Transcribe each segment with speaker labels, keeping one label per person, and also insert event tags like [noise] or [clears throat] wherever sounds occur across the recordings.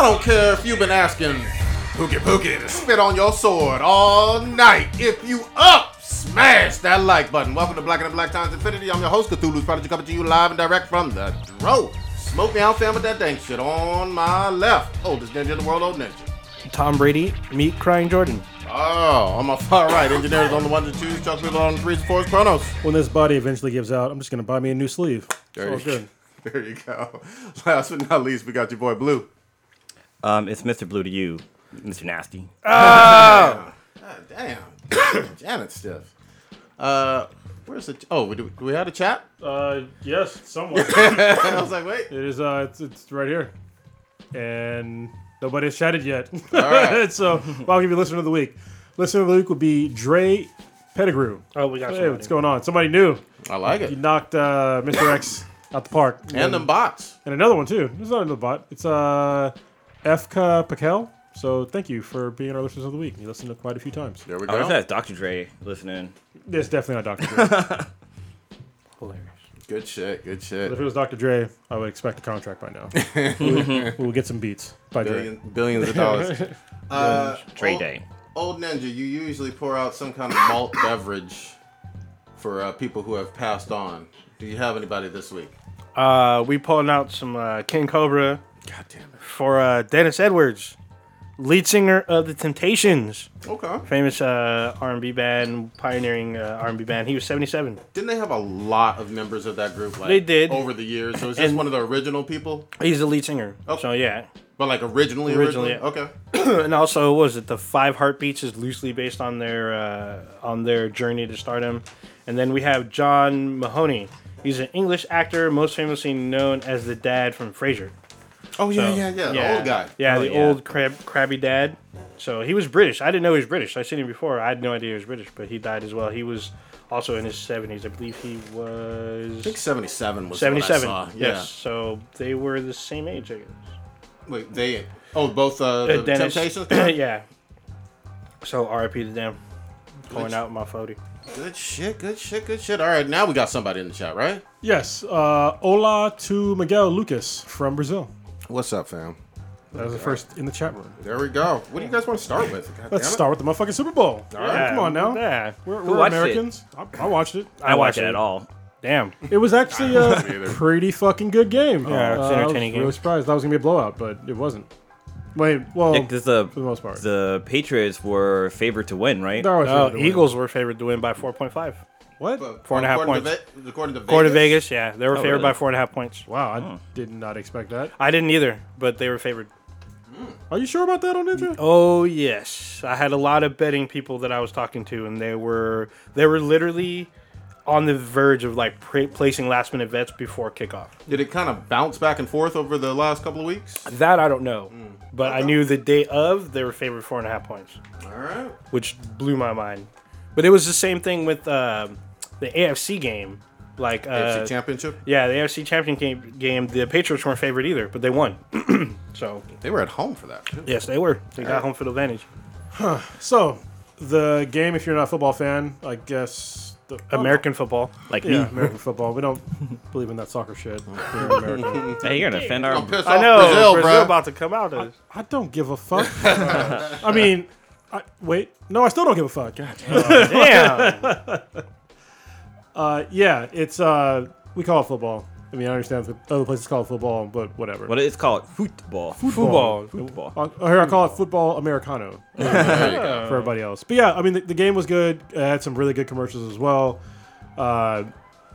Speaker 1: don't care if you've been asking Pookie Pookie to spit on your sword all night. If you up, smash that like button. Welcome to Black and the Black Times Infinity. I'm your host, Cthulhu's Prodigy, coming to you live and direct from the Dro. Smoke me out, fam, with that dang shit. On my left, oldest ninja in the world, old ninja.
Speaker 2: Tom Brady, meet crying Jordan.
Speaker 1: Oh, on my far right, engineers on the one to choose, Chuck Miller on the three to fours, Chronos.
Speaker 2: When this body eventually gives out, I'm just gonna buy me a new sleeve. It's all good.
Speaker 1: [laughs] there you go. Last but not least, we got your boy Blue.
Speaker 3: Um, it's Mr. Blue to you, Mr. Nasty.
Speaker 1: God Uh, damn. [coughs] Janet stiff. Uh, where's the? Oh, we do, do we have a
Speaker 4: [coughs]
Speaker 1: chat?
Speaker 4: Oh.
Speaker 2: Uh, yes, somewhat.
Speaker 1: I was like, wait.
Speaker 2: it is. Uh, it's, it's right here, and nobody has chatted yet.
Speaker 1: right.
Speaker 2: [laughs] so well, I'll give you listener of the week. Listener of the week would be Dre Pettigrew.
Speaker 4: Oh, we got
Speaker 2: Hey, what's going on? Somebody new.
Speaker 1: I like
Speaker 2: He
Speaker 1: it.
Speaker 2: knocked uh, Mr. X out the park,
Speaker 1: And them bots.
Speaker 2: and another one too. It's not another bot. It's uh, Efka Pakel. So thank you for being our listeners of the week. You listened to quite a few times.
Speaker 1: There we
Speaker 3: I wish
Speaker 1: go.
Speaker 3: that's Dr. Dre listening.
Speaker 2: It's definitely [laughs] not Dr. Dre.
Speaker 4: Hilarious.
Speaker 1: Good shit. Good
Speaker 2: if
Speaker 1: shit.
Speaker 2: it was Dr. Dre, I would expect a contract by
Speaker 4: [laughs]
Speaker 2: now. we'll, we'll get some beats by Dre.
Speaker 1: Billion, billions of
Speaker 4: [laughs]
Speaker 1: dollars. Uh,
Speaker 3: Dre
Speaker 1: old,
Speaker 3: Day.
Speaker 1: Old ninja, you usually pour out some kind of malt [coughs] beverage for uh, people who have passed on. Do you have anybody this week?
Speaker 4: Uh, we pulling out some uh, King Cobra
Speaker 1: God damn it.
Speaker 4: for uh, Dennis Edwards, lead singer of the Temptations,
Speaker 1: Okay.
Speaker 4: famous uh, R&B band, pioneering uh, R&B band. He was 77.
Speaker 1: Didn't they have a lot of members of that group? Like,
Speaker 4: They did.
Speaker 1: over the years. So is this
Speaker 4: And-
Speaker 1: one of the original people?
Speaker 4: He's the lead singer.
Speaker 1: Oh.
Speaker 4: So yeah,
Speaker 1: But like originally, originally,
Speaker 4: Originally,
Speaker 1: okay.
Speaker 4: and also what was it the Five Heartbeats is loosely based on their uh, on their journey to stardom, and then we have John Mahoney. He's an English actor, most famously known as the dad from Frasier.
Speaker 1: Oh yeah,
Speaker 4: So,
Speaker 1: yeah, yeah. The old guy.
Speaker 4: Yeah,
Speaker 3: Oh,
Speaker 4: the
Speaker 3: yeah.
Speaker 4: old crab, crabby dad. So he was British. I didn't know he was British. I seen him before. I had no idea he was British, but he died as well. He was also in his seventies. I believe he
Speaker 1: I think
Speaker 4: was
Speaker 1: seventy-seven was
Speaker 4: seventy-seven.
Speaker 1: What I saw.
Speaker 4: Yes. So they were the same age, I guess.
Speaker 1: Yeah. Wait, they. Oh, both uh, the
Speaker 4: Uh, Dennis- [clears throat]
Speaker 1: Temptations.
Speaker 4: yeah. So R.I.P. to them. Pulling
Speaker 1: Which-
Speaker 4: out my forty. [coughs]
Speaker 1: Good shit. Good shit. Good shit. All right, now we got somebody in the chat, right?
Speaker 2: Yes. Uh, hola to Miguel Lucas from Brazil.
Speaker 1: What's up, fam?
Speaker 2: That was the first in the chat room.
Speaker 1: There we go. What do you guys want to start with? God
Speaker 2: Let's
Speaker 1: damn it.
Speaker 2: start with the motherfucking Super Bowl.
Speaker 4: Yeah,
Speaker 2: Come on now.
Speaker 4: Yeah.
Speaker 2: We're,
Speaker 3: Who
Speaker 2: we're
Speaker 3: watched it?
Speaker 2: Americans. I, I watched it.
Speaker 3: I
Speaker 4: watch
Speaker 3: watch it
Speaker 4: it. Uh,
Speaker 3: at all.
Speaker 4: Damn.
Speaker 2: It was actually
Speaker 1: it either.
Speaker 2: a pretty fucking good game.
Speaker 4: Yeah, it's
Speaker 2: Uh,
Speaker 4: an entertaining
Speaker 2: I was really
Speaker 4: game.
Speaker 2: surprised. That was going to be a blowout, but it wasn't. Wait, well,
Speaker 3: Yeah, 'cause the,
Speaker 2: for the most part.
Speaker 3: the Patriots were favored to win, right?
Speaker 2: they're always
Speaker 4: Uh,
Speaker 2: favored to win.
Speaker 4: Eagles were favored to win by four point five.
Speaker 2: What?
Speaker 1: But
Speaker 4: Four and a half
Speaker 1: according
Speaker 4: points.
Speaker 1: To Ve- according to Vegas.
Speaker 4: According to Vegas, yeah, they were favored
Speaker 3: really?
Speaker 4: by four and a half points.
Speaker 2: wow, I did not expect that.
Speaker 4: I didn't either, but they were favored.
Speaker 2: Are you sure about that on Ninja?
Speaker 4: Oh yes, I had a lot of betting people that I was talking to, and they were they were literally on the verge of like pre- placing last minute bets before kickoff.
Speaker 1: Did it kind of bounce back and forth over the last couple of weeks?
Speaker 4: That I don't know, but I knew the day of they were favored four and a half points,
Speaker 1: All right.
Speaker 4: which blew my mind. But it was the same thing with uh, the AFC game, like uh,
Speaker 1: AFC Championship.
Speaker 4: yeah, the AFC championship game, game. The Patriots weren't favored either, but they won. [clears throat] so
Speaker 1: They were at home for that. too.
Speaker 4: yes, they were. They got home field advantage.
Speaker 2: So, the game, if you're not a football fan, I guess. The, oh,
Speaker 4: American football.
Speaker 3: Like
Speaker 2: Yeah,
Speaker 4: Hmm.
Speaker 3: me.
Speaker 2: American football. We
Speaker 4: [laughs]
Speaker 2: don't believe in that soccer shit. here
Speaker 4: Oh.
Speaker 2: in America.
Speaker 3: hmm, Hey, you're going to offend
Speaker 1: I'm
Speaker 3: our.
Speaker 1: pissed
Speaker 4: I
Speaker 1: off
Speaker 4: know
Speaker 1: Oh, Brazil,
Speaker 4: Brazil,
Speaker 1: bruh.
Speaker 4: about to come out. Of,
Speaker 2: I don't give a
Speaker 4: [laughs]
Speaker 2: fuck. I mean, I, wait, no, I still don't give a fuck.
Speaker 4: damn.
Speaker 2: Uh, yeah, it's uh, we call it football. I mean, I understand that other places call it football, but whatever.
Speaker 3: What it's called? Football.
Speaker 4: Football.
Speaker 3: Football.
Speaker 2: Uh, here I call it football Americano for everybody else. But yeah, I mean, the, the game was good. It had some really good commercials as well. Uh,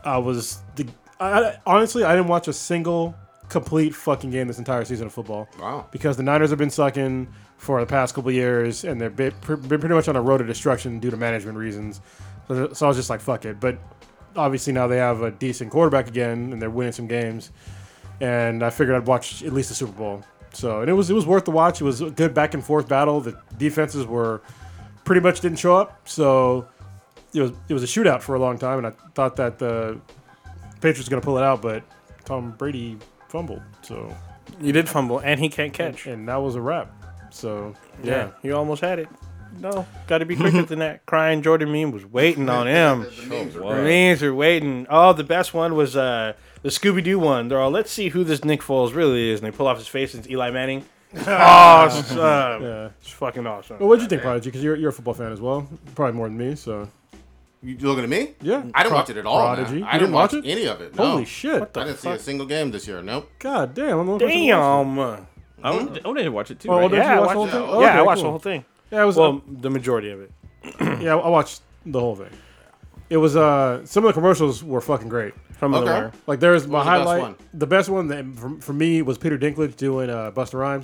Speaker 2: I was the I, I- honestly, I didn't watch a single complete fucking game this entire season of football.
Speaker 1: Wow.
Speaker 2: Because the Niners have been sucking for the past couple years, and they've been, pre- been pretty much on a road to destruction due to management reasons. So, so I was just like, fuck it. But obviously now they have a decent quarterback again, and they're winning some games. And I figured I'd watch at least the Super Bowl. So and it was it was worth the watch. It was a good back and forth battle. The defenses were pretty much didn't show up. So it was it was a shootout for a long time, and I thought that the Patriots were going to pull it out, but Tom Brady fumbled. So
Speaker 4: You did fumble, and he can't catch.
Speaker 2: and that was a wrap. So yeah,
Speaker 4: Yeah, you almost had it. No, got to be quicker than that. Crying Jordan meme was waiting on him. The memes were waiting. Oh, the best one was [laughs] uh, the Scooby Doo one. They're all, let's see who this Nick Foles really is, and they pull off his face, and it's Eli Manning. Awesome.
Speaker 2: Yeah.
Speaker 4: It's fucking awesome.
Speaker 2: Well, what'd you think, Prodigy? Because you're, you're a football fan as well, probably more than me. So
Speaker 1: You looking at me?
Speaker 2: yeah,
Speaker 1: I didn't
Speaker 2: Pro-
Speaker 1: watch it at all. man.
Speaker 2: Prodigy, You
Speaker 1: I didn't, watch, any of it. No.
Speaker 2: Holy shit!
Speaker 1: I didn't see a single game this year. Nope.
Speaker 2: God damn! I'm the only person who watched it.
Speaker 4: Damn.
Speaker 3: I wanted, I wanted to watch it too.
Speaker 2: Oh, well,
Speaker 3: right?
Speaker 2: did
Speaker 4: Yeah,
Speaker 2: you watch the
Speaker 4: I
Speaker 2: whole
Speaker 4: watched
Speaker 2: thing?
Speaker 1: it.
Speaker 2: Oh,
Speaker 4: yeah, I
Speaker 2: okay,
Speaker 4: watched
Speaker 2: cool.
Speaker 4: the whole thing.
Speaker 2: Yeah, I was. uh,
Speaker 4: Well, the majority of it.
Speaker 2: yeah, I watched the whole thing. It was. Uh, some of the commercials were fucking great.
Speaker 4: From
Speaker 1: Okay.
Speaker 4: the wire.
Speaker 2: Like there's my
Speaker 1: was the best
Speaker 2: highlight.
Speaker 1: one?
Speaker 2: The best one that, for, for me was Peter Dinklage doing uh, Buster Rhymes.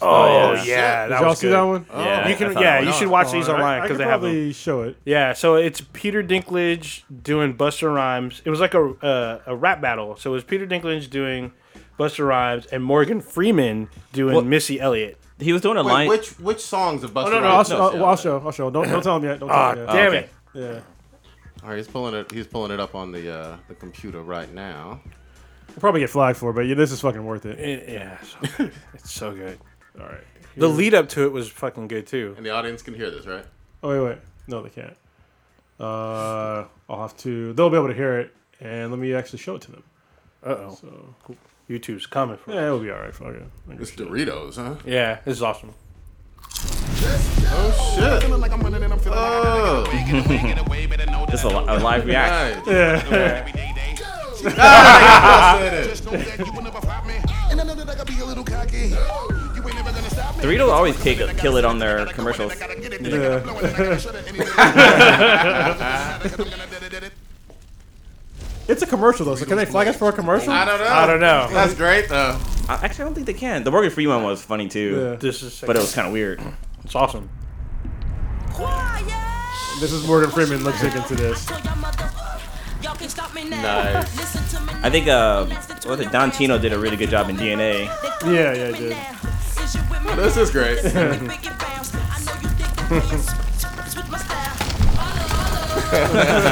Speaker 1: yeah.
Speaker 4: Oh, yeah.
Speaker 1: Shit.
Speaker 2: did
Speaker 4: that
Speaker 2: y'all
Speaker 4: was
Speaker 2: see
Speaker 4: good.
Speaker 2: that one?
Speaker 1: Oh,
Speaker 3: Yeah.
Speaker 4: You
Speaker 3: I
Speaker 4: can,
Speaker 3: found
Speaker 4: yeah,
Speaker 3: that
Speaker 4: you
Speaker 1: one.
Speaker 4: should watch
Speaker 2: Oh,
Speaker 4: these
Speaker 2: I-
Speaker 4: online
Speaker 2: I
Speaker 4: because
Speaker 2: could
Speaker 4: they have them.
Speaker 2: probably show it.
Speaker 4: Yeah, so it's Peter Dinklage doing Buster Rhymes. It was like a uh, a rap battle. So it was Peter Dinklage doing Buster Rhymes and Morgan Freeman doing
Speaker 3: Well-
Speaker 4: Missy Elliott.
Speaker 3: He was doing a
Speaker 1: Wait,
Speaker 3: line.
Speaker 1: which which songs of Buster?
Speaker 4: Oh, no, uh, no,
Speaker 2: I'll,
Speaker 1: Rhymes?
Speaker 2: show,
Speaker 3: no,
Speaker 2: I'll,
Speaker 3: see,
Speaker 2: well,
Speaker 3: I'll-
Speaker 2: I'll show. I'll show. Don't don't tell him yet. Don't
Speaker 4: Ah,
Speaker 2: tell him yet.
Speaker 4: damn
Speaker 3: Okay.
Speaker 4: it!
Speaker 2: Yeah.
Speaker 1: All right, he's pulling it. He's pulling it up on the uh, the computer right now.
Speaker 2: We'll probably get flagged for, it, but yeah, this is fucking worth it.
Speaker 4: It- yeah, it's so good. [laughs] it's so good.
Speaker 2: All right.
Speaker 4: The lead up to it was fucking good too.
Speaker 1: And the audience can hear this, right?
Speaker 2: Oh wait, wait. No, they can't. Uh, I'll have to. They'll be able to hear it, and let me actually show it to them.
Speaker 4: Uh oh,
Speaker 2: So
Speaker 4: YouTube's coming for
Speaker 2: yeah,
Speaker 4: yeah.
Speaker 2: it'll be all right. Fuck it. I
Speaker 1: It's
Speaker 2: guess.
Speaker 1: Doritos, huh?
Speaker 4: yeah, this is awesome.
Speaker 1: Oh shit!
Speaker 5: Feeling like I'm running and I'm feeling like
Speaker 1: Oh,
Speaker 5: I'm making a way, get away, better know that
Speaker 3: This is
Speaker 5: I
Speaker 3: a,
Speaker 5: know
Speaker 3: li- a live reaction.
Speaker 1: nice.
Speaker 5: every day, day.
Speaker 1: That's it.
Speaker 5: Just know that you will never fight me, [laughs] and I know that I gotta be a little cocky. You ain't never gonna stop me.
Speaker 3: Doritos always kick it- kill it on their commercials.
Speaker 5: [laughs]
Speaker 2: It's a commercial though, so can they flag us for a commercial?
Speaker 1: I don't know.
Speaker 4: I don't know.
Speaker 1: That's great though.
Speaker 3: I, actually, I don't think they can. The Morgan Freeman was funny too,
Speaker 2: Yeah.
Speaker 4: This is
Speaker 3: but it was kind of weird.
Speaker 4: it's [laughs] awesome.
Speaker 2: This is Morgan Freeman lip syncing to this.
Speaker 1: Nice.
Speaker 3: I think uh, what was it? Don Tino did a really good job in DNA.
Speaker 2: Yeah, yeah, it did.
Speaker 1: Oh, This is
Speaker 2: [laughs]
Speaker 3: [laughs]
Speaker 1: great. [laughs]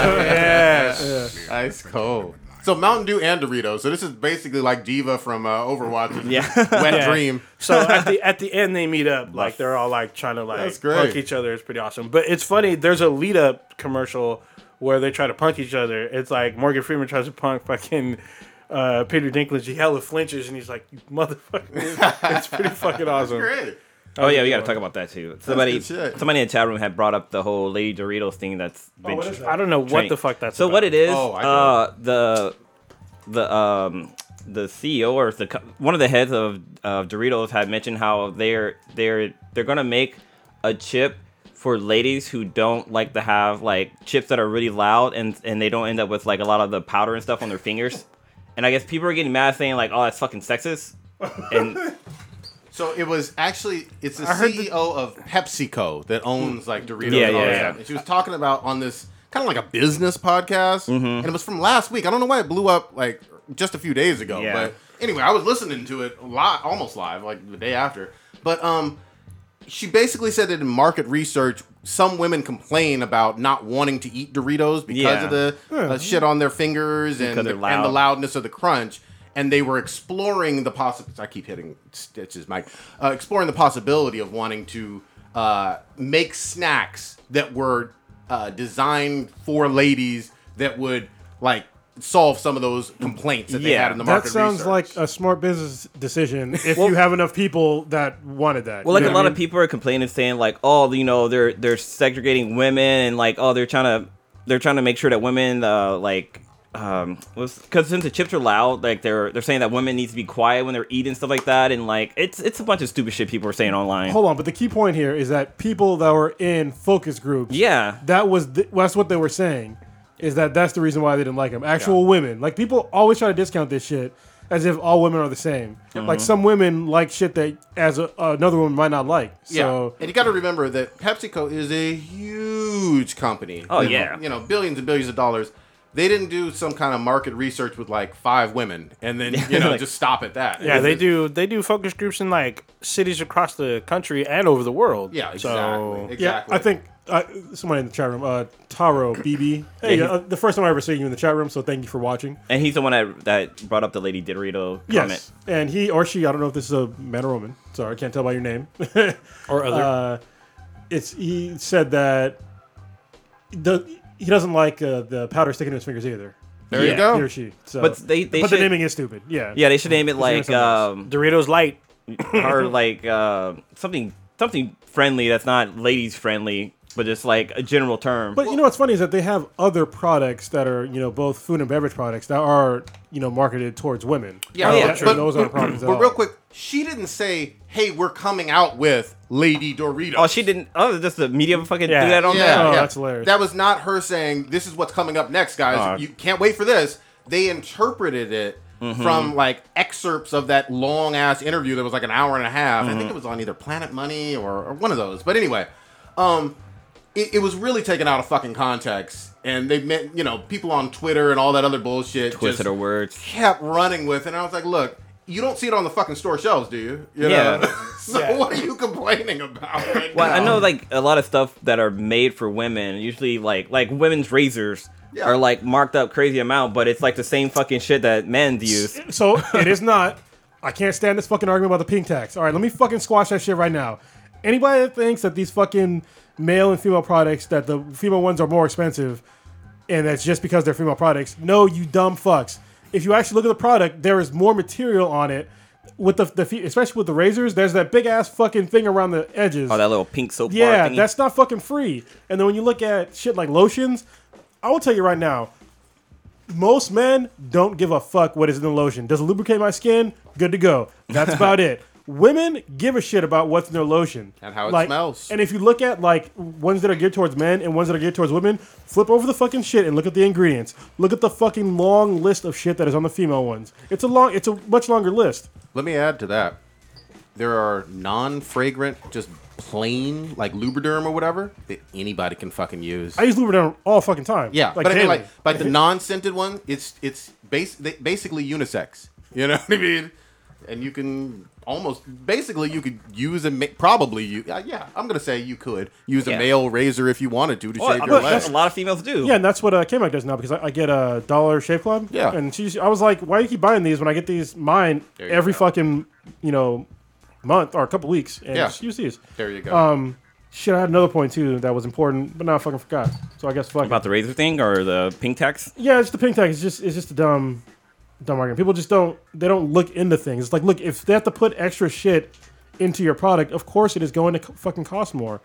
Speaker 4: Yes.
Speaker 1: Ice cold. So Mountain Dew and Doritos. So this is basically like Diva from uh, Overwatch.
Speaker 3: Yeah.
Speaker 1: Wet
Speaker 4: [laughs] Yeah.
Speaker 1: Dream.
Speaker 4: So
Speaker 1: [laughs]
Speaker 4: at the at the end they meet up, like they're all like trying to
Speaker 1: That's
Speaker 4: like
Speaker 1: great.
Speaker 4: punk each other. It's pretty awesome. But it's funny. There's a lead up commercial where they try to punk each other. It's like Morgan Freeman tries to punk fucking uh, Peter Dinklage. He hella flinches and he's like, "You
Speaker 1: [laughs]
Speaker 4: motherfucker!" it's pretty fucking awesome.
Speaker 1: Great.
Speaker 3: Oh yeah, we got to talk about that too. Somebody,
Speaker 1: good shit.
Speaker 3: somebody in the chat room had brought up the whole Lady Doritos thing. That's been
Speaker 2: what is that?
Speaker 4: I don't know what
Speaker 3: drank.
Speaker 4: the fuck that's.
Speaker 3: So
Speaker 4: about.
Speaker 3: what it is?
Speaker 1: Oh, I get it.
Speaker 3: uh, the the um the CEO or the co- one of the heads of of Doritos had mentioned how they're they're they're gonna make a chip for ladies who don't like to have like chips that are really loud and and they don't end up with like a lot of the powder and stuff on their fingers. And I guess people are getting mad saying like, "Oh, that's
Speaker 1: [laughs]
Speaker 3: fucking sexist." And
Speaker 1: So it was actually it's the
Speaker 4: heard
Speaker 1: CEO of PepsiCo that owns like Doritos.
Speaker 3: Yeah,
Speaker 1: and all
Speaker 3: yeah,
Speaker 1: that
Speaker 3: yeah.
Speaker 1: stuff. And she was talking about on this kind of like a business podcast,
Speaker 3: Mm-hmm.
Speaker 1: and it was from last week. I don't know why it blew up like just a few days ago,
Speaker 3: Yeah.
Speaker 1: but anyway, I was listening to it live, almost live, like the day after. But um, she basically said that in market research, some women complain about not wanting to eat Doritos because
Speaker 3: Yeah.
Speaker 1: of the uh, shit on their fingers and
Speaker 3: Because
Speaker 1: the,
Speaker 3: they're
Speaker 1: and the
Speaker 3: loud.
Speaker 1: loudness of the crunch. And they were exploring the possibility. I keep hitting stitches, Mike. Uh, exploring the possibility of wanting to uh, make snacks that were uh, designed for ladies that would like solve some of those complaints that they
Speaker 3: Yeah,
Speaker 1: had in the market.
Speaker 2: That sounds
Speaker 1: research.
Speaker 2: like a smart business decision if you have enough people that wanted that.
Speaker 3: Well, like
Speaker 2: You
Speaker 3: a
Speaker 2: know
Speaker 3: lot
Speaker 2: what I
Speaker 3: of
Speaker 2: mean?
Speaker 3: people are complaining, saying like, "Oh, you know, they're they're segregating women, and like, oh, they're trying to they're trying to make sure that women uh, like." Um, because since the chips are loud, like they're they're saying that women need to be quiet when they're eating stuff like that, and like it's it's a bunch of stupid shit people are saying online.
Speaker 2: Hold on, but the key point here is that people that were in focus groups.
Speaker 3: Yeah.
Speaker 2: That was the, well, that's what they were saying. Is that that's the reason why they didn't like him? Actual women, like people always try to discount this shit as if all women are the same. Like some women like shit that as a, another woman might not like. So
Speaker 1: and you got to remember that PepsiCo is a huge company.
Speaker 3: Oh,
Speaker 1: You know,
Speaker 3: yeah.
Speaker 1: you know billions and billions of dollars. They didn't do some kind of market research with like five women and then you know
Speaker 3: Like-
Speaker 1: just stop at that.
Speaker 4: Yeah,
Speaker 1: It's
Speaker 4: they
Speaker 1: just-
Speaker 4: do. They do focus groups in like cities across the country and over the world.
Speaker 1: Yeah, exactly.
Speaker 4: So
Speaker 1: exactly.
Speaker 2: Yeah, I think uh, somebody in the chat room, uh, Taro BB. Hey,
Speaker 3: Yeah,
Speaker 2: uh, the first time I ever seen you in the chat room, so thank you for watching.
Speaker 3: And he's the one that that brought up the Lady Dorito comment.
Speaker 2: Yes, and he or she, I don't know if this is a man or woman. Sorry, I can't tell by your name. Uh, [laughs]
Speaker 4: or other.
Speaker 2: it's he said that the, he doesn't like uh, the powder sticking to his fingers either.
Speaker 1: there
Speaker 3: Yeah.
Speaker 1: you go.
Speaker 2: He or she. So,
Speaker 3: But they- they
Speaker 2: but
Speaker 3: should-
Speaker 2: the naming is stupid. Yeah.
Speaker 3: Yeah, they should name it
Speaker 2: name
Speaker 3: like
Speaker 2: something else.
Speaker 3: um,
Speaker 4: Doritos Light.
Speaker 2: [laughs]
Speaker 3: or like uh, something something friendly that's not ladies friendly, but just like a general term.
Speaker 2: But you know what's funny is that they have other products that are you know both food and beverage products that are you know marketed towards women.
Speaker 1: Yeah,
Speaker 2: I'm
Speaker 1: yeah,
Speaker 2: not sure
Speaker 1: but-
Speaker 2: those are problems. at
Speaker 1: But real
Speaker 2: all.
Speaker 1: quick, she didn't say, "Hey, we're coming out with Lady Doritos."
Speaker 3: oh, she didn't. Oh, just the media fucking
Speaker 4: Yeah.
Speaker 3: do that on
Speaker 1: Yeah,
Speaker 2: Oh,
Speaker 3: that.
Speaker 1: yeah.
Speaker 2: that's hilarious. Oh,
Speaker 1: That was not her saying, "This is what's coming up next, guys.
Speaker 3: Uh,
Speaker 1: you can't wait for this." They interpreted it
Speaker 2: Mm-hmm.
Speaker 1: from like excerpts of that long ass interview that was like an hour and a half. I
Speaker 2: Mm-hmm.
Speaker 1: think it was on either Planet Money or, or one of those. But anyway, um, it, it was really taken out of fucking context, and they meant you know people on Twitter and all that other bullshit
Speaker 3: Twisted her
Speaker 1: just
Speaker 3: words.
Speaker 1: kept running with, it. and I was like, "Look." You don't see it on the fucking store shelves, do you? You
Speaker 3: Yeah.
Speaker 1: know? [laughs] so
Speaker 4: Yeah.
Speaker 1: what are you complaining about? right
Speaker 3: Well, I
Speaker 1: now?
Speaker 3: know like a lot of stuff that are made for women. Usually, like like women's razors
Speaker 1: Yeah.
Speaker 3: are like marked up crazy amount, but it's like the same fucking shit that men
Speaker 2: [laughs]
Speaker 3: use.
Speaker 2: So it is not. I can't stand this fucking argument about the pink tax. All right, let me fucking squash that shit right now. Anybody that thinks that these fucking male and female products that the female ones are more expensive, and that's just because they're female products, no, you dumb fucks. If you actually look at the product, there is more material on it. With the, the fe- especially with the razors, there's that big ass fucking thing around the edges.
Speaker 3: Oh, that little pink soap bar
Speaker 2: Yeah,
Speaker 3: thingy.
Speaker 2: that's not fucking free. And then when you look at shit like lotions, I will tell you right now, most men don't give a fuck what is in the lotion. Does it lubricate my skin? Good to go.
Speaker 1: [laughs]
Speaker 2: That's about it. Women give a shit about what's in their lotion
Speaker 1: And how it
Speaker 2: Like,
Speaker 1: smells.
Speaker 2: And if you look at like ones that are geared towards men and ones that are geared towards women, flip over the fucking shit and look at the ingredients. Look at the fucking long list of shit that is on the female ones. It's a long, it's a much longer list.
Speaker 1: Let me add to that. There are non-fragrant, just plain like Lubriderm or whatever that anybody can fucking use.
Speaker 2: I use Lubriderm all fucking time.
Speaker 1: yeah,
Speaker 2: like
Speaker 1: but I mean,
Speaker 2: daily.
Speaker 1: like, like the non-scented one, it's it's base, they- basically unisex. You know [laughs] what I mean? And you can almost basically you could use a ma- probably you uh, yeah I'm gonna say you could use a
Speaker 3: Yeah.
Speaker 1: male razor if you wanted to to
Speaker 3: Oh,
Speaker 1: shave
Speaker 3: I'm
Speaker 1: your
Speaker 3: sure
Speaker 1: legs.
Speaker 3: a lot of females do.
Speaker 2: Yeah, and that's what uh, K-Mac does now because I, I get a Dollar Shave Club.
Speaker 1: Yeah.
Speaker 2: and she's, I was like, why do you keep buying these when I get these mine
Speaker 1: There you
Speaker 2: every
Speaker 1: go.
Speaker 2: fucking you know month or a couple weeks? And
Speaker 1: Yeah.
Speaker 2: just use these.
Speaker 1: There you go.
Speaker 2: Um, Shit, I had another point too that was important, but now I fucking forgot. So I guess fuck.
Speaker 3: About the razor thing or the pink tax?
Speaker 2: it. yeah, it's the pink tag. It's just it's just a dumb dumb argument. People just don't they don't look into things. It's like look if they have to put extra shit into your product, of course it is going to co- fucking cost more.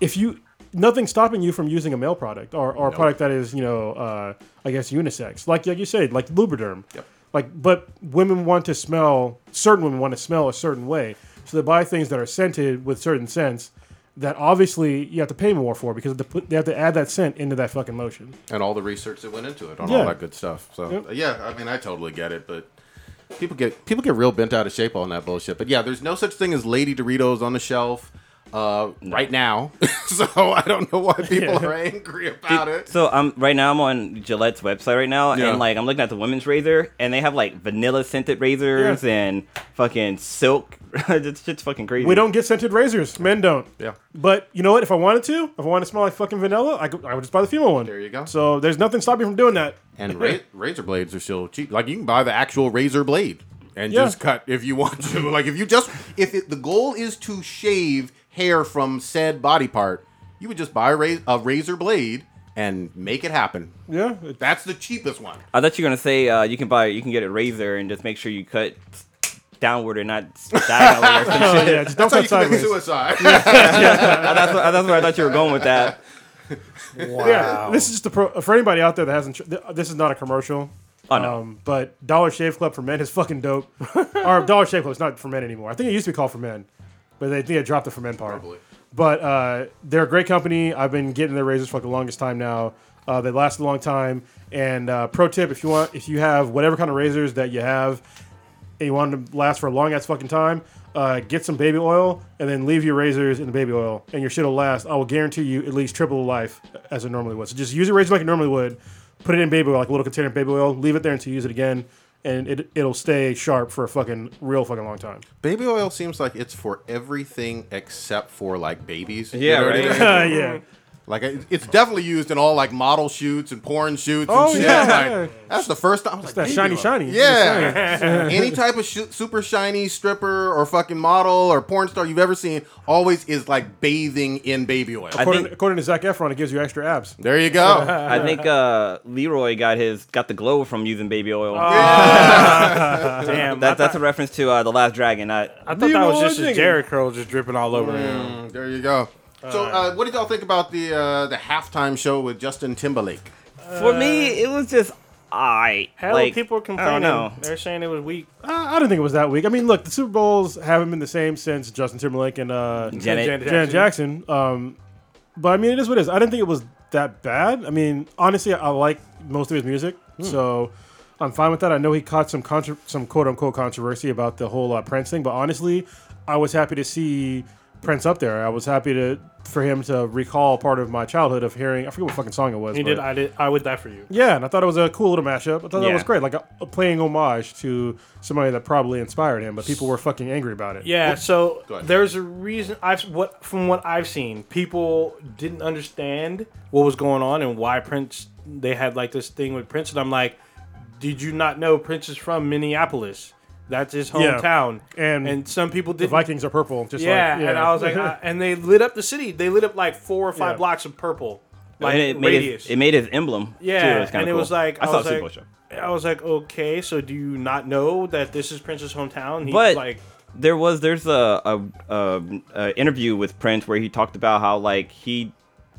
Speaker 2: If you nothing's stopping you from using a male product or, or a product that is you know uh, I guess unisex, like like you said, like Lubriderm.
Speaker 1: Yep.
Speaker 2: Like, but women want to smell. Certain women want to smell a certain way, so they buy things that are scented with certain scents. That obviously you have to pay more for because they put- they have to add that scent into that fucking lotion.
Speaker 1: and all the research that went into it on all
Speaker 2: Yeah.
Speaker 1: that good stuff. So yeah, I mean, I totally get it, but people get people get real bent out of shape on that bullshit. But yeah, there's no such thing as Lady Doritos on the shelf uh, right now, [laughs] so I don't know why people are angry about it.
Speaker 3: So I'm right now I'm on Gillette's website right now
Speaker 1: Yeah.
Speaker 3: and like I'm looking at the women's razor and they have like vanilla scented razors
Speaker 2: Yeah.
Speaker 3: and fucking silk. [laughs] this shit's fucking crazy.
Speaker 2: We don't get scented razors. Men don't.
Speaker 1: Yeah.
Speaker 2: But you know what? If I wanted to, if I wanted to smell like fucking vanilla, I, could, I would just buy the female one.
Speaker 1: There you go.
Speaker 2: So there's nothing stopping me from doing that.
Speaker 1: And ra- razor blades are still cheap. Like you can buy the actual razor blade and
Speaker 2: Yeah.
Speaker 1: just cut if you want to. Like if you just if it, the goal is to shave hair from said body part, you would just buy a, ra- a razor blade and make it happen.
Speaker 2: Yeah. It-
Speaker 1: That's the cheapest one.
Speaker 3: I thought you were gonna say uh, you can buy you can get a razor and just make sure you cut downward and not diagonally
Speaker 4: [laughs]
Speaker 3: or some
Speaker 2: oh,
Speaker 3: shit.
Speaker 2: yeah. Just don't
Speaker 1: That's how
Speaker 2: cut
Speaker 1: you commit
Speaker 2: sideways.
Speaker 1: suicide.
Speaker 3: [laughs]
Speaker 1: [laughs]
Speaker 3: That's, what, that's where I thought you were going with that.
Speaker 2: Yeah. This is just a pro- for anybody out there that hasn't. Tr- th- this is not a commercial.
Speaker 3: Oh, no.
Speaker 2: Um, but Dollar Shave Club for men is fucking
Speaker 3: [laughs]
Speaker 2: dope. or Dollar Shave Club is not for men anymore. I think it used to be called for men, but they, they dropped the for men part.
Speaker 1: Probably.
Speaker 2: But uh, they're a great company. I've been getting their razors for like the longest time now. Uh, they last a long time. And uh, pro tip: if you want, if you have whatever kind of razors that you have, and you want them to last for a long ass fucking time, uh, get some baby oil and then leave your razors in the baby oil, and your shit will last. I will guarantee you at least triple the life as it normally would. So just use your razor like you normally would. Put it in baby oil, like a little container of baby oil. Leave it there until you use it again, and it it'll stay sharp for a fucking real fucking long time.
Speaker 1: Baby oil seems like it's for everything except for like babies. You
Speaker 3: Yeah,
Speaker 1: know what I
Speaker 2: [laughs]
Speaker 3: right.
Speaker 1: mean?
Speaker 2: yeah.
Speaker 1: Like it- it's definitely used in all like model shoots and porn shoots.
Speaker 2: Oh,
Speaker 1: and shit.
Speaker 2: yeah.
Speaker 1: Like, that's the first time. I was like,
Speaker 2: that
Speaker 1: "Baby
Speaker 2: shiny,
Speaker 1: oil."
Speaker 2: shiny.
Speaker 1: Yeah, any type of sh- super shiny stripper or fucking model or porn star you've ever seen always is like bathing in baby oil.
Speaker 3: I
Speaker 2: According,
Speaker 3: think-
Speaker 2: according to Zach Efron, it gives you extra abs.
Speaker 1: there you
Speaker 2: [laughs]
Speaker 1: go.
Speaker 4: [laughs]
Speaker 3: I think uh, Leroy got his got the glow from using baby oil.
Speaker 4: Oh,
Speaker 1: Um,
Speaker 4: Damn,
Speaker 3: that,
Speaker 4: that,
Speaker 3: that's a reference to uh, the Last Dragon. I,
Speaker 4: I thought that was just
Speaker 2: Leroy
Speaker 4: his
Speaker 2: Jenkins.
Speaker 4: Derrick curl just dripping all over him.
Speaker 1: there you go. So, uh, what did y'all think about the uh, the halftime show with Justin Timberlake?
Speaker 3: for me, it was just I.
Speaker 4: Uh, Hell,
Speaker 3: like,
Speaker 4: people are
Speaker 3: I
Speaker 4: complaining.
Speaker 3: don't know.
Speaker 4: They're saying it was weak.
Speaker 2: I, I don't think it was that weak. I mean, look, the Super Bowls haven't been the same since Justin Timberlake and uh,
Speaker 3: Janet-
Speaker 4: Janet
Speaker 2: Janet Jackson. Um, but I mean, it is what it is. I didn't think it was that bad. I mean, honestly, I like most of his music,
Speaker 4: Hmm.
Speaker 2: so I'm fine with that. I know he caught some contro- some quote unquote controversy about the whole uh, Prince thing, but honestly, I was happy to see Prince up there. I was happy to for him to recall part of my childhood of hearing. I forget what fucking song it was.
Speaker 4: He
Speaker 2: but-
Speaker 4: did. I did. I would die for you.
Speaker 2: yeah, and I thought it was a cool little mashup. I thought that
Speaker 3: Yeah.
Speaker 2: was great, like a, a playing homage to somebody that probably inspired him, but people were fucking angry about it.
Speaker 4: Yeah, so
Speaker 1: Go ahead.
Speaker 4: there's a reason I've what from what I've seen, people didn't understand what was going on and why Prince they had like this thing with Prince and I'm like, did you not know Prince is from Minneapolis? That's his
Speaker 2: Yeah.
Speaker 4: hometown.
Speaker 2: And
Speaker 4: and some people
Speaker 2: The
Speaker 4: didn't
Speaker 2: Vikings are purple, just
Speaker 4: yeah,
Speaker 2: like yeah.
Speaker 4: and I was like I- and they lit up the city. They lit up like four or five
Speaker 2: Yeah.
Speaker 4: blocks of purple. Like
Speaker 3: And it made
Speaker 4: radius.
Speaker 3: his, it made his emblem.
Speaker 4: Yeah,
Speaker 3: too. It was kinda
Speaker 4: and it
Speaker 3: cool.
Speaker 4: was like
Speaker 3: I,
Speaker 4: I,
Speaker 3: saw
Speaker 4: was
Speaker 3: a Super
Speaker 4: like,
Speaker 3: Bowl show.
Speaker 4: I was like, okay, so do you not know that this is Prince's hometown? He
Speaker 3: But
Speaker 4: like
Speaker 3: there was there's a, a, a, a interview with Prince where he talked about how like he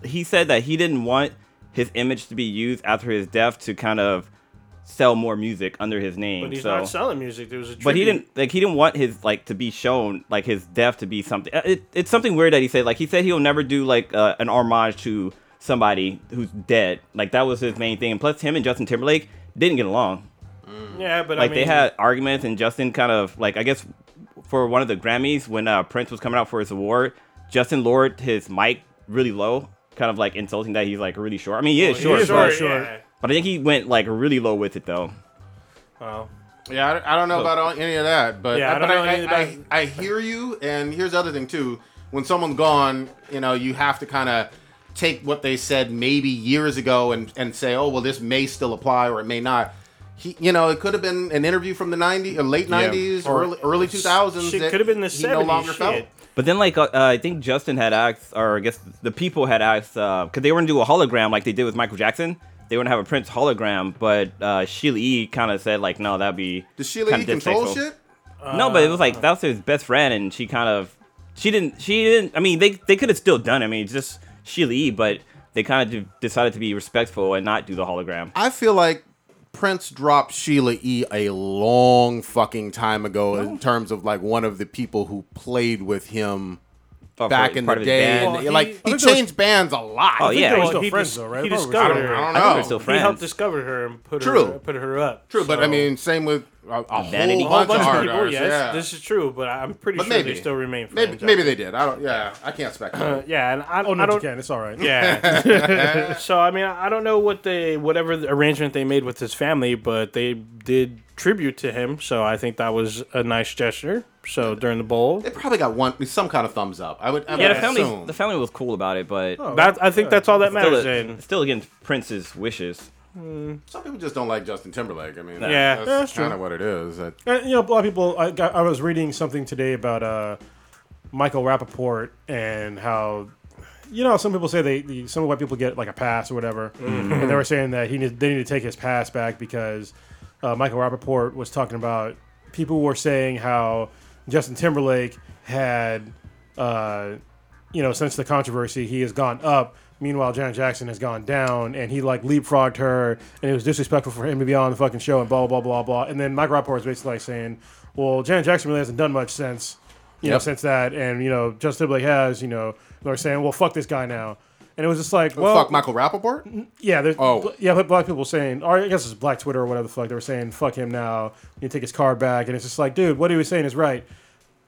Speaker 3: he said that he didn't want his image to be used after his death to kind of sell more music under his name.
Speaker 4: but he's
Speaker 3: so.
Speaker 4: not selling music. There was a
Speaker 3: but
Speaker 4: tribute.
Speaker 3: he didn't like he didn't want his like to be shown like his death to be something. uh, It, it's something weird that he said. Like he said he'll never do like uh, an homage to somebody who's dead. Like that was his main thing. And plus, him and Justin Timberlake didn't get along.
Speaker 4: Yeah, but
Speaker 3: Like
Speaker 4: I mean,
Speaker 3: they had arguments, and Justin kind of like I guess for one of the Grammys when uh, Prince was coming out for his award, Justin lowered his mic really low, kind of like insulting that he's like really short. I mean, yeah,
Speaker 4: Oh, he
Speaker 3: short,
Speaker 4: is
Speaker 3: but,
Speaker 4: short, yeah.
Speaker 3: but I think he went like really low with it though.
Speaker 4: Well,
Speaker 1: Yeah, I, I don't know about all, any of that, but
Speaker 4: Yeah,
Speaker 1: but
Speaker 4: I don't know
Speaker 1: I,
Speaker 4: any
Speaker 1: I,
Speaker 4: of
Speaker 1: I, I hear you. And here's the other thing too: when someone's gone, you know, you have to kind of take what they said maybe years ago and and say, oh well, this may still apply or it may not. He, you know, it could have been an interview from the '90s, or late '90s,
Speaker 4: Or-
Speaker 1: early early 2000s.
Speaker 4: shit
Speaker 1: that
Speaker 4: could have been the
Speaker 1: he no
Speaker 4: seventies.
Speaker 1: longer felt.
Speaker 4: shit.
Speaker 3: But then, like, uh, uh, I think Justin had asked, or I guess the people had asked, because they were going to do a hologram like they did with Michael Jackson. They were going to have a Prince hologram, but uh, Sheila E. kind of said, like, no, that'd be.
Speaker 1: Does Sheila E.
Speaker 3: kinda
Speaker 1: control
Speaker 3: distasteful.
Speaker 1: shit?
Speaker 3: no, but it was like, that was his best friend, and she kind of. She didn't. She didn't. I mean, they, they could have still done it. I mean, it's just Sheila E., but they kind of decided to be respectful and not do the hologram.
Speaker 1: I feel like Prince dropped Sheila E. a long fucking time ago in terms of like one of the people who played with him.
Speaker 3: Oh,
Speaker 1: back
Speaker 3: part-
Speaker 1: in the
Speaker 3: part of his
Speaker 1: day.
Speaker 3: band.
Speaker 1: and
Speaker 4: Well, he- I
Speaker 1: like he
Speaker 2: think there was-
Speaker 1: changed bands a lot.
Speaker 3: Oh, yeah.
Speaker 2: They were
Speaker 3: Well,
Speaker 2: still
Speaker 4: he
Speaker 2: friends
Speaker 4: dis-
Speaker 2: though, right?
Speaker 4: he
Speaker 2: I thought we were
Speaker 4: discovered
Speaker 2: still-
Speaker 4: her.
Speaker 1: I don't
Speaker 3: I
Speaker 1: know.
Speaker 3: think they're still
Speaker 4: He helped
Speaker 3: friends.
Speaker 4: discover her and put her
Speaker 1: True.
Speaker 4: put her up.
Speaker 1: True, but I
Speaker 4: so-
Speaker 1: mean, same with a, a whole,
Speaker 3: Vanity.
Speaker 4: a whole
Speaker 1: bunch of
Speaker 4: bunch of people.
Speaker 1: artists.
Speaker 4: Yes,
Speaker 1: yeah.
Speaker 4: this is true. But I'm pretty
Speaker 1: but
Speaker 4: sure
Speaker 1: maybe
Speaker 4: they still remain friends.
Speaker 1: Maybe, maybe they did. I don't. Yeah, I can't speculate.
Speaker 4: after. Yeah, and I,
Speaker 2: Oh no,
Speaker 4: I
Speaker 2: you
Speaker 4: don't.
Speaker 2: can. It's all right. [laughs]
Speaker 4: Yeah. so I mean, I don't know what they whatever the arrangement they made with his family, but they did tribute to him. So I think that was a nice gesture. So during the bowl,
Speaker 1: They probably got one some kind of thumbs up. I would. I
Speaker 3: Yeah,
Speaker 1: would
Speaker 3: the family,
Speaker 1: assume.
Speaker 3: the family was cool about it, but
Speaker 4: that I think that's all that
Speaker 3: still,
Speaker 4: matters. then.
Speaker 3: still against Prince's wishes.
Speaker 1: some people just don't like Justin Timberlake. I mean, yeah,
Speaker 4: Yeah,
Speaker 1: that's,
Speaker 2: that's true.
Speaker 1: kind of what it is. Uh, That-
Speaker 2: And, you know, a lot of people. I, got, I was reading something today about uh, Michael Rappaport and how, you know, some people say they, the, some white people get like a pass or whatever,
Speaker 4: Mm-hmm.
Speaker 2: and they were saying that he need, they need to take his pass back because uh, Michael Rappaport was talking about people were saying how Justin Timberlake had, uh, you know, since the controversy, he has gone up. Meanwhile, Janet Jackson has gone down, and he like leapfrogged her, and it was disrespectful for him to be on the fucking show, and blah blah blah blah. blah. And then Michael Rappaport is basically like saying, "Well, Janet Jackson really hasn't done much since, you know,
Speaker 1: Yep.
Speaker 2: since that, and you know, Justin Timberlake has, you know." They're saying, "Well, fuck this guy now," and it was just like, "Well,
Speaker 1: fuck Michael Rappaport.
Speaker 2: yeah, there's,
Speaker 1: Oh.
Speaker 2: yeah, but black people saying, or I guess it's black Twitter or whatever the fuck they were saying, fuck him now, you take his car back, and it's just like, dude, what he was saying is right.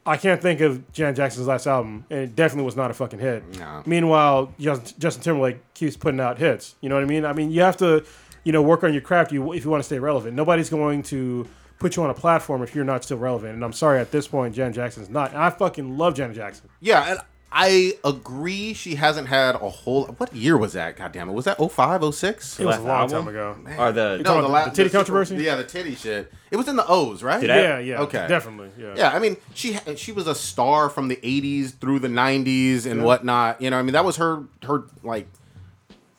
Speaker 2: I can't think of Janet Jackson's last album, and it definitely was not a fucking hit.
Speaker 1: No.
Speaker 2: Meanwhile, Justin, Justin Timberlake keeps putting out hits. You know what I mean? I mean, you have to, you know, work on your craft. You if you want to stay relevant, nobody's going to put you on a platform if you're not still relevant. And I'm sorry, at this point, Janet Jackson's not. And I fucking love Janet Jackson.
Speaker 1: Yeah, and I agree. She hasn't had a whole. What year was that? God damn it! Was that 05, 06?
Speaker 2: It was a
Speaker 3: Last
Speaker 2: long time
Speaker 3: album?
Speaker 2: ago.
Speaker 3: Or the
Speaker 2: talking about
Speaker 1: la-
Speaker 2: the titty controversy?
Speaker 1: Yeah, the titty shit. It was in the O's, right?
Speaker 3: Did I-
Speaker 2: Yeah, yeah.
Speaker 1: Okay.
Speaker 2: Definitely. Yeah.
Speaker 1: Yeah, I mean, she she was a star from the '80s through the '90s and whatnot. You know, I mean, that was her her like,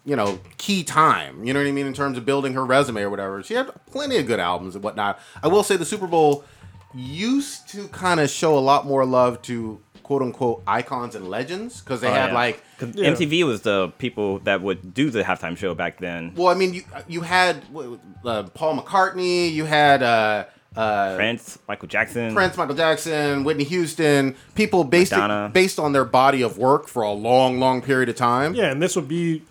Speaker 1: you know, key time. You know what I mean in terms of building her resume or whatever. She had plenty of good albums and whatnot. I will say the Super Bowl used to kind of show a lot more love to quote unquote icons and legends because they
Speaker 3: Oh,
Speaker 1: had
Speaker 3: yeah.
Speaker 1: like
Speaker 3: 'Cause
Speaker 2: Yeah.
Speaker 3: MTV was the people that would do the halftime show back then.
Speaker 1: Well, I mean, you you had uh, Paul McCartney, you had uh, uh,
Speaker 3: Prince, Michael Jackson,
Speaker 1: Prince, Michael Jackson, Whitney Houston, people based
Speaker 3: Madonna.
Speaker 1: based on their body of work for a long, long period of time.
Speaker 2: Yeah, and this would be,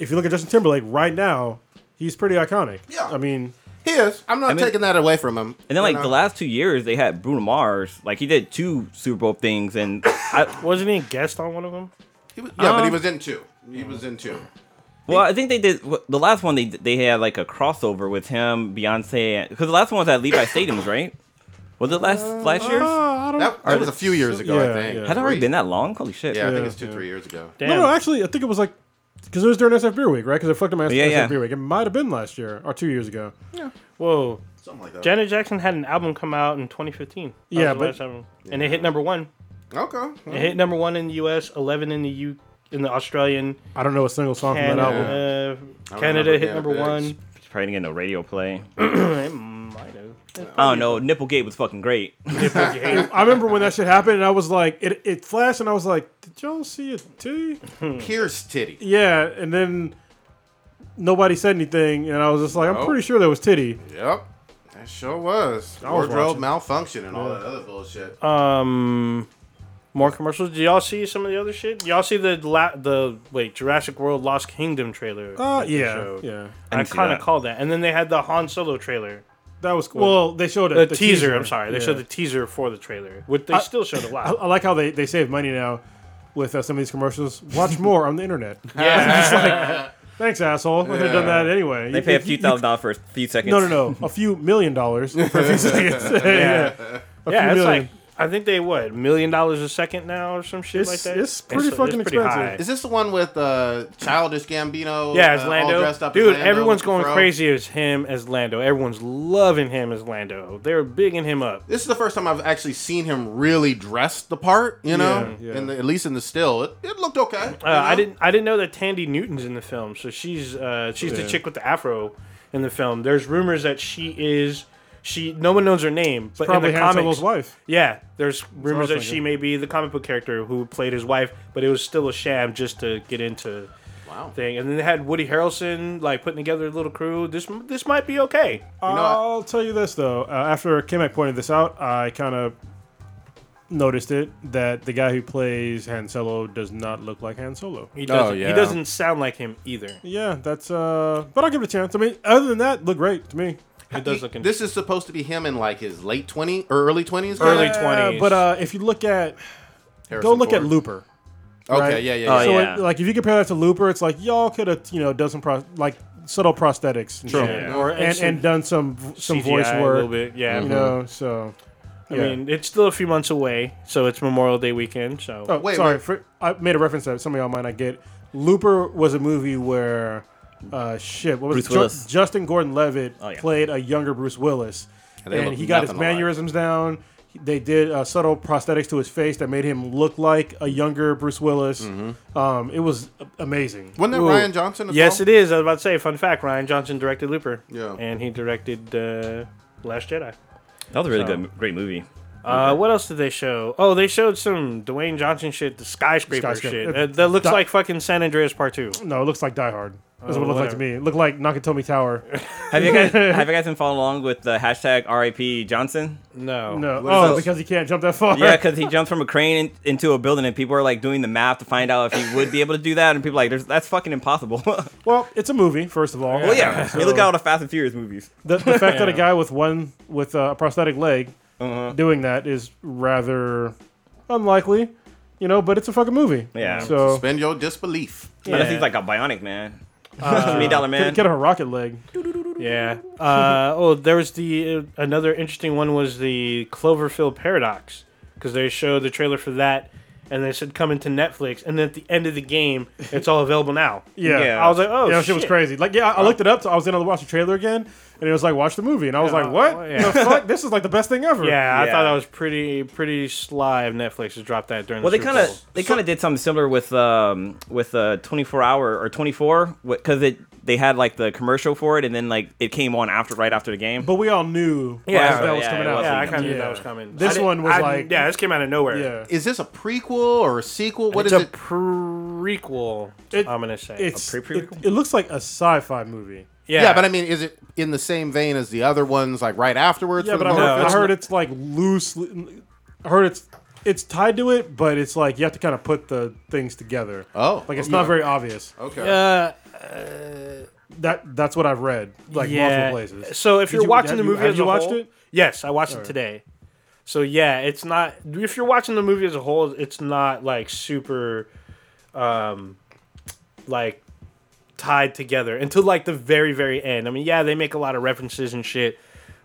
Speaker 2: if you look at Justin Timberlake right now, he's pretty iconic.
Speaker 1: Yeah.
Speaker 2: I mean,
Speaker 1: he is. I'm not
Speaker 3: mean-
Speaker 1: taking that away from him.
Speaker 3: And then,
Speaker 1: You
Speaker 3: like
Speaker 1: know?
Speaker 3: the last two years, they had Bruno Mars. Like he did two Super Bowl
Speaker 1: [laughs]
Speaker 3: things, and I,
Speaker 4: Wasn't he a guest on one of them?
Speaker 1: He was- yeah, but he
Speaker 3: Um,
Speaker 1: was in two. He was in two.
Speaker 3: well, I think they did the last one. They they had like a crossover with him, Beyonce, because the last one was at Levi Stadiums, right? Was it last last year's?
Speaker 2: I don't
Speaker 1: That, that was a few years ago, I
Speaker 2: yeah,
Speaker 1: think.
Speaker 2: yeah.
Speaker 3: Had it already
Speaker 1: Three.
Speaker 3: been that long? Holy shit!
Speaker 1: Yeah, I think
Speaker 2: Yeah,
Speaker 1: it's two,
Speaker 2: yeah.
Speaker 1: three years ago.
Speaker 4: Damn.
Speaker 2: No, no, actually, I think it was like because it was during SF Beer Week, right? Because I fucked him
Speaker 3: Yeah,
Speaker 2: SF
Speaker 3: yeah.
Speaker 2: Beer Week. It might have been last year or two years ago.
Speaker 4: Whoa.
Speaker 1: Something like that.
Speaker 4: Janet Jackson had an album come out in 2015. That
Speaker 2: Yeah,
Speaker 4: was the
Speaker 2: but-
Speaker 4: last album. and it hit number one.
Speaker 2: Hmm.
Speaker 4: It
Speaker 1: okay.
Speaker 4: hit number one in the U.S., 11 in the U. in the Australian,
Speaker 2: I don't know a single song
Speaker 4: and
Speaker 2: from that album.
Speaker 4: uh,
Speaker 1: I remember
Speaker 4: Canada hit
Speaker 1: Janet
Speaker 4: number
Speaker 1: Jackson.
Speaker 4: one.
Speaker 3: It's probably gonna get no radio play. [clears throat]
Speaker 4: [clears throat] It might have.
Speaker 3: I don't know. Nipplegate was fucking great.
Speaker 2: I remember when that shit happened, and I was like, it, it flashed, and I was like, did y'all see a titty?
Speaker 1: Pierce titty.
Speaker 2: Yeah, and then nobody said anything, and I was just like, I'm
Speaker 1: No.
Speaker 2: pretty sure that was titty.
Speaker 1: Yep. That sure was.
Speaker 2: was
Speaker 1: Wardrobe
Speaker 2: watching. Uh,
Speaker 1: malfunction and all that other bullshit.
Speaker 4: Um, more commercials. Do y'all see some of the other shit? Y'all see the la- the wait Jurassic World Lost Kingdom trailer?
Speaker 2: Uh,
Speaker 4: that they
Speaker 2: yeah,
Speaker 4: showed?
Speaker 2: yeah.
Speaker 3: I
Speaker 4: I
Speaker 3: didn't see
Speaker 4: kind of
Speaker 3: that.
Speaker 4: called that, and then they had the Han Solo trailer,
Speaker 2: That was cool. Well, they showed a,
Speaker 4: the,
Speaker 2: the
Speaker 4: teaser, I'm sorry, they
Speaker 2: Yeah.
Speaker 4: showed the teaser for the trailer, which they
Speaker 2: I-
Speaker 4: still showed a
Speaker 2: I,
Speaker 4: lot.
Speaker 2: I like how they, they save money now with uh, some of these commercials. Watch more on the internet.
Speaker 4: yeah,
Speaker 2: Thanks, asshole. I could have done that anyway.
Speaker 3: They pay
Speaker 2: [laughs]
Speaker 3: a few thousand dollars for a few seconds.
Speaker 2: No, no, no. A few million dollars for [laughs] a few seconds. yeah. A
Speaker 4: yeah,
Speaker 2: few
Speaker 4: it's
Speaker 2: million.
Speaker 4: like I think they what million dollars a second now or some shit
Speaker 2: It's-
Speaker 4: like that.
Speaker 2: it's pretty fucking expensive.
Speaker 1: Is this the one with uh, childish Gambino?
Speaker 4: yeah, as
Speaker 1: uh, all
Speaker 4: Lando,
Speaker 1: dressed up as
Speaker 4: dude,
Speaker 1: Lando
Speaker 4: everyone's
Speaker 1: with the
Speaker 4: going
Speaker 1: fro?
Speaker 4: crazy as him as Lando. Everyone's loving him as Lando. They're bigging him up.
Speaker 1: This is the first time I've actually seen him really dress the part. You know,
Speaker 2: Yeah, yeah.
Speaker 1: In the, at least in the still, it, it looked okay. you
Speaker 4: Uh, I
Speaker 1: know?
Speaker 4: didn't. I didn't know that Tandy Newton's in the film. So she's uh, she's the
Speaker 2: Yeah.
Speaker 4: chick with the afro in the film. There's rumors that she is she. No one knows her name, but
Speaker 2: Probably
Speaker 4: in the
Speaker 2: Han
Speaker 4: comics,
Speaker 2: Solo's wife.
Speaker 4: Yeah, there's
Speaker 2: I
Speaker 4: rumors
Speaker 2: was
Speaker 4: that she
Speaker 2: thinking.
Speaker 4: may be the comic book character who played his wife, but it was still a sham just to get into
Speaker 1: Wow.
Speaker 4: thing. And then they had Woody Harrelson like putting together a little crew. This this might be okay.
Speaker 1: know what?
Speaker 2: I'll tell you this though. Uh, after Kimek pointed this out, I kind of noticed it that the guy who plays Han Solo does not look like Han Solo.
Speaker 4: He doesn't.
Speaker 1: yeah.
Speaker 4: He doesn't sound like him either.
Speaker 2: Yeah, that's. uh But I'll give it a chance. I mean, other than that, look great to me.
Speaker 4: It does look.
Speaker 1: This is supposed to be him in like his late twenties or early twenties.
Speaker 4: Early
Speaker 2: Yeah,
Speaker 4: 20s.
Speaker 2: But uh if you look at, go look at Looper.
Speaker 1: Okay,
Speaker 2: right? Uh,
Speaker 1: yeah, yeah,
Speaker 3: Oh,
Speaker 1: yeah.
Speaker 2: So
Speaker 3: yeah.
Speaker 2: it- like if you compare that to Looper, it's like y'all could have you know done some pro- like subtle prosthetics. And shit.
Speaker 4: Yeah. Or-
Speaker 2: and,
Speaker 4: some
Speaker 2: and done some v- some
Speaker 4: CGI
Speaker 2: voice
Speaker 4: a little
Speaker 2: work.
Speaker 4: bit. Yeah,
Speaker 2: You know, so
Speaker 4: I
Speaker 2: yeah.
Speaker 4: mean, it's still a few months away, so it's Memorial Day weekend. So
Speaker 2: oh,
Speaker 1: wait,
Speaker 2: sorry,
Speaker 1: wait.
Speaker 2: For, I made a reference that some of y'all might not get. Looper was a movie where uh, shit, what was
Speaker 3: Bruce
Speaker 2: it? Ju-
Speaker 3: Willis.
Speaker 2: Justin Gordon-Levitt
Speaker 3: Oh, yeah.
Speaker 2: played a younger Bruce Willis,
Speaker 1: they
Speaker 2: and
Speaker 1: look
Speaker 2: he got his
Speaker 1: nothing alike.
Speaker 2: mannerisms down. He- They did uh, subtle prosthetics to his face that made him look like a younger Bruce Willis.
Speaker 3: Mm-hmm.
Speaker 2: Um, it was a- amazing.
Speaker 1: Wasn't that Ryan Johnson? As
Speaker 4: yes,
Speaker 1: well?
Speaker 4: it is. I was about to say. Fun fact: Ryan Johnson directed Looper.
Speaker 1: Yeah.
Speaker 4: and he directed uh, Last Jedi.
Speaker 3: That was a really
Speaker 4: So-
Speaker 3: good, great movie.
Speaker 4: Uh, what else did they show? Oh, they showed some Dwayne Johnson shit, the skyscraper,
Speaker 2: Skyscraper.
Speaker 4: shit. Uh, that looks
Speaker 2: Di-
Speaker 4: like fucking San Andreas Part Two.
Speaker 2: No, it looks like Die Hard. That's what it
Speaker 4: Oh,
Speaker 2: looked like to me. It looked like Nakatomi
Speaker 3: [laughs]
Speaker 2: Tower.
Speaker 3: Have you guys have you guys been following along with the hashtag RIP Johnson?
Speaker 4: No,
Speaker 2: No,
Speaker 3: What is
Speaker 2: oh,
Speaker 3: that?
Speaker 2: because he can't jump that far.
Speaker 3: Yeah, because he jumped from a crane in, into a building, and people are like doing the math to find out if he would be able to do that, and people are like, There's, that's fucking impossible. [laughs] well,
Speaker 2: Well, it's a movie, first of all.
Speaker 3: yeah, you look at all the Fast and Furious movies.
Speaker 2: The, the fact
Speaker 4: [laughs]
Speaker 2: that a guy with one with uh, a prosthetic leg
Speaker 3: Uh-huh.
Speaker 2: doing that is rather unlikely, you know. But it's a fucking movie.
Speaker 3: Yeah.
Speaker 2: So
Speaker 1: Suspend your disbelief.
Speaker 3: Unless
Speaker 4: Yeah.
Speaker 3: he's like a bionic man, million dollar man.
Speaker 2: get, get him a rocket leg. [laughs]
Speaker 4: yeah. Uh, oh, there was the uh, another interesting one was the Cloverfield paradox because they showed the trailer for that, and they said coming to Netflix, and then at the end of the game, it's all available now.
Speaker 2: [laughs] Yeah.
Speaker 3: Yeah. Oh.
Speaker 4: I was like, oh,
Speaker 2: yeah, that
Speaker 4: shit.
Speaker 2: shit was crazy. Like, yeah, I- I looked it up. So I was gonna watch the trailer again, and it was like, watch the movie, and I was
Speaker 4: Yeah.
Speaker 2: like, what
Speaker 4: Oh, yeah.
Speaker 2: the fuck? This is like the best thing ever.
Speaker 4: Yeah, I
Speaker 3: Yeah.
Speaker 4: thought that was pretty pretty sly of Netflix to drop that during.
Speaker 3: Well,
Speaker 4: the
Speaker 3: they
Speaker 4: Super
Speaker 3: kind of
Speaker 4: Bowl.
Speaker 3: they kind of did something similar with um with uh 24 hour or 24 because it they had like the commercial for it and then like it came on after right after the game.
Speaker 2: But we all knew
Speaker 4: Yeah,
Speaker 2: that
Speaker 4: yeah,
Speaker 2: was
Speaker 3: yeah,
Speaker 2: coming
Speaker 3: it
Speaker 2: out.
Speaker 3: was
Speaker 4: yeah, I
Speaker 3: Yeah.
Speaker 4: kind of knew that was coming.
Speaker 2: This
Speaker 4: I didn't-
Speaker 2: one was
Speaker 4: I-
Speaker 2: like-
Speaker 4: yeah, this came out of nowhere.
Speaker 2: Yeah.
Speaker 1: Is this a prequel or a sequel? What
Speaker 4: it's
Speaker 1: is
Speaker 4: a
Speaker 1: it?
Speaker 4: prequel.
Speaker 2: It-
Speaker 4: I'm gonna say
Speaker 2: It's, it,
Speaker 3: pre-prequel?
Speaker 2: it looks like a sci-fi movie.
Speaker 1: Yeah. but I mean, is it in the same vein as the other ones, like right afterwards?
Speaker 2: Yeah,
Speaker 1: for
Speaker 2: but
Speaker 1: the
Speaker 2: I
Speaker 1: most
Speaker 2: heard,
Speaker 4: No,
Speaker 1: part?
Speaker 2: I
Speaker 4: it's
Speaker 2: heard
Speaker 4: not-
Speaker 2: it's like loosely. I heard it's it's tied to it, but it's like you have to kind of put the things together.
Speaker 1: Oh,
Speaker 2: like it's
Speaker 1: okay.
Speaker 2: not very obvious.
Speaker 1: okay.
Speaker 4: uh,
Speaker 2: That that's what I've read, like multiple places.
Speaker 4: So if
Speaker 2: Did
Speaker 4: you're
Speaker 2: you-
Speaker 4: watching
Speaker 2: have
Speaker 4: the
Speaker 2: you-
Speaker 4: movie,
Speaker 2: have
Speaker 4: as
Speaker 2: you
Speaker 4: a
Speaker 2: watched
Speaker 4: whole-
Speaker 2: it?
Speaker 4: Yes, I watched it today. So yeah, it's not. If you're watching the movie as a whole, it's not like super, um, like tied together until like the very very end. I mean, yeah, they make a lot of references and shit,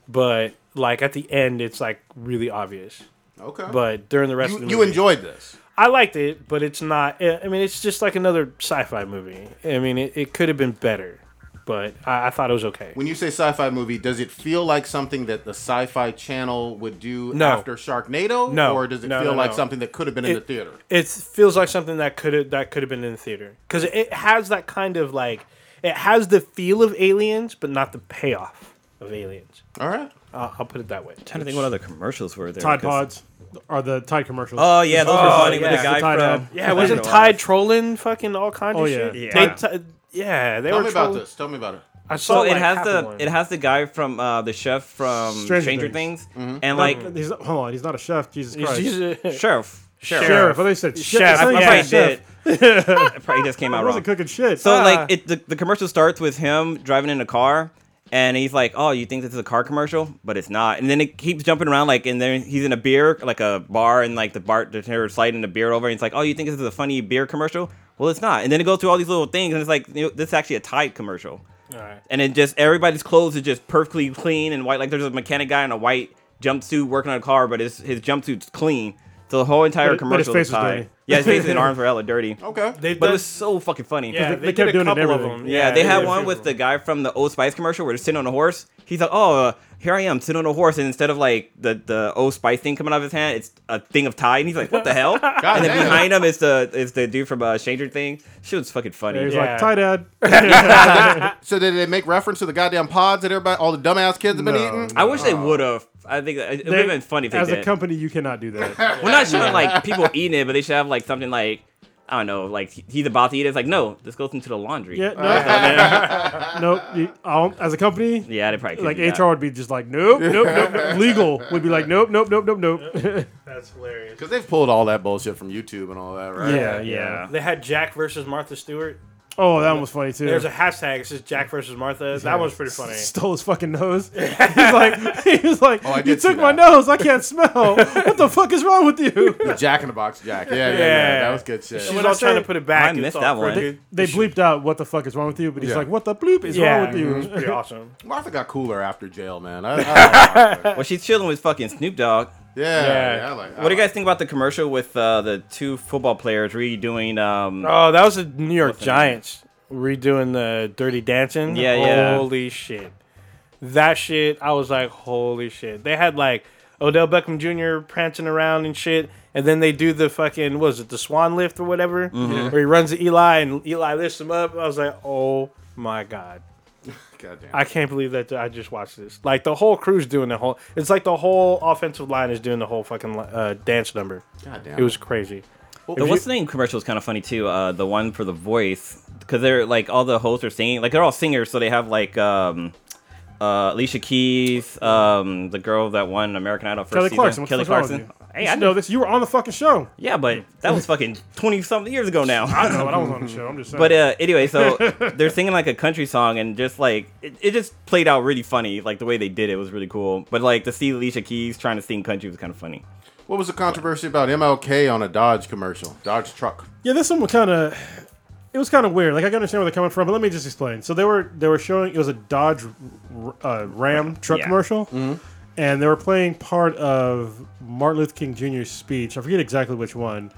Speaker 4: but like at the end, it's like really obvious.
Speaker 1: okay.
Speaker 4: But during the rest of
Speaker 1: you,
Speaker 4: the
Speaker 1: you
Speaker 4: movie,
Speaker 1: enjoyed this.
Speaker 4: I liked it, but it's not. eh, I I mean, it's just like another sci-fi movie. I mean, it, it could have been better, but I, I thought it was okay.
Speaker 1: When you say sci-fi movie, does it feel like something that the Sci-Fi Channel would do
Speaker 4: No.
Speaker 1: after Sharknado?
Speaker 4: No.
Speaker 1: or does it
Speaker 4: No,
Speaker 1: feel
Speaker 4: no,
Speaker 1: like
Speaker 4: no.
Speaker 1: something that could have been in the theater?
Speaker 4: It feels like something that could have that could have been in the theater because it has that kind of like it has the feel of Aliens, but not the payoff of Aliens.
Speaker 1: All right.
Speaker 4: I'll, I'll put it that way.
Speaker 3: trying to think what other commercials were there.
Speaker 2: Tide
Speaker 3: 'cause-
Speaker 2: Pods are the Tide commercials.
Speaker 3: Oh yeah, those were
Speaker 4: Oh,
Speaker 3: funny with
Speaker 4: yeah.
Speaker 3: the guy
Speaker 2: The Tide ad.
Speaker 3: [laughs] from.
Speaker 4: Yeah, wasn't Tide trolling fucking all kinds
Speaker 2: Oh,
Speaker 4: of
Speaker 2: yeah.
Speaker 4: shit?
Speaker 3: Yeah.
Speaker 4: They t- yeah, they
Speaker 1: Tell
Speaker 4: were
Speaker 1: me about
Speaker 4: trolling-
Speaker 1: this. Tell me about it.
Speaker 4: I saw
Speaker 3: So
Speaker 4: like,
Speaker 3: it has
Speaker 4: half
Speaker 3: the
Speaker 4: of one. [laughs]
Speaker 3: it has the guy from uh, the chef from
Speaker 2: Stranger
Speaker 3: Stranger,
Speaker 2: Things.
Speaker 3: Things, and like
Speaker 2: he's, hold on, he's not a chef. Jesus
Speaker 4: He's-
Speaker 2: Christ,
Speaker 4: he's a-
Speaker 3: sheriff. Sheriff.
Speaker 2: sheriff. I thought you said chef.
Speaker 4: Chef.
Speaker 2: I thought
Speaker 3: I
Speaker 2: you
Speaker 4: Yeah,
Speaker 2: said
Speaker 3: probably
Speaker 2: chef.
Speaker 3: [laughs] did. I probably just came
Speaker 2: I
Speaker 3: out wrong.
Speaker 2: wasn't cooking shit.
Speaker 3: So
Speaker 2: Ah.
Speaker 3: like it, the, the commercial starts with him driving in a car and he's like, "Oh, you think this is a car commercial, but it's not." And then it keeps jumping around like and then he's in a beer like a bar and like the bar they're sliding the beer over and he's like, "Oh, you think this is a funny beer commercial?" Well, it's not. And then it goes through all these little things and it's like, you know, "This is actually a Tide commercial."
Speaker 4: Alright.
Speaker 3: And it just everybody's clothes is just perfectly clean and white like there's a mechanic guy in a white jumpsuit working on a car, but his his jumpsuit's clean. So the whole entire
Speaker 2: But it- but his
Speaker 3: commercial
Speaker 2: face
Speaker 3: is
Speaker 2: was
Speaker 3: Tide.
Speaker 2: dirty.
Speaker 3: Yeah, his face
Speaker 2: [laughs]
Speaker 3: and arms were hella dirty.
Speaker 1: Okay.
Speaker 4: They've
Speaker 3: But
Speaker 4: done-
Speaker 3: it was so fucking funny.
Speaker 2: they
Speaker 4: yeah, they,
Speaker 2: kept
Speaker 4: did
Speaker 2: doing
Speaker 4: a
Speaker 2: it in
Speaker 4: couple of
Speaker 2: everything.
Speaker 4: them.
Speaker 3: Yeah, they
Speaker 4: did
Speaker 3: had
Speaker 4: a
Speaker 3: one
Speaker 4: few
Speaker 3: with
Speaker 4: of
Speaker 3: the
Speaker 4: them.
Speaker 3: guy from the Old Spice commercial where they're sitting on a horse. He's like, "Oh, uh, here I am sitting on a horse," and instead of like the the Old Spice thing coming out of his hand, it's a thing of Tide, and he's like, "What
Speaker 4: [laughs]
Speaker 3: the hell?" and then
Speaker 1: damn.
Speaker 3: behind him is the is the dude from uh, Stranger Things. She was fucking funny.
Speaker 2: He was
Speaker 4: Yeah.
Speaker 2: like Tide
Speaker 3: [laughs]
Speaker 2: ad.
Speaker 1: So did they make reference to the goddamn pods that everybody, all the dumbass kids have been
Speaker 2: No,
Speaker 1: eating?
Speaker 3: I wish they would have. I think it would have been funny if they
Speaker 2: as
Speaker 3: did.
Speaker 2: a company, you cannot do that.
Speaker 3: We're not showing like people eating it, but they should have like something like. I don't know, like he- he's about to eat it. It's like, no, this goes into the laundry.
Speaker 4: [laughs]
Speaker 3: [laughs]
Speaker 2: yeah, no, no. You, I'll- as a company,
Speaker 3: Yeah, they probably could
Speaker 2: like
Speaker 3: do that.
Speaker 2: HR would be just like, nope, nope, nope,
Speaker 3: [laughs]
Speaker 2: nope. Legal would be like, nope, nope, nope, nope, nope.
Speaker 4: That's hilarious.
Speaker 1: Because they've pulled all that bullshit from YouTube and all that, right?
Speaker 2: yeah, yeah.
Speaker 3: Yeah.
Speaker 4: They had Jack versus Martha Stewart.
Speaker 2: Oh, that one was funny too.
Speaker 4: There's a [laughs] hashtag. It says Jack versus Martha. That one's pretty funny.
Speaker 2: Stole his fucking
Speaker 4: [laughs]
Speaker 2: nose. [laughs] He's like, he was
Speaker 3: Oh,
Speaker 2: like,
Speaker 1: I
Speaker 2: you
Speaker 1: did see
Speaker 2: took my
Speaker 1: that."
Speaker 2: nose. I can't smell.
Speaker 3: [laughs]
Speaker 2: what the fuck is wrong with you?
Speaker 1: The Jack in the Box Jack. Yeah, yeah, yeah.
Speaker 4: Yeah.
Speaker 1: That was good shit.
Speaker 4: She's
Speaker 2: When I
Speaker 4: all trying
Speaker 2: say-
Speaker 4: to put it back.
Speaker 3: I missed
Speaker 4: It's all
Speaker 3: that one.
Speaker 4: crooked.
Speaker 2: They bleeped out what the fuck is wrong with you, but he's
Speaker 1: Yeah.
Speaker 2: like, what the bloop is
Speaker 4: Yeah,
Speaker 2: wrong with you?
Speaker 3: Mm-hmm.
Speaker 4: it's pretty awesome.
Speaker 1: Martha got cooler after jail, man. I, I like Martha.
Speaker 3: Well, she's chilling with fucking Snoop Dogg.
Speaker 1: yeah,
Speaker 4: Yeah.
Speaker 1: I like. I
Speaker 3: What do you
Speaker 1: like-
Speaker 3: guys think about the commercial with uh, the two football players redoing? Um,
Speaker 4: [laughs] Oh, that was the New York Giants redoing the Dirty Dancing.
Speaker 3: Yeah, yeah.
Speaker 4: Holy shit. That shit, I was like, holy shit. They had like Odell Beckham Jr. prancing around and shit, and then they do the fucking what is it the swan lift or whatever, where
Speaker 3: Mm-hmm.
Speaker 4: he runs to Eli and Eli lifts him up. I was like, oh my god.
Speaker 1: Goddamn.
Speaker 4: I can't believe that I just watched this. Like the whole crew's doing the whole. It's like the whole offensive line is doing the whole fucking uh, dance number.
Speaker 1: Goddamn.
Speaker 4: It was crazy.
Speaker 2: Oh,
Speaker 3: the what's the name commercial is kind of funny too. Uh, the one for the voice because they're like all the hosts are singing. Like they're all singers, so they have like um, uh, Alicia Keys, um, the girl that won American Idol first
Speaker 2: Kelly
Speaker 3: season,
Speaker 2: Clarkson. What
Speaker 3: Kelly
Speaker 2: the fuck's wrong with
Speaker 3: Clarkson.
Speaker 2: you?
Speaker 3: Hey,
Speaker 2: You
Speaker 3: I
Speaker 2: should know
Speaker 3: know.
Speaker 2: this. You were on the fucking show.
Speaker 3: Yeah, but that was fucking twenty something years ago now.
Speaker 2: [laughs] I know, but I was on the show.
Speaker 3: [laughs]
Speaker 2: I'm just saying.
Speaker 3: But uh,
Speaker 2: [laughs]
Speaker 3: anyway, so they're singing like a country song, and just like it, it just played out really funny. Like the way they did it was really cool. But like to see Alicia Keys trying to sing country was kind of funny.
Speaker 1: What was the controversy about MLK on a Dodge commercial? Dodge truck.
Speaker 2: Yeah, this one was kind of. It was kind of weird. Like I can understand where they're coming from, but let me just explain. So they were they were showing it was a Dodge uh, Ram truck
Speaker 3: Yeah.
Speaker 2: commercial, and they were playing part of Martin Luther King Jr.'s speech. I forget exactly which one,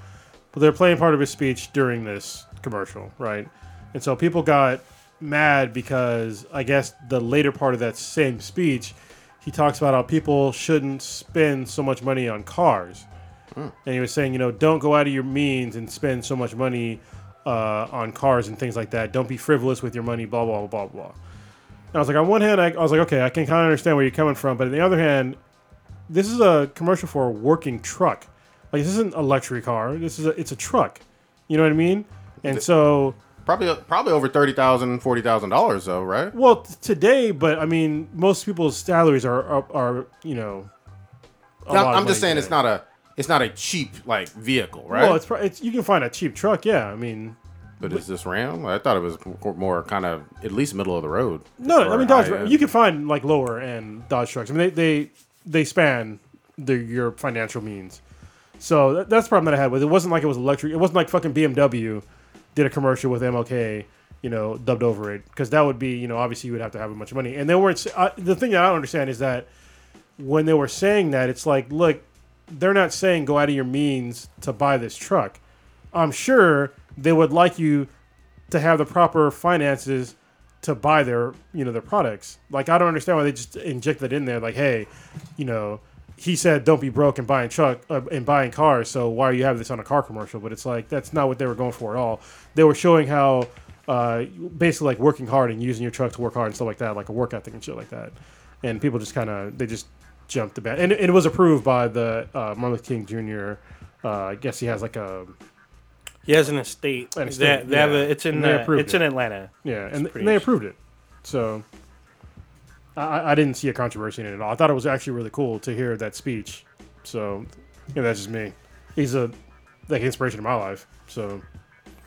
Speaker 2: Well, they're playing part of his speech during this commercial, right? And so people got mad because I guess the later part of that same speech, he talks about how people shouldn't spend so much money on cars. And he was saying, you know, don't go out of your means and spend so much money uh, on cars and things like that. Don't be frivolous with your money, blah, blah, blah, blah. blah. And I was like, on one hand, I, I was like, okay, I can kind of understand where you're coming from. But on the other hand, this is a commercial for a working truck. Like, this isn't a luxury car. This is a, it's a truck. You know what I mean? And so,
Speaker 1: Probably probably over thirty thousand, forty thousand dollars though, right?
Speaker 2: well, t- today, but I mean, most people's salaries are, are, are you know, a
Speaker 1: Now,
Speaker 2: lot of
Speaker 1: I'm just
Speaker 2: money
Speaker 1: saying it's
Speaker 2: today.
Speaker 1: not a it's not a cheap like vehicle, right?
Speaker 2: Well, it's, pro- it's you can find a cheap truck. Yeah, I mean,
Speaker 1: but is this Ram? I thought it was more- more kind of at least middle of the road.
Speaker 2: No,
Speaker 1: Or
Speaker 2: I mean Dodge.
Speaker 1: high-end.
Speaker 2: You can find like lower end Dodge trucks. I mean they they, they span the, your financial means. So that, that's the problem that I had with it. it. Wasn't like it was a luxury. It wasn't like fucking BMW did a commercial with MLK, you know, dubbed over it because that would be you know obviously you would have to have a bunch of money. And they weren't. s- I, the thing that I don't understand is that when they were saying that, it's like look, they're not saying go out of your means to buy this truck. I'm sure they would like you to have the proper finances to buy their you know their products. Like I don't understand why they just inject that in there. Like hey, you know, he said don't be broke and buying truck uh, and buying cars. So why are you having this on a car commercial? But it's like that's not what they were going for at all. They were showing how uh, basically like working hard and using your truck to work hard and stuff like that, like a workout thing and shit like that. And people just kind of they just jumped the bat. And it, it was approved by the uh, Martin Luther King Jr. Uh, I guess he has like a
Speaker 4: He has an estate.
Speaker 2: An
Speaker 4: they,
Speaker 2: estate,
Speaker 4: they have
Speaker 2: yeah.
Speaker 4: a, it's in
Speaker 2: And they
Speaker 4: uh,
Speaker 2: approved
Speaker 4: it's in
Speaker 2: it.
Speaker 4: Atlanta.
Speaker 2: Yeah, and,
Speaker 4: pretty
Speaker 2: and they
Speaker 4: much-
Speaker 2: approved it. So I- I, I didn't see a controversy in it at all. I thought it was actually really cool to hear that speech. So yeah, that's just me. He's a like inspiration in my life. So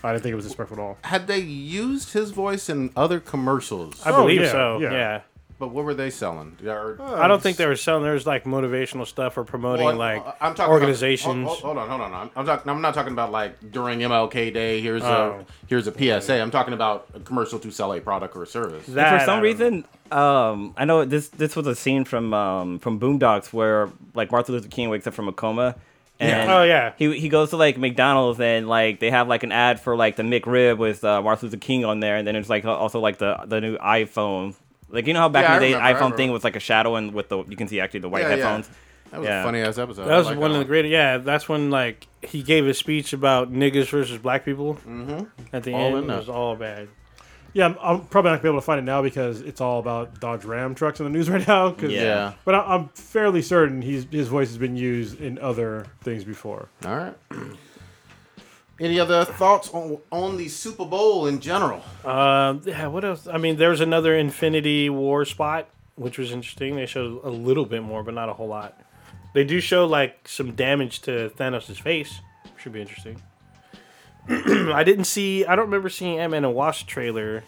Speaker 2: I didn't think it was disrespectful at all.
Speaker 1: Had they used his voice in other commercials?
Speaker 4: I
Speaker 2: Oh,
Speaker 4: believe
Speaker 2: yeah,
Speaker 4: so.
Speaker 2: yeah.
Speaker 4: Yeah.
Speaker 1: but what were they selling? Or-
Speaker 4: I don't think they were selling. There was like motivational stuff or promoting
Speaker 1: Well,
Speaker 4: Uh, like
Speaker 1: I- I'm talking oh,
Speaker 4: organizations.
Speaker 1: About, hold, hold on, hold on. I'm, I'm, talking, I'm not talking about like during MLK Day. Here's
Speaker 4: Oh.
Speaker 1: a here's a PSA. I'm talking about a commercial to sell a product or a service.
Speaker 4: That
Speaker 3: And
Speaker 4: I
Speaker 3: for some
Speaker 4: don't
Speaker 3: reason, um, I know this this was a scene from um, from Boondocks where like Martin Luther King wakes up from a coma. And
Speaker 4: Oh, yeah.
Speaker 3: He, he goes to like McDonald's and like they have like an ad for like the McRib with uh, Martin Luther King on there, and then it's like also like the the new iPhone. Like you know how back
Speaker 1: Yeah,
Speaker 3: in the
Speaker 1: I
Speaker 3: day
Speaker 1: remember, I
Speaker 3: iPhone thing
Speaker 1: remember.
Speaker 3: was like a shadow and with the you can see actually the white
Speaker 1: Yeah, yeah.
Speaker 3: headphones.
Speaker 1: That was
Speaker 3: Yeah.
Speaker 1: a funny ass episode.
Speaker 4: That
Speaker 1: I
Speaker 4: was
Speaker 1: like uh,
Speaker 4: one of
Speaker 1: that
Speaker 4: the greatest. Yeah, that's when like he gave his speech about niggas versus black people. Mm-hmm. At the
Speaker 1: All in
Speaker 4: end, it
Speaker 1: there.
Speaker 4: was all bad.
Speaker 2: Yeah, I'm, I'm probably not gonna be able to find it now because it's all about Dodge Ram trucks in the news [laughs] right now. 'cause-
Speaker 3: Yeah.
Speaker 1: Yeah.
Speaker 2: But I, I'm fairly certain he's, his voice has been used in other things before.
Speaker 1: All right. Any other thoughts on on the Super Bowl in general?
Speaker 4: Um, yeah, what else? I mean, there was another Infinity War spot, which was interesting. They showed a little bit more, but not a whole lot. They do show like some damage to Thanos' face. Should be interesting. [clears throat] I didn't see. I don't remember seeing Ant Man and Wasp trailer.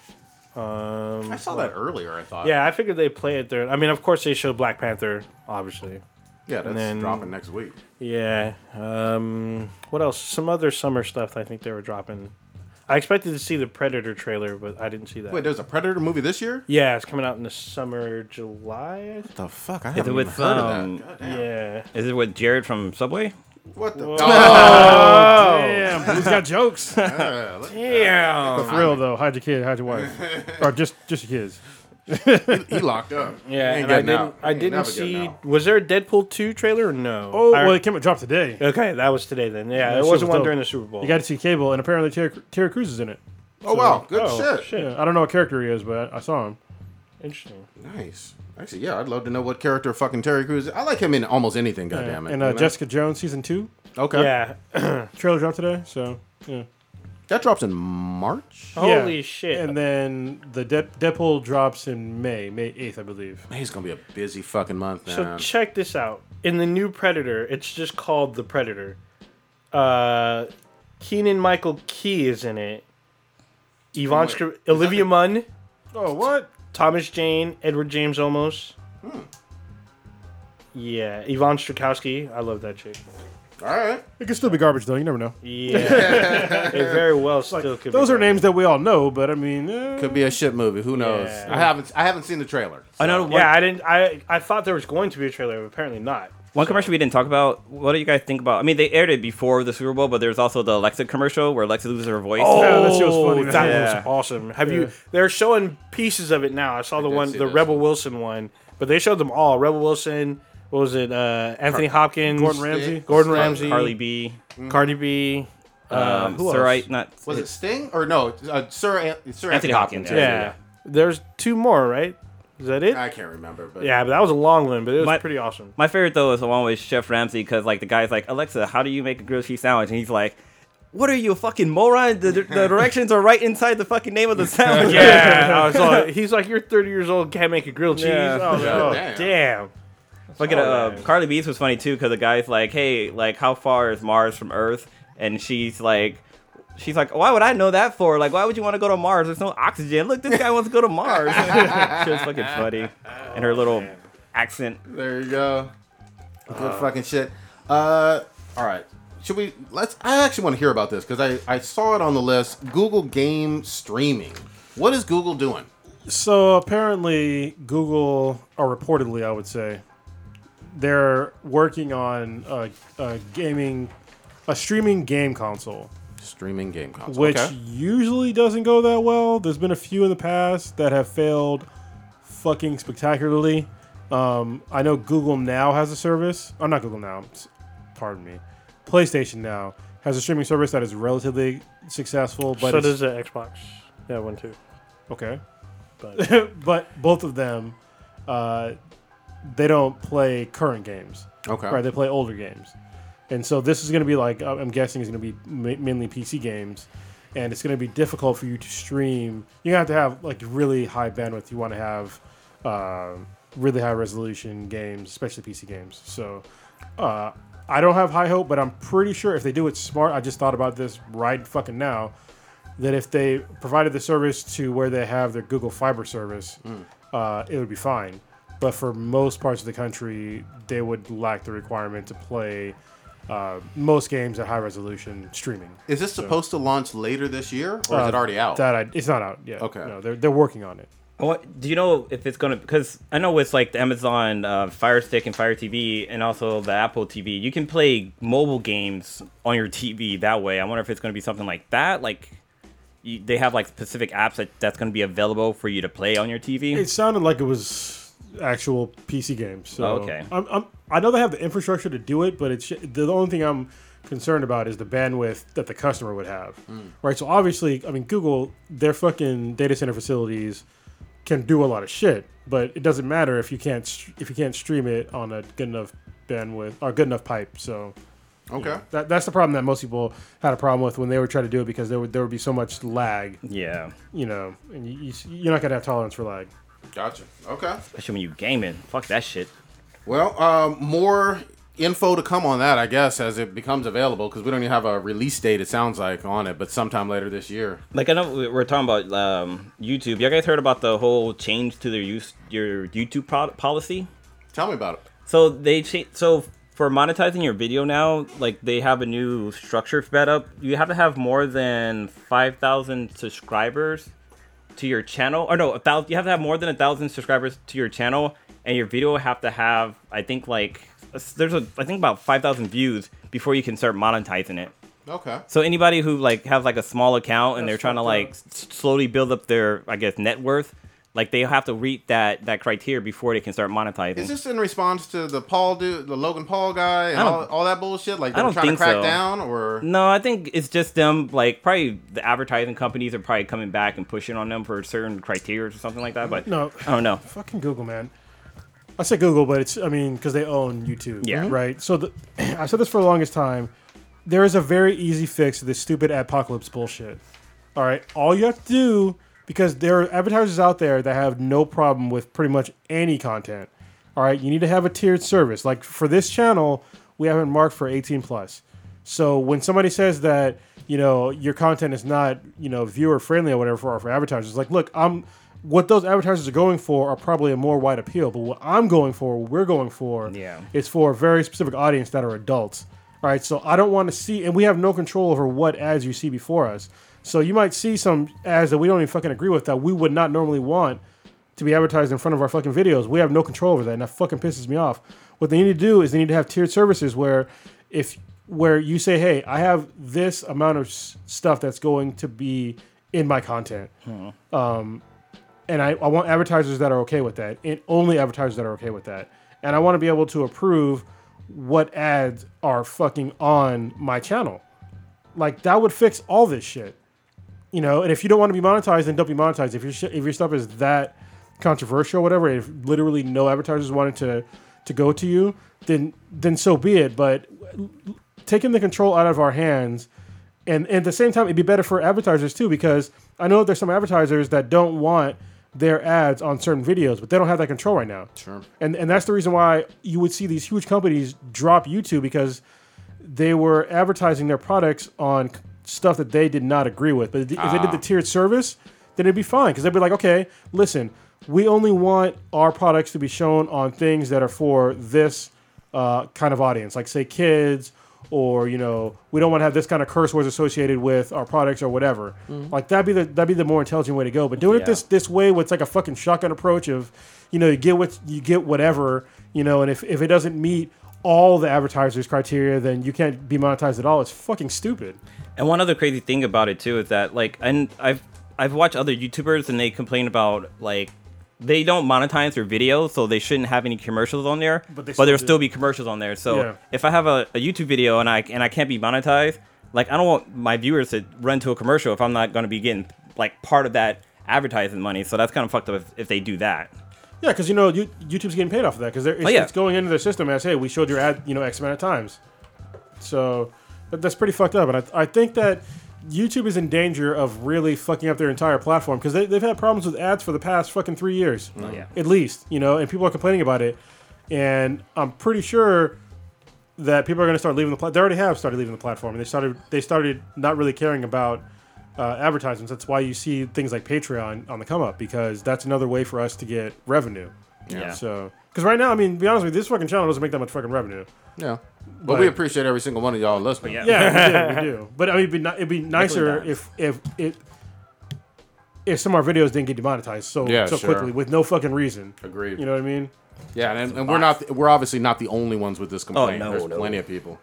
Speaker 4: Um,
Speaker 1: I saw that earlier. I thought.
Speaker 4: yeah, I figured they play it there. I mean, of course they show Black Panther, obviously.
Speaker 1: Yeah, that's
Speaker 4: then-
Speaker 1: dropping next week.
Speaker 4: Yeah. Um, what else? Some other summer stuff. I think they were dropping. I expected to see the Predator trailer, but I didn't see that.
Speaker 1: Wait, there's a Predator movie this year?
Speaker 4: Yeah, it's coming out in the summer, July. I think.
Speaker 1: The fuck! I haven't
Speaker 3: with,
Speaker 1: even heard
Speaker 3: um,
Speaker 1: of that. God damn.
Speaker 4: Yeah.
Speaker 3: Is it with Jared from Subway?
Speaker 1: What the?
Speaker 2: Damn, he's got jokes.
Speaker 1: Yeah, look-
Speaker 4: Yeah.
Speaker 2: [laughs] For real though, hide your kid, hide your wife, or just just your kids.
Speaker 1: [laughs] he locked up.
Speaker 4: Yeah,
Speaker 1: He ain't
Speaker 4: and I
Speaker 1: getting
Speaker 4: didn't.
Speaker 1: out.
Speaker 4: I
Speaker 1: He ain't
Speaker 4: didn't
Speaker 1: never getting
Speaker 4: see.
Speaker 1: out.
Speaker 4: Was there a Deadpool two trailer? Or no.
Speaker 2: Oh,
Speaker 4: I-
Speaker 2: well, it came dropped today.
Speaker 4: okay, that was today then. Yeah,
Speaker 2: That
Speaker 4: it
Speaker 2: shit was
Speaker 4: wasn't one
Speaker 2: dope.
Speaker 4: during the Super Bowl.
Speaker 2: You got to see Cable, and apparently Terry, Terry Crews is in it.
Speaker 1: Oh wow, good
Speaker 4: oh,
Speaker 1: shit.
Speaker 4: shit.
Speaker 2: Yeah, I don't know what character he is, but I saw him.
Speaker 4: Interesting.
Speaker 1: Nice. Actually, yeah, I'd love to know what character fucking Terry Crews. is. I like him in almost anything. Goddamn it.
Speaker 2: and uh,
Speaker 1: you know?
Speaker 2: Jessica Jones season two
Speaker 1: Okay.
Speaker 4: Yeah.
Speaker 2: trailer dropped today, so yeah.
Speaker 1: That drops in March.
Speaker 4: Holy
Speaker 2: Yeah.
Speaker 4: shit.
Speaker 2: And then the De- Deadpool drops in May, May eighth, I believe.
Speaker 1: Man, he's gonna be a busy fucking month,
Speaker 4: So
Speaker 1: man.
Speaker 4: check this out. In the new Predator, it's just called the Predator. Uh, Keenan Michael Key is in it. Yvonne
Speaker 1: Wait,
Speaker 4: Scri- Olivia Munn,
Speaker 2: Oh what?
Speaker 4: Thomas Jane, Edward James Olmos.
Speaker 1: Hmm.
Speaker 4: Yeah, Yvonne Strakowski. I love that chick.
Speaker 1: All right.
Speaker 2: It could still be garbage though. You never know.
Speaker 4: Yeah, [laughs] it very well still could.
Speaker 2: Those
Speaker 4: be
Speaker 2: are names that we all know, but I mean, eh,
Speaker 1: Could be a shit movie. Who knows?
Speaker 4: Yeah.
Speaker 1: I haven't. I haven't seen the trailer. so-
Speaker 3: Another one.
Speaker 4: Yeah, I didn't. I I thought there was going to be a trailer, but apparently not.
Speaker 3: One commercial we didn't talk about. What do you guys think about? I mean, they aired it before the Super Bowl, but there's also the Alexa commercial where Alexa loses her voice.
Speaker 4: Oh,
Speaker 3: Um,
Speaker 2: Yeah, Oh, that shit was funny, man.
Speaker 4: that
Speaker 3: Yeah.
Speaker 4: was awesome. Have
Speaker 2: Yeah.
Speaker 4: you? They're showing pieces of it now. I saw the
Speaker 1: did
Speaker 4: one,
Speaker 1: see
Speaker 4: the
Speaker 1: this.
Speaker 4: Rebel Wilson one, but they showed them all. Rebel Wilson. What was it? Uh, Anthony Hopkins,
Speaker 2: Gordon Ramsay?
Speaker 4: Gordon Ramsey,
Speaker 3: Carly B.
Speaker 4: Cardi B. Mm-hmm. Uh,
Speaker 3: Um,
Speaker 4: who else?
Speaker 3: Sir, I, not
Speaker 1: Was it Sting or no? Uh, Sir, An- Sir
Speaker 3: Anthony Hopkins,
Speaker 4: Yeah.
Speaker 1: yeah.
Speaker 4: there's two more, right? Is that it?
Speaker 1: I can't remember, but
Speaker 4: yeah, but that was a long one, but it was
Speaker 3: My-
Speaker 4: pretty awesome.
Speaker 3: My favorite though is the one with Chef Ramsay because like the guy's like Alexa, how do you make a grilled cheese sandwich? And he's like, What are you a fucking moron?
Speaker 4: [laughs]
Speaker 3: The, the directions are right inside the fucking name of the sandwich.
Speaker 4: Yeah, [laughs]
Speaker 3: [laughs]
Speaker 4: I was all, he's like, "You're 30 years old, can't make a grilled cheese."
Speaker 2: Yeah.
Speaker 4: I was like, Oh,
Speaker 1: Yeah.
Speaker 4: damn.
Speaker 3: Fucking uh,
Speaker 4: man.
Speaker 3: Carly B's was funny too because the guy's like, Hey, like how far is Mars from Earth? And she's like. She's like, why would I know that for? Like, why would you want to go to Mars? There's no oxygen. Look, this guy wants to go to Mars. [laughs] she was fucking funny. And her little accent.
Speaker 1: There you go. Good fucking shit. Uh, all right. Should we? Let's. I actually want to hear about this because I I saw it on the list. Google Game Streaming. What is Google doing?
Speaker 2: So apparently, Google, or reportedly, I would say, they're working on a, a gaming, a streaming game console,
Speaker 1: Streaming game console.
Speaker 2: which
Speaker 1: okay.
Speaker 2: usually doesn't go that well. There's been a few in the past that have failed fucking spectacularly. Um, I know Google Now has a service. Oh, not Google Now. s- Pardon me. PlayStation Now has a streaming service that is relatively successful, but
Speaker 4: so
Speaker 2: it's-
Speaker 4: does the Xbox. Yeah, one too.
Speaker 2: okay.
Speaker 4: But
Speaker 2: [laughs] but both of them, uh, they don't play current games.
Speaker 1: Okay.
Speaker 2: Right, they play older games, and so this is going to be like uh, I'm guessing is going to be ma- mainly PC games, and it's going to be difficult for you to stream. You're going to have to have like really high bandwidth. You want to have uh, really high resolution games, especially PC games. So. Uh, I don't have high hope, but I'm pretty sure if they do it smart, I just thought about this right fucking now that if they provided the service to where they have their Google Fiber service,
Speaker 1: Mm.
Speaker 2: uh, it would be fine. But for most parts of the country, they would lack the requirement to play uh, most games at high resolution streaming.
Speaker 1: Is this supposed to launch later this year, or is it already out?
Speaker 2: Uh, That I, it's not out yet.
Speaker 1: Okay.
Speaker 2: no, they're they're working on it.
Speaker 3: What, do you know if it's gonna? Because I know it's like the Amazon uh, Fire Stick and Fire TV, and also the Apple TV. You can play mobile games on your TV that way. I wonder if it's gonna be something like that. Like you, they have like specific apps that, that's gonna be available for you to play on your TV.
Speaker 2: It sounded like it was actual PC games. So
Speaker 3: Oh, okay.
Speaker 2: I'm, I'm, I know they have the infrastructure to do it, but it's the only thing I'm concerned about is the bandwidth that the customer would have.
Speaker 3: Hmm.
Speaker 2: Right. So obviously, I mean, Google, their fucking data center facilities can do a lot of shit, but it doesn't matter if you can't str- if you can't stream it on a good enough bandwidth or good enough pipe. So
Speaker 1: okay.
Speaker 2: that, that's the problem that most people had a problem with when they were trying to do it because there would there would be so much lag,
Speaker 3: yeah,
Speaker 2: you know, and you, you, you're not gonna have tolerance for lag.
Speaker 1: Gotcha. Okay.
Speaker 3: especially when you gaming. Fuck that shit.
Speaker 1: Well, um, more info to come on that, I guess, as it becomes available because we don't even have a release date. It sounds like on it, but sometime later this year.
Speaker 3: Like I know we- we're talking about um, YouTube. You guys heard about the whole change to their use your YouTube pro- policy?
Speaker 1: Tell me about it.
Speaker 3: So they cha- so for monetizing your video now, like they have a new structure set up. You have to have more than five thousand subscribers to your channel, or no, a thousand. You have to have more than a thousand subscribers to your channel, and your video have to have, I think, like s- there's a, I think about five thousand views before you can start monetizing it.
Speaker 1: Okay.
Speaker 3: So anybody who like has like a small account and they're trying to like s- slowly build up their, I guess, net worth, like they have to reach that that criteria before they can start monetizing.
Speaker 1: Is this in response to the Paul dude, the Logan Paul guy, and
Speaker 3: I don't-
Speaker 1: all, all that bullshit? Like
Speaker 3: I
Speaker 1: they're
Speaker 3: don't
Speaker 1: trying to
Speaker 3: think
Speaker 1: crack
Speaker 3: so.
Speaker 1: down, or
Speaker 3: No, I think it's just them. Like probably the advertising companies are probably coming back and pushing on them for certain criteria or something like that. But
Speaker 2: No.
Speaker 3: I don't know.
Speaker 2: Fucking Google, man. I say Google, but it's I mean because they own YouTube,
Speaker 3: Yeah.
Speaker 2: right. So the, [clears throat] I said this for the longest time. There is a very easy fix to this stupid apocalypse bullshit. All right, all you have to do because there are advertisers out there that have no problem with pretty much any content. All right, you need to have a tiered service. Like for this channel, we have it marked for 18 plus. So when somebody says that you know your content is not you know viewer friendly or whatever for, for advertisers, like look, I'm what those advertisers are going for are probably a more wide appeal. But what I'm going for, what we're going for,
Speaker 3: Yeah.
Speaker 2: is for a very specific audience that are adults. All right, so I don't want to see, and we have no control over what ads you see before us. So you might see some ads that we don't even fucking agree with that we would not normally want to be advertised in front of our fucking videos. We have no control over that, and that fucking pisses me off. What they need to do is they need to have tiered services where if where you say, "Hey, I have this amount of s- stuff that's going to be in my content," and I, I want advertisers that are okay with that, and only advertisers that are okay with that. And I want to be able to approve what ads are fucking on my channel. Like that would fix all this shit, you know. And if you don't want to be monetized, then don't be monetized. If your sh- if your stuff is that controversial, whatever, if literally no advertisers wanted to to go to you, then then so be it. But taking the control out of our hands and, and at the same time it'd be better for advertisers too because i know there's some advertisers that don't want their ads on certain videos but they don't have that control right now sure and and that's the reason why you would see these huge companies drop youtube because they were advertising their products on c- stuff that they did not agree with but if they did the tiered service then it'd be fine because they'd be like okay listen we only want our products to be shown on things that are for this uh, kind of audience, like say kids, or you know, we don't want to have this kind of curse words associated with our products or whatever. Like that'd be the that'd be the more intelligent way to go. But doing it
Speaker 3: Yeah.
Speaker 2: this this way, with like a fucking shotgun approach of, you know, you get what you get whatever, you know, and if if it doesn't meet all the advertisers' criteria, then you can't be monetized at all. It's fucking stupid.
Speaker 3: And one other crazy thing about it too is that like and I've I've watched other YouTubers and they complain about like they don't monetize their videos, so they shouldn't have any commercials on there.
Speaker 2: But
Speaker 3: But,
Speaker 2: they
Speaker 3: there'll
Speaker 2: still do.
Speaker 3: still be commercials on there. So
Speaker 2: Yeah.
Speaker 3: if I have a, a YouTube video and I and I can't be monetized, like I don't want my viewers to run to a commercial if I'm not going to be getting like part of that advertising money. So that's kind of fucked up if, if they do that.
Speaker 2: Yeah, because you know you, YouTube's getting paid off of that because it's,
Speaker 3: Oh, yeah.
Speaker 2: it's going into their system as hey, we showed your ad, you know, X amount of times. So that, that's pretty fucked up, and I, I think that YouTube is in danger of really fucking up their entire platform because they, they've had problems with ads for the past fucking three years,
Speaker 3: Oh, yeah.
Speaker 2: at least, you know, and people are complaining about it, and I'm pretty sure that people are going to start leaving the platform. They already have started leaving the platform, and they started they started not really caring about uh, advertisements. That's why you see things like Patreon on the come up because that's another way for us to get revenue.
Speaker 3: Yeah.
Speaker 2: So, because right now, I mean, to be honest with you, this fucking channel doesn't make that much
Speaker 1: [laughs]
Speaker 2: fucking revenue.
Speaker 1: Yeah. But, we appreciate every single one of y'all listening.
Speaker 3: Yeah.
Speaker 2: Yeah, we do. We do. But I mean, it'd be, ni- it'd be nicer
Speaker 3: not.
Speaker 2: if if it if some of our videos didn't get demonetized so
Speaker 1: Yeah,
Speaker 2: so
Speaker 1: sure.
Speaker 2: quickly with no fucking reason.
Speaker 1: Agreed.
Speaker 2: You know what I mean?
Speaker 1: Yeah, and, and we're not we're obviously not the only ones with this complaint.
Speaker 3: Oh, no,
Speaker 1: There's
Speaker 3: no.
Speaker 1: plenty of people.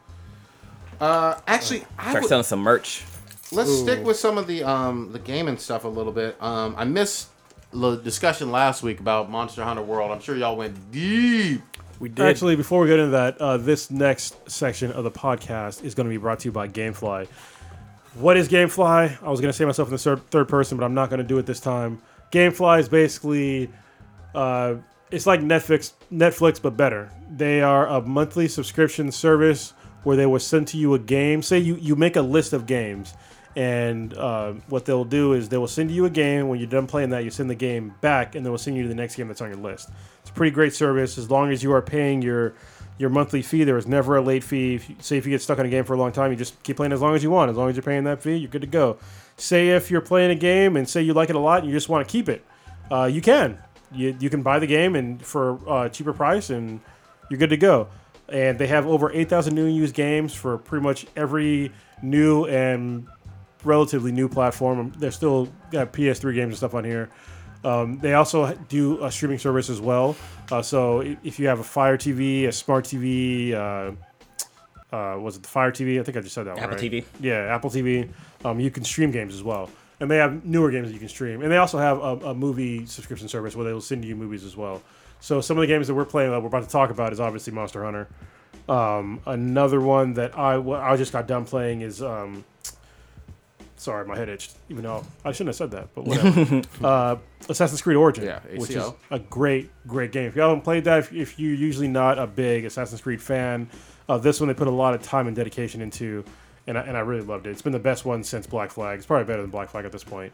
Speaker 1: Uh, actually, I
Speaker 3: Start
Speaker 1: would,
Speaker 3: selling some merch.
Speaker 1: let's stick with some of the um the gaming stuff a little bit. Um, I missed the discussion last week about Monster Hunter World. I'm sure y'all went deep.
Speaker 4: We did.
Speaker 2: Actually, before we get into that, uh, this next section of the podcast is going to be brought to you by GameFly. What is GameFly? I was going to say myself in the third, third person, but I'm not going to do it this time. GameFly is basically, uh, it's like Netflix, Netflix, but better. They are a monthly subscription service where they will send to you a game. Say you you make a list of games, and uh, what they'll do is they will send you a game. When you're done playing that, you send the game back, and they will send you to the next game that's on your list. It's a pretty great service as long as you are paying your your monthly fee. There is never a late fee. If you, say if you get stuck in a game for a long time, you just keep playing as long as you want. As long as you're paying that fee, you're good to go. Say if you're playing a game and say you like it a lot and you just want to keep it, uh, you can. You, you can buy the game and for uh, cheaper price and you're good to go. And they have over 8,000 new and used games for pretty much every new and relatively new platform. Um, They're still got PS3 games and stuff on here. Um, they also do a streaming service as well. Uh, so i- if you have a Fire TV, a smart TV, uh, uh, was it the Fire TV? I think I just said that one.
Speaker 3: Apple
Speaker 2: right?
Speaker 3: TV.
Speaker 2: Yeah, Apple TV. Um, you can stream games as well. And they have newer games that you can stream. And they also have a, a movie subscription service where they will send you movies as well. So some of the games that we're playing that we're about to talk about is obviously Monster Hunter. Um, another one that I, wa- I just got done playing is. Um, sorry, my head itched, even though I shouldn't have said that, but whatever. uh, Assassin's Creed Origin,
Speaker 1: Yeah,
Speaker 2: which is
Speaker 1: ACO.
Speaker 2: a great, great game. If you haven't played that, if, if you're usually not a big Assassin's Creed fan, uh, this one they put a lot of time and dedication into, and I, and I really loved it. It's been the best one since Black Flag. It's probably better than Black Flag at this point.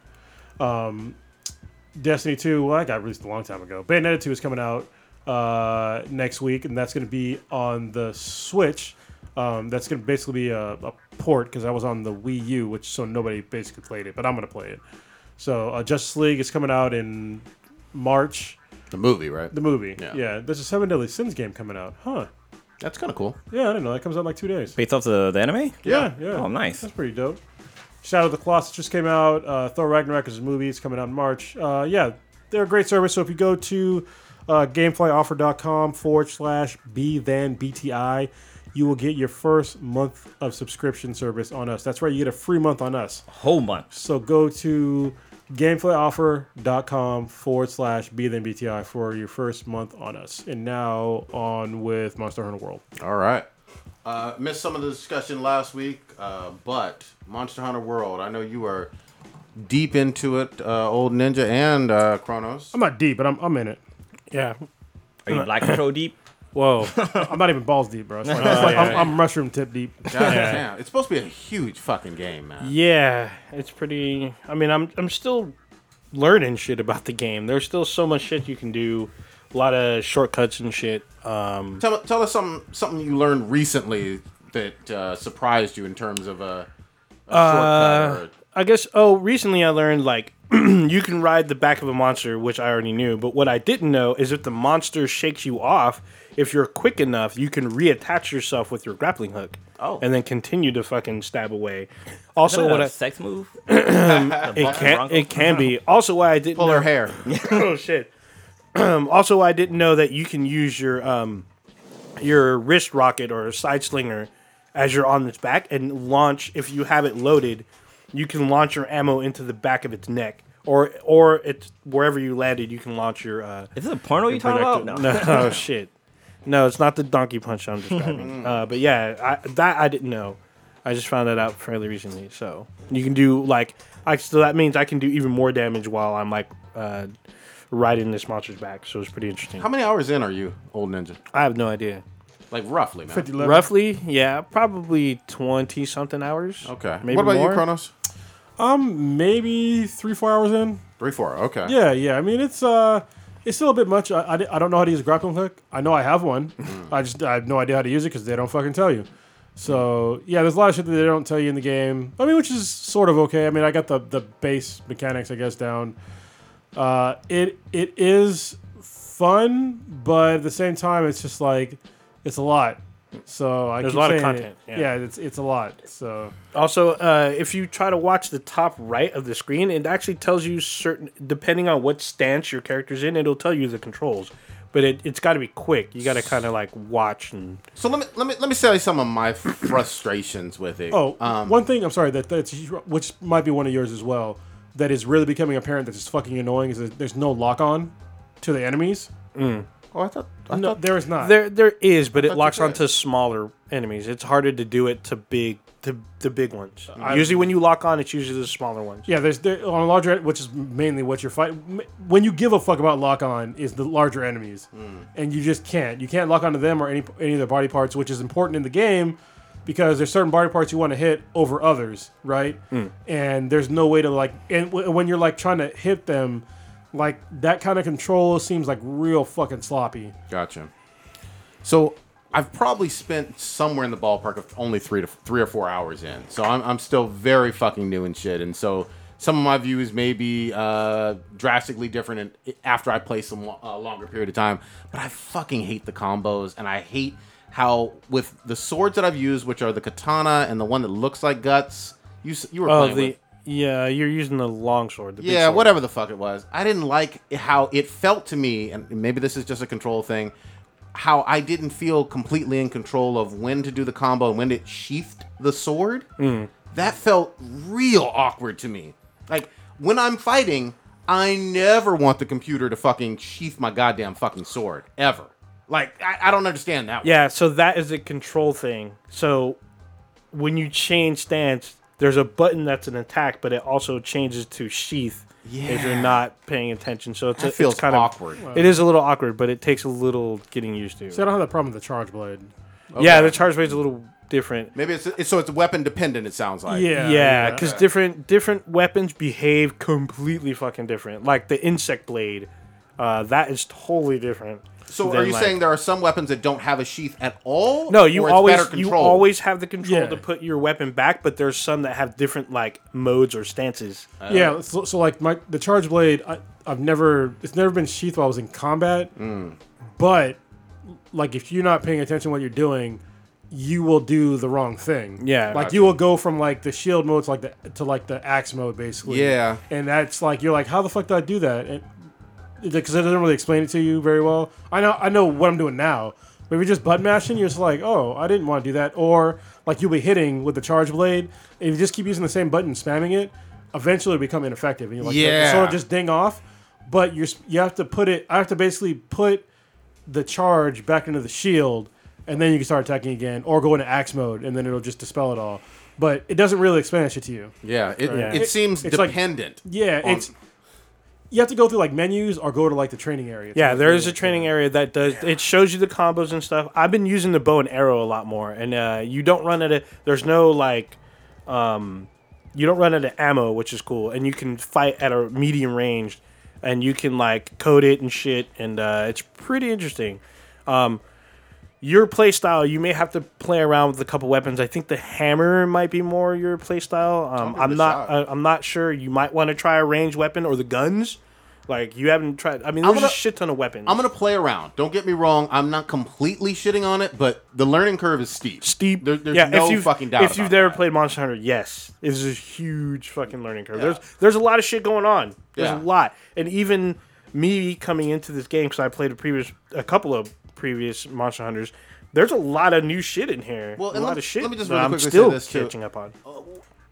Speaker 2: Destiny 2, well, that got released a long time ago. Bayonetta 2 is coming out uh, next week, and that's going to be on the Switch. Um, that's going to basically be a, a port because I was on the Wii U, which so nobody basically played it, but I'm going to play it. So uh, Justice League is coming out in March.
Speaker 1: The movie, right?
Speaker 2: The movie, yeah.
Speaker 1: Yeah.
Speaker 2: There's a Seven Deadly Sins game coming out, huh?
Speaker 1: That's kind of cool.
Speaker 2: Yeah, I don't know. That comes out in like two days.
Speaker 3: Based off the, the anime?
Speaker 2: Yeah, yeah.
Speaker 3: Oh, nice.
Speaker 2: That's pretty dope. Shadow of the Colossus just came out. Uh, Thor Ragnarok is a movie. It's coming out in March. Uh, yeah, they're a great service. So if you go to uh, gameflyoffer.com forward slash B than BTI, you will get your first month of subscription service on us. That's right, you get a free month on us.
Speaker 3: Whole month.
Speaker 2: So go to gameflyoffer.com forward slash B than BTI for your first month on us. And now on with Monster Hunter World.
Speaker 1: All right. Uh, missed some of the discussion last week, uh, but Monster Hunter World, I know you are deep into it, uh, old Ninja and uh, Kronos.
Speaker 2: I'm not deep, but I'm, I'm in it.
Speaker 4: Yeah.
Speaker 3: Are you black control deep?
Speaker 1: [laughs]
Speaker 4: Whoa.
Speaker 2: I'm not even balls deep, bro. It's like, it's like I'm, I'm mushroom tip deep. [laughs]
Speaker 1: God damn. It's supposed to be a huge fucking game, man.
Speaker 4: yeah, it's pretty. I mean, I'm I'm still learning shit about the game. There's still so much shit you can do. A lot of shortcuts and shit. Um,
Speaker 1: Tell, tell us some, something you learned recently that uh, surprised you in terms of a, a
Speaker 2: Uh,
Speaker 1: shortcut. Or,
Speaker 4: I guess. Oh, recently I learned like [clears throat] you can ride the back of a monster, which I already knew. But what I didn't know is if the monster shakes you off, if you're quick enough, you can reattach yourself with your grappling hook.
Speaker 1: Oh.
Speaker 4: And then continue to fucking stab away. Also,
Speaker 3: Isn't that
Speaker 4: what
Speaker 3: a
Speaker 4: I,
Speaker 3: sex move?
Speaker 4: it can it can be. Also, why I didn't
Speaker 1: pull
Speaker 4: know-
Speaker 1: her
Speaker 2: [laughs]
Speaker 1: hair.
Speaker 4: [laughs] oh shit. Um, also, I didn't know that you can use your um, your wrist rocket or side slinger as you're on its back and launch. If you have it loaded, you can launch your ammo into the back of its neck or or it's wherever you landed. You can launch your. Uh,
Speaker 3: Is this a porno you talking about? No.
Speaker 4: no [laughs] oh, shit. No, it's not the donkey punch I'm
Speaker 1: Mm.
Speaker 4: describing. uh, but yeah, I, that I didn't know. I just found that out fairly recently. So you can do like, I, so that means I can do even more damage while I'm like uh, riding this monster's back. So it's pretty interesting.
Speaker 1: How many hours in are you, old Ninja?
Speaker 4: I have no idea.
Speaker 1: Like roughly, man.
Speaker 2: 50 left.
Speaker 4: Roughly, yeah, probably twenty something hours.
Speaker 1: Okay.
Speaker 4: maybe
Speaker 1: what about
Speaker 4: more.
Speaker 1: you, Kronos?
Speaker 2: Um, maybe three, four hours in.
Speaker 1: Three, four. Okay.
Speaker 2: Yeah, yeah. I mean, it's uh, it's still a bit much. I, I, di- I don't know how to use a grappling hook. I know I have one.
Speaker 4: Mm.
Speaker 2: I just I have no idea how to use it because they don't fucking tell you. So yeah, there's a lot of shit that they don't tell you in the game. I mean, which is sort of okay. I mean, I got the the base mechanics, I guess, down. Uh, it it is fun, but at the same time, it's just like it's a lot. So I
Speaker 4: There's
Speaker 2: keep
Speaker 4: a lot of
Speaker 2: saying it.
Speaker 4: content, yeah.
Speaker 2: yeah, it's it's a lot. So
Speaker 4: Also, uh, if you try to watch the top right of the screen, it actually tells you certain, depending on what stance your character's in, it'll tell you the controls. But it, it's got to be quick. You got to kind of like watch and.
Speaker 1: So let me let me let me tell you some of my frustrations with it. Um,
Speaker 2: Oh, one thing I'm sorry that that's which might be one of yours as well. That is really becoming apparent that is fucking annoying is that there's no lock on to the enemies.
Speaker 1: oh, I thought I
Speaker 2: No,
Speaker 1: thought
Speaker 2: there is not.
Speaker 4: There, there is, but it
Speaker 1: thought
Speaker 4: locks
Speaker 1: you did.
Speaker 4: onto smaller enemies. It's harder to do it to big, to the big ones.
Speaker 1: Uh,
Speaker 4: usually, when you lock on, it's usually the smaller ones.
Speaker 2: yeah, there's there, on a larger, which is mainly what you're fighting. When you give a fuck about lock on, is the larger enemies, and you just can't. You can't lock onto them or any any of their body parts, which is important in the game because there's certain body parts you want to hit over others, right? And there's no way to like, and w- when you're like trying to hit them, like that kind of control seems like real fucking sloppy.
Speaker 1: gotcha. So I've probably spent somewhere in the ballpark of only three to three or four hours in. So I'm I'm still very fucking new and shit. And so some of my views may be uh, drastically different in, after I play some lo- uh, longer period of time. But I fucking hate the combos, and I hate how with the swords that I've used, which are the katana and the one that looks like guts. You s- you were
Speaker 4: Oh,
Speaker 1: playing
Speaker 4: the
Speaker 1: with.
Speaker 4: yeah, you're using the long sword. The big
Speaker 1: yeah,
Speaker 4: sword.
Speaker 1: whatever the fuck it was. I didn't like how it felt to me, and maybe this is just a control thing. How I didn't feel completely in control of when to do the combo and when it sheathed the sword.
Speaker 4: Mm.
Speaker 1: That felt real awkward to me. Like when I'm fighting, I never want the computer to fucking sheath my goddamn fucking sword ever. Like I, I don't understand that. one.
Speaker 4: Yeah, so that is a control thing. So when you change stance, there's a button that's an attack, but it also changes to sheath if you're
Speaker 1: Yeah.
Speaker 4: not paying attention. So it's,
Speaker 1: That
Speaker 4: a,
Speaker 1: feels
Speaker 4: it's kind
Speaker 1: awkward.
Speaker 4: of it is a little awkward, but it takes a little getting used to.
Speaker 2: See, I don't have that problem with the charge blade.
Speaker 4: Yeah, the charge rate's a little different.
Speaker 1: Maybe it's, it's so it's weapon dependent. It sounds like.
Speaker 4: Yeah, because different different weapons behave completely fucking different. Like the insect blade, uh, that is totally different.
Speaker 1: So
Speaker 4: than,
Speaker 1: are you
Speaker 4: like-
Speaker 1: saying there are some weapons that don't have a sheath at all?
Speaker 4: No, you
Speaker 1: Or it's
Speaker 4: always
Speaker 1: better
Speaker 4: you
Speaker 1: controlled?
Speaker 4: always have the control
Speaker 2: Yeah.
Speaker 4: to put your weapon back, but there's some that have different like modes or stances.
Speaker 2: yeah. So, so like my the charge blade, I, I've never it's never been sheathed while I was in combat. But like if you're not paying attention to what you're doing, you will do the wrong thing.
Speaker 4: Yeah.
Speaker 2: like you will go from like the shield mode to like the to like the axe mode basically.
Speaker 1: Yeah.
Speaker 2: and that's like you're like, how the fuck did I do that? And because it doesn't really explain it to you very well. I know I know what I'm doing now, but if you're just butt mashing, you're just like, oh, I didn't want to do that, or like you'll be hitting with the charge blade. If you just keep using the same button, spamming it, eventually it'll become ineffective, and you're like,
Speaker 1: Yeah.
Speaker 2: sort of just ding off. But you're s- you have to put it. I have to basically put the charge back into the shield, and then you can start attacking again, or go into axe mode, and then it'll just dispel it all. But it doesn't really explain that shit to you.
Speaker 1: Yeah, it,
Speaker 2: Yeah.
Speaker 1: it,
Speaker 2: It-
Speaker 1: seems
Speaker 2: it's like-
Speaker 1: dependent.
Speaker 2: Yeah,
Speaker 1: on-
Speaker 2: it's you have to go through like menus or go to like the training area.
Speaker 4: Yeah, there is a training area that does it shows you the combos and stuff. I've been using the bow and arrow a lot more, and uh, you don't run out of there's no like, um, you don't run out of ammo, which is cool, and you can fight at a medium range, and you can like code it and shit, and uh, it's pretty interesting. Um, your play style, you may have to play around with a couple weapons. I think the hammer might be more your play style. Um, I'm not.
Speaker 1: decide.
Speaker 4: I, I'm not sure. You might want to try a range weapon or the guns. Like you haven't tried. I mean, there's
Speaker 1: gonna-
Speaker 4: a shit ton of weapons.
Speaker 1: I'm gonna play around. Don't get me wrong. I'm not completely shitting on it, but the learning curve is steep.
Speaker 4: steep.
Speaker 1: There- there's no
Speaker 4: you've-
Speaker 1: fucking doubt.
Speaker 4: If you've
Speaker 1: about
Speaker 4: never
Speaker 1: that.
Speaker 4: played Monster Hunter, yes, this is a huge fucking learning curve.
Speaker 1: Yeah.
Speaker 4: There's there's a lot of shit going on. There's
Speaker 1: Yeah.
Speaker 4: a lot, and even me coming into this game because I played a previous a couple of previous Monster Hunters. There's a lot of new shit in here.
Speaker 1: Well,
Speaker 4: a
Speaker 1: and
Speaker 4: lot
Speaker 1: let-
Speaker 4: of shit.
Speaker 1: let me just
Speaker 4: that
Speaker 1: really
Speaker 4: I'm
Speaker 1: quickly say
Speaker 4: still
Speaker 1: this, too. Oh.
Speaker 4: catching up on.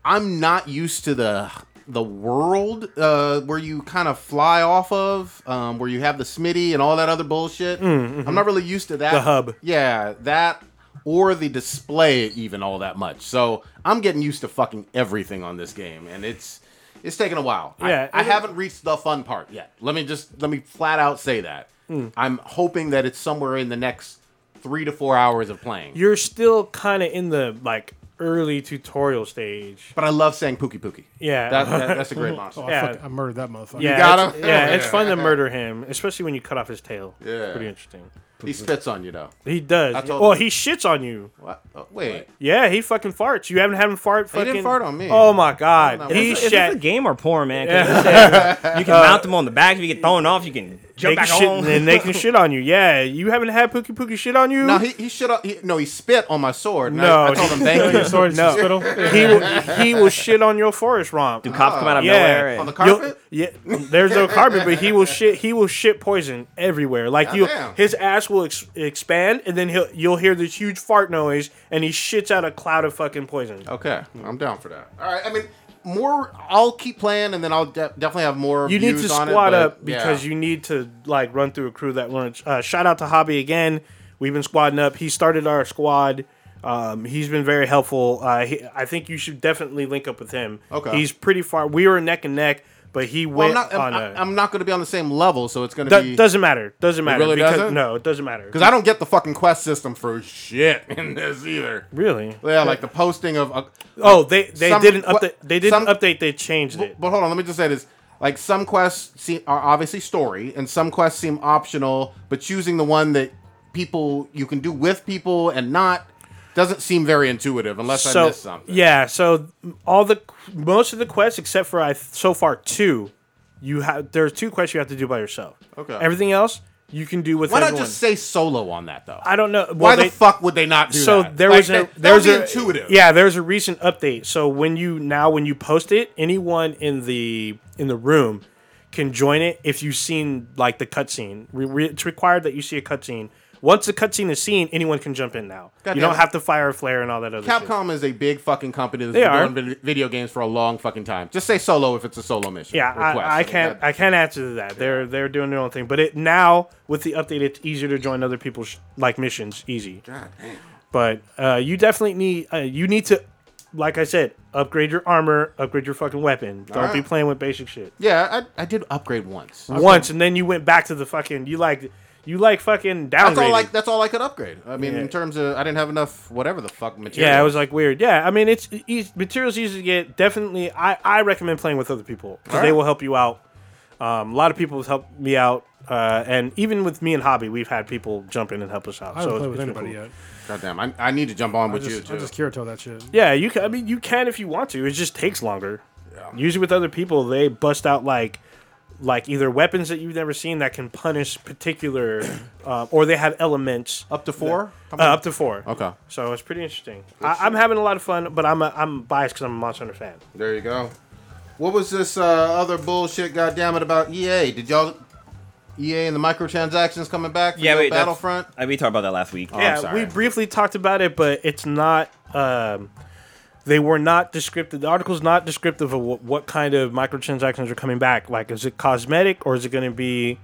Speaker 1: I'm not used to the the world uh, where you kind of fly off of, um, where you have the Smitty and all that other bullshit. I'm not really used to that.
Speaker 4: Mm, mm-hmm. The hub.
Speaker 1: Yeah, that or the display even all that much. So I'm getting used to fucking everything on this game, and it's it's taking a while. I-
Speaker 4: Yeah,
Speaker 1: I,
Speaker 4: it-
Speaker 1: haven't reached the fun part yet. Let me just let me flat out say that.
Speaker 4: Mm.
Speaker 1: I'm hoping that it's somewhere in the next three to four hours of playing.
Speaker 4: You're still kind of in the like early tutorial stage.
Speaker 1: but I love saying Pookie Pookie.
Speaker 4: Yeah.
Speaker 1: that, that, that's a
Speaker 4: [laughs]
Speaker 1: great monster.
Speaker 2: Oh,
Speaker 4: Yeah.
Speaker 2: fuck, I murdered that motherfucker.
Speaker 4: Yeah,
Speaker 1: got
Speaker 4: it's-
Speaker 1: him?
Speaker 4: Yeah,
Speaker 1: [laughs]
Speaker 4: it's fun to murder him, especially when you cut off his tail.
Speaker 1: Yeah.
Speaker 4: it's pretty interesting.
Speaker 1: He spits on you though.
Speaker 4: He does.
Speaker 1: I told
Speaker 4: well,
Speaker 1: him.
Speaker 4: he shits on you.
Speaker 1: What? Oh, wait.
Speaker 4: Yeah, he fucking farts. You haven't had him fart.
Speaker 1: He
Speaker 4: Fucking,
Speaker 1: didn't fart on me.
Speaker 4: Oh my god,
Speaker 1: no,
Speaker 4: he
Speaker 1: it's-
Speaker 3: Is this a
Speaker 4: shat.
Speaker 3: game or porn, man? 'Cause it says you can mount them on the back. If you get thrown off, you can
Speaker 4: They can
Speaker 3: jump back
Speaker 4: shit,
Speaker 3: on.
Speaker 4: and [laughs] then they can shit on you. Yeah, you haven't had Pookie Pookie shit on you.
Speaker 1: No, he, he shit on. He, no, he spit on my sword. And
Speaker 4: No,
Speaker 1: I, I told him thank you.
Speaker 2: Your sword is
Speaker 4: No.
Speaker 2: spittle?
Speaker 4: he will, he will shit on your forest romp.
Speaker 3: Do cops come out of
Speaker 4: Yeah.
Speaker 3: nowhere?
Speaker 1: on the
Speaker 3: And,
Speaker 4: You'll-
Speaker 1: carpet.
Speaker 4: yeah, there's no carpet, but he will shit. He will shit poison everywhere. Like you,
Speaker 1: Goddamn.
Speaker 4: his ass will ex- expand, and then he'll you'll hear this huge fart noise, and he shits out a cloud of fucking poison.
Speaker 1: Okay, I'm down for that. All right. I mean, more. I'll keep playing, and then I'll de- definitely have more.
Speaker 4: you need
Speaker 1: views
Speaker 4: to
Speaker 1: on it,
Speaker 4: squat
Speaker 1: but
Speaker 4: up because
Speaker 1: yeah.
Speaker 4: you need to like run through a crew that learns. Uh, shout out to Hobby again. We've been squatting up. He started our squad. Um, he's been very helpful. Uh, he, I think you should definitely link up with him.
Speaker 1: Okay.
Speaker 4: he's pretty far. We were neck and neck, but he
Speaker 1: Well, I'm
Speaker 4: went
Speaker 1: not. I'm,
Speaker 4: on a.
Speaker 1: I- I'm not going to be on the same level, so it's going to
Speaker 4: Do-
Speaker 1: be.
Speaker 4: doesn't matter. Doesn't matter.
Speaker 1: really
Speaker 4: because,
Speaker 1: doesn't?
Speaker 4: No, it doesn't matter.
Speaker 1: Because I don't get the fucking quest system for shit [laughs] in this either.
Speaker 4: really.
Speaker 1: Yeah, like the posting of. Uh,
Speaker 4: Oh, they they
Speaker 1: Some-
Speaker 4: didn't
Speaker 1: what-
Speaker 4: update. They didn't
Speaker 1: some-
Speaker 4: update. They changed it.
Speaker 1: But hold on, let me just say this. Like some quests seem, are obviously story, and some quests seem optional. But choosing the one that people you can do with people and not doesn't seem very intuitive, unless I
Speaker 4: so
Speaker 1: miss something.
Speaker 4: yeah, so all the most of the quests except for I so far two, you have there's two quests you have to do by yourself.
Speaker 1: Okay.
Speaker 4: Everything else you can do with
Speaker 1: Why not
Speaker 4: everyone.
Speaker 1: just say solo on that though?
Speaker 4: I don't know. Well,
Speaker 1: Why
Speaker 4: they-
Speaker 1: the fuck would they not do
Speaker 4: so
Speaker 1: that?
Speaker 4: there
Speaker 1: Like,
Speaker 4: was a
Speaker 1: that- that
Speaker 4: there's
Speaker 1: would
Speaker 4: a
Speaker 1: be intuitive.
Speaker 4: Yeah, there's a recent update. So when you now when you post it, anyone in the in the room can join it if you've seen like the cutscene. Re- re- It's required that you see a cutscene. Once the cutscene is seen, anyone can jump in now.
Speaker 1: God
Speaker 4: you
Speaker 1: damn
Speaker 4: don't
Speaker 1: it.
Speaker 4: have to fire a flare and all that other. shit.
Speaker 1: Capcom is a big fucking company that's
Speaker 4: They
Speaker 1: been
Speaker 4: are.
Speaker 1: doing vid- video games for a long fucking time. Just say solo if it's a solo mission.
Speaker 4: Yeah,
Speaker 1: or quest.
Speaker 4: I, I
Speaker 1: mean,
Speaker 4: can't.
Speaker 1: that-
Speaker 4: I can't answer to that. They're they're doing their own thing. But it now with the update, it's easier to join other people's sh- like missions. Easy.
Speaker 1: God damn.
Speaker 4: But uh, you definitely need. Uh, you need to, like I said, upgrade your armor, upgrade your fucking weapon. Don't be
Speaker 1: right.
Speaker 4: playing with basic shit
Speaker 1: Yeah, I, I did upgrade once.
Speaker 4: once, and then you went back to the fucking. You like, you like fucking downgraded.
Speaker 1: That's all, I, that's all I could upgrade. I mean,
Speaker 4: Yeah.
Speaker 1: in terms of, I didn't have enough whatever the fuck material.
Speaker 4: yeah, it was like weird. Yeah, I mean, it's e- materials easy to get. Definitely, I, I recommend playing with other people because they
Speaker 1: Alright.
Speaker 4: will help you out. Um, a lot of people have helped me out, uh, and even with me and Hobby, we've had people jump in and help us out.
Speaker 2: I haven't
Speaker 4: so
Speaker 2: played
Speaker 4: it's,
Speaker 2: with
Speaker 4: it's been
Speaker 2: anybody
Speaker 4: cool.
Speaker 2: yet.
Speaker 1: Goddamn, I, I need to jump on
Speaker 2: I
Speaker 1: with you
Speaker 2: just,
Speaker 1: too.
Speaker 2: I just Kirito that shit.
Speaker 4: Yeah, you can. I mean, you can if you want to. It just takes longer. Usually with other people, they bust out like like either weapons that you've never seen that can punish
Speaker 1: [coughs]
Speaker 4: particular, uh, or they have elements
Speaker 1: Up to four?
Speaker 4: Uh, up to four.
Speaker 1: Okay.
Speaker 4: So it's pretty interesting. I, I'm having a lot of fun, but I'm a, I'm biased because I'm a Monster Hunter fan.
Speaker 1: There you go. What was this uh, other bullshit? Goddamn it! About EA? E Did y'all EA and the microtransactions coming back. For
Speaker 3: Yeah,
Speaker 1: your
Speaker 3: wait, that's-
Speaker 1: Battlefront.
Speaker 3: I we talked about that last week. Oh, I'm
Speaker 4: yeah, we
Speaker 3: sorry.
Speaker 4: briefly talked about it, but it's not. Um, they were not descriptive. The article's not descriptive of what, what kind of microtransactions are coming back. Like, is it cosmetic or is it going to be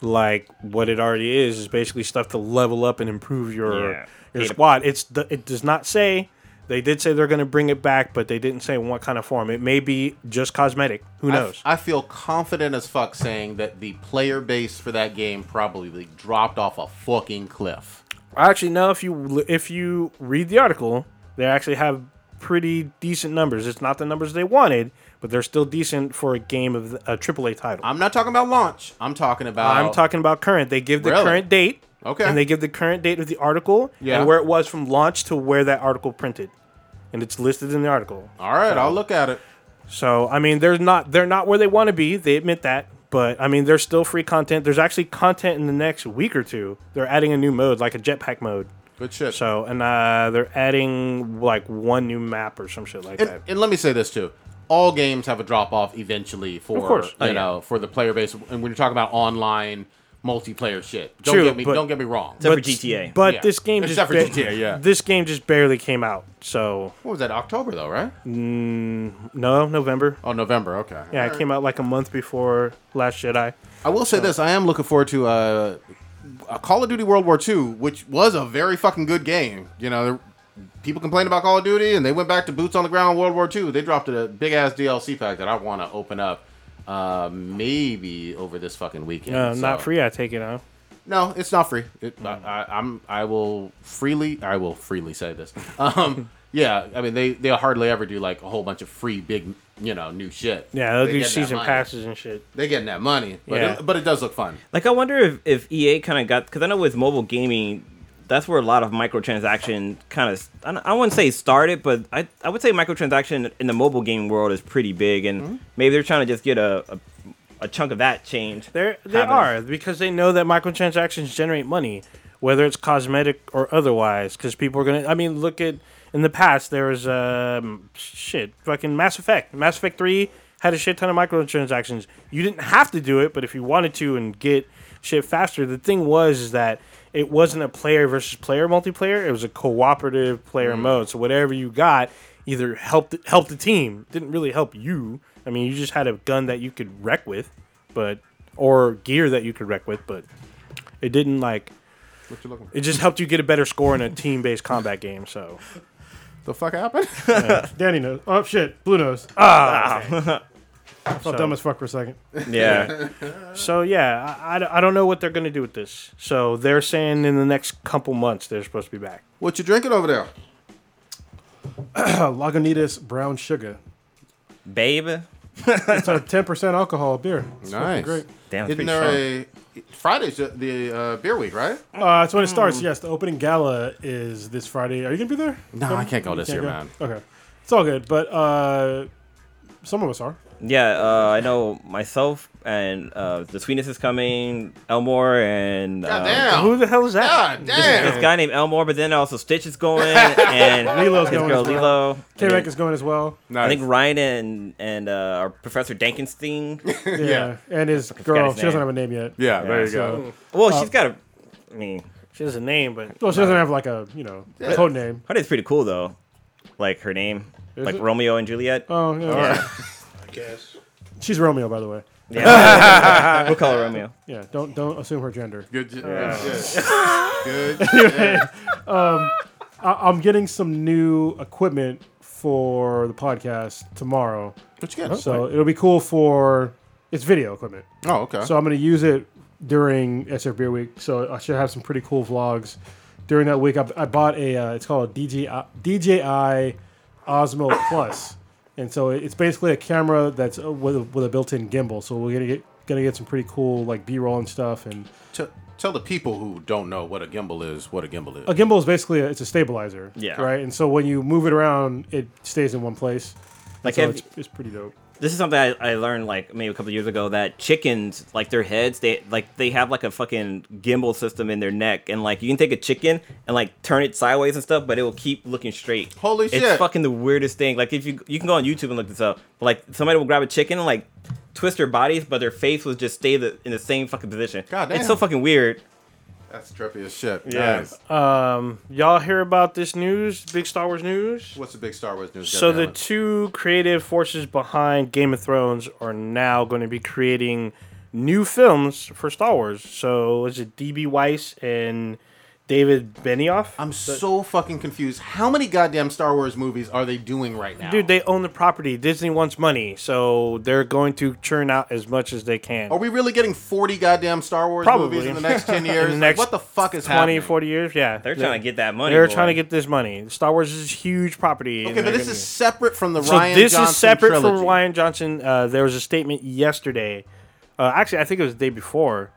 Speaker 4: like what it already is? Is basically stuff to level up and improve your
Speaker 3: Yeah.
Speaker 4: your
Speaker 3: Hate it.
Speaker 4: squad. It's the, it does not say. They did say they're going to bring it back, but they didn't say in what kind of form. It may be just cosmetic. Who
Speaker 1: I-
Speaker 4: knows?
Speaker 1: I, feel confident as fuck saying that the player base for that game probably dropped off a fucking cliff.
Speaker 4: Actually, no. If you if you read the article, they actually have pretty decent numbers. It's not the numbers they wanted, but they're still decent for a game of a AAA title. I'm,
Speaker 1: I'm not talking about launch. I'm talking about.
Speaker 4: talking about current. They give the
Speaker 1: Really?
Speaker 4: current date.
Speaker 1: Okay.
Speaker 4: And they give the current date of the article
Speaker 1: Yeah.
Speaker 4: and where it was from launch to where that article printed, and it's listed in the article.
Speaker 1: All right, I'll look at it.
Speaker 4: So I mean, they're not they're not where they want to be. They admit that, but I mean, there's still free content. There's actually content in the next week or two. They're adding a new mode, like a jetpack mode.
Speaker 1: Good shit.
Speaker 4: So and uh, they're adding like one new map or some shit like
Speaker 1: and,
Speaker 4: that.
Speaker 1: and let me say this too. All games have a drop off eventually for
Speaker 4: Of course.
Speaker 1: you
Speaker 4: Oh, yeah.
Speaker 1: know for the player base, and when you're talking about online multiplayer shit, don't
Speaker 4: True,
Speaker 1: get me
Speaker 4: but-
Speaker 1: don't get me wrong.
Speaker 3: Except for GTA.
Speaker 4: But
Speaker 1: Yeah.
Speaker 4: this game just
Speaker 1: Except for
Speaker 4: ba-
Speaker 1: GTA, yeah.
Speaker 4: This game just barely came out. So
Speaker 1: what was that October though, right?
Speaker 4: no, November.
Speaker 1: Oh, November. Okay.
Speaker 4: Yeah, it came out like a month before Last Jedi.
Speaker 1: I will say this: I am looking forward to uh, a Call of Duty World War II, which was a very fucking good game. You know, there, people complained about Call of Duty, and they went back to boots on the ground World War II. They dropped a big ass DLC pack that I want to open up, uh, maybe over this fucking weekend.
Speaker 4: Uh, Not
Speaker 1: so-
Speaker 4: free, I take it out.
Speaker 1: No, it's not free. It, I, I, I'm I will freely I will freely say this. [laughs] Um, yeah, I mean they they hardly ever do like a whole bunch of free big you know new shit.
Speaker 4: Yeah, they'll
Speaker 1: They
Speaker 4: do
Speaker 1: getting that
Speaker 4: season
Speaker 1: money.
Speaker 4: passes and shit.
Speaker 1: They getting that money, but
Speaker 4: Yeah.
Speaker 1: it, but it does look fun.
Speaker 3: Like, I wonder if, if EA kind of got because I know with mobile gaming, that's where a lot of microtransaction kind of I, don't- I wouldn't say started, but I, I would say microtransaction in the mobile gaming world is pretty big, and
Speaker 2: Mm-hmm.
Speaker 3: maybe they're trying to just get a, a, a chunk of that change.
Speaker 4: They're, they
Speaker 3: happening.
Speaker 4: are because they know that microtransactions generate money, whether it's cosmetic or otherwise. Because people are gonna. I mean, look at in the past there was um shit fucking Mass Effect. Mass Effect Three had a shit ton of microtransactions. You didn't have to do it, but if you wanted to and get shit faster, the thing was is that it wasn't a player versus player multiplayer. It was a cooperative player mode. So whatever you got either helped helped the team, didn't really help you. I mean, you just had a gun that you could wreck with, but or gear that you could wreck with, but it didn't like.
Speaker 1: What you looking for?
Speaker 4: It just helped you get a better score in a team-based combat game. So
Speaker 1: The fuck happened?
Speaker 2: Danny knows. Oh shit, Blue knows. I felt Ah. dumb as fuck for a second.
Speaker 3: Yeah,
Speaker 4: So yeah, I, I, I don't know what they're gonna do with this. So they're saying in the next couple months they're supposed to be back.
Speaker 1: what you drinking over there?
Speaker 2: Uh, Lagunitas brown sugar.
Speaker 3: babe.
Speaker 2: It's a ten percent alcohol beer. It's fucking
Speaker 1: Nice.
Speaker 2: Great.
Speaker 3: Damn, it's
Speaker 1: Isn't
Speaker 3: pretty
Speaker 1: there a Friday's the- the uh, beer week, right?
Speaker 2: Uh, that's when it starts. Yes, the opening gala is this Friday. Are you gonna be there?
Speaker 1: No, I can't go
Speaker 2: You
Speaker 1: this
Speaker 2: can't
Speaker 1: year,
Speaker 2: go?
Speaker 1: man.
Speaker 2: Okay, it's all good. But uh, some of us are.
Speaker 3: Yeah, uh, I know myself and uh, the sweetness is coming. Elmore and uh,
Speaker 1: God damn.
Speaker 4: Who the hell is that?
Speaker 1: God
Speaker 3: this
Speaker 1: damn.
Speaker 3: guy named Elmore, but then also Stitch
Speaker 2: [laughs]
Speaker 3: is going and
Speaker 2: Lilo's
Speaker 3: his
Speaker 2: going
Speaker 3: girl
Speaker 2: as well.
Speaker 3: Lilo.
Speaker 2: K
Speaker 3: And then
Speaker 2: Rank is going as
Speaker 1: [laughs]
Speaker 2: well.
Speaker 1: Nice.
Speaker 3: I think Ryan and and uh, our Professor Dankenstein. [laughs]
Speaker 2: Yeah, and his
Speaker 3: forgot
Speaker 2: girl.
Speaker 3: his
Speaker 2: she doesn't
Speaker 3: name.
Speaker 2: have a name yet.
Speaker 1: yeah, there you
Speaker 2: so-
Speaker 1: go.
Speaker 3: Well,
Speaker 2: Uh,
Speaker 3: she's got a. I mean,
Speaker 4: She has a name, but
Speaker 2: Well, she doesn't have like a you know code name.
Speaker 3: her name's pretty cool though. Like her name,
Speaker 2: Is
Speaker 3: like
Speaker 2: it?
Speaker 3: Romeo and Juliet.
Speaker 2: Oh, yeah.
Speaker 4: I guess
Speaker 2: She's Romeo, by the way.
Speaker 3: Yeah, we'll call her Romeo.
Speaker 2: Yeah, don't don't assume her gender.
Speaker 1: Good. j- Good. shit. Good.
Speaker 2: I- I'm getting some new equipment for the podcast tomorrow,
Speaker 1: What you getting?
Speaker 2: so it'll be cool for it's video equipment.
Speaker 1: Oh, okay.
Speaker 2: So I'm going to use it during SF Beer Week. So I should have some pretty cool vlogs during that week. I, I bought a uh, it's called a DJI, DJI Osmo Plus, and so it's basically a camera that's uh, with a, with a built-in gimbal. So we're gonna get gonna get some pretty cool like B-roll and stuff. And
Speaker 1: T- tell the people who don't know what a gimbal is what a gimbal is.
Speaker 2: a gimbal is basically a, it's a stabilizer,
Speaker 3: Yeah.
Speaker 2: right. And so when you move it around, it stays in one place.
Speaker 3: Like,
Speaker 2: so
Speaker 3: have-
Speaker 2: it's, it's pretty dope.
Speaker 3: This is something I, I learned like maybe a couple years ago that chickens like their heads they like they have like a fucking gimbal system in their neck and like you can take a chicken and like turn it sideways and stuff but it will keep looking straight.
Speaker 1: Holy
Speaker 3: it's
Speaker 1: shit.
Speaker 3: It's fucking the weirdest thing. Like if you you can go on YouTube and look this up, but like somebody will grab a chicken and like twist their bodies, but their face would just stay the, in the same fucking position.
Speaker 1: God
Speaker 3: It's
Speaker 1: damn.
Speaker 3: so fucking weird.
Speaker 1: That's trippy as shit.
Speaker 4: Yeah.
Speaker 1: Nice.
Speaker 4: Um, y'all hear about this news? Big Star Wars news.
Speaker 1: What's the big Star Wars news?
Speaker 4: So the
Speaker 1: goddammit?
Speaker 4: two creative forces behind Game of Thrones are now going to be creating new films for Star Wars. So is it DB Weiss and David Benioff?
Speaker 1: I'm so fucking confused. How many goddamn Star Wars movies are they doing right now?
Speaker 4: Dude, they own the property. Disney wants money, so they're going to churn out as much as they can.
Speaker 1: Are we really getting 40 goddamn Star Wars
Speaker 4: Probably.
Speaker 1: movies in the
Speaker 4: [laughs]
Speaker 1: next 10 years?
Speaker 4: the
Speaker 1: Like,
Speaker 4: next
Speaker 1: what the fuck is
Speaker 4: 20,
Speaker 1: happening?
Speaker 4: 40 years? Yeah.
Speaker 3: They're trying to get that money.
Speaker 4: They're
Speaker 3: boy.
Speaker 4: trying to get this money. Star Wars is a huge property. and
Speaker 1: Okay, but
Speaker 4: they're
Speaker 1: this
Speaker 4: gonna-
Speaker 1: is separate from the
Speaker 4: so
Speaker 1: Ryan
Speaker 4: this
Speaker 1: Johnson
Speaker 4: is separate
Speaker 1: trilogy.
Speaker 4: from Ryan Johnson. Uh, there was a statement yesterday. Uh, actually, I think it was the day before,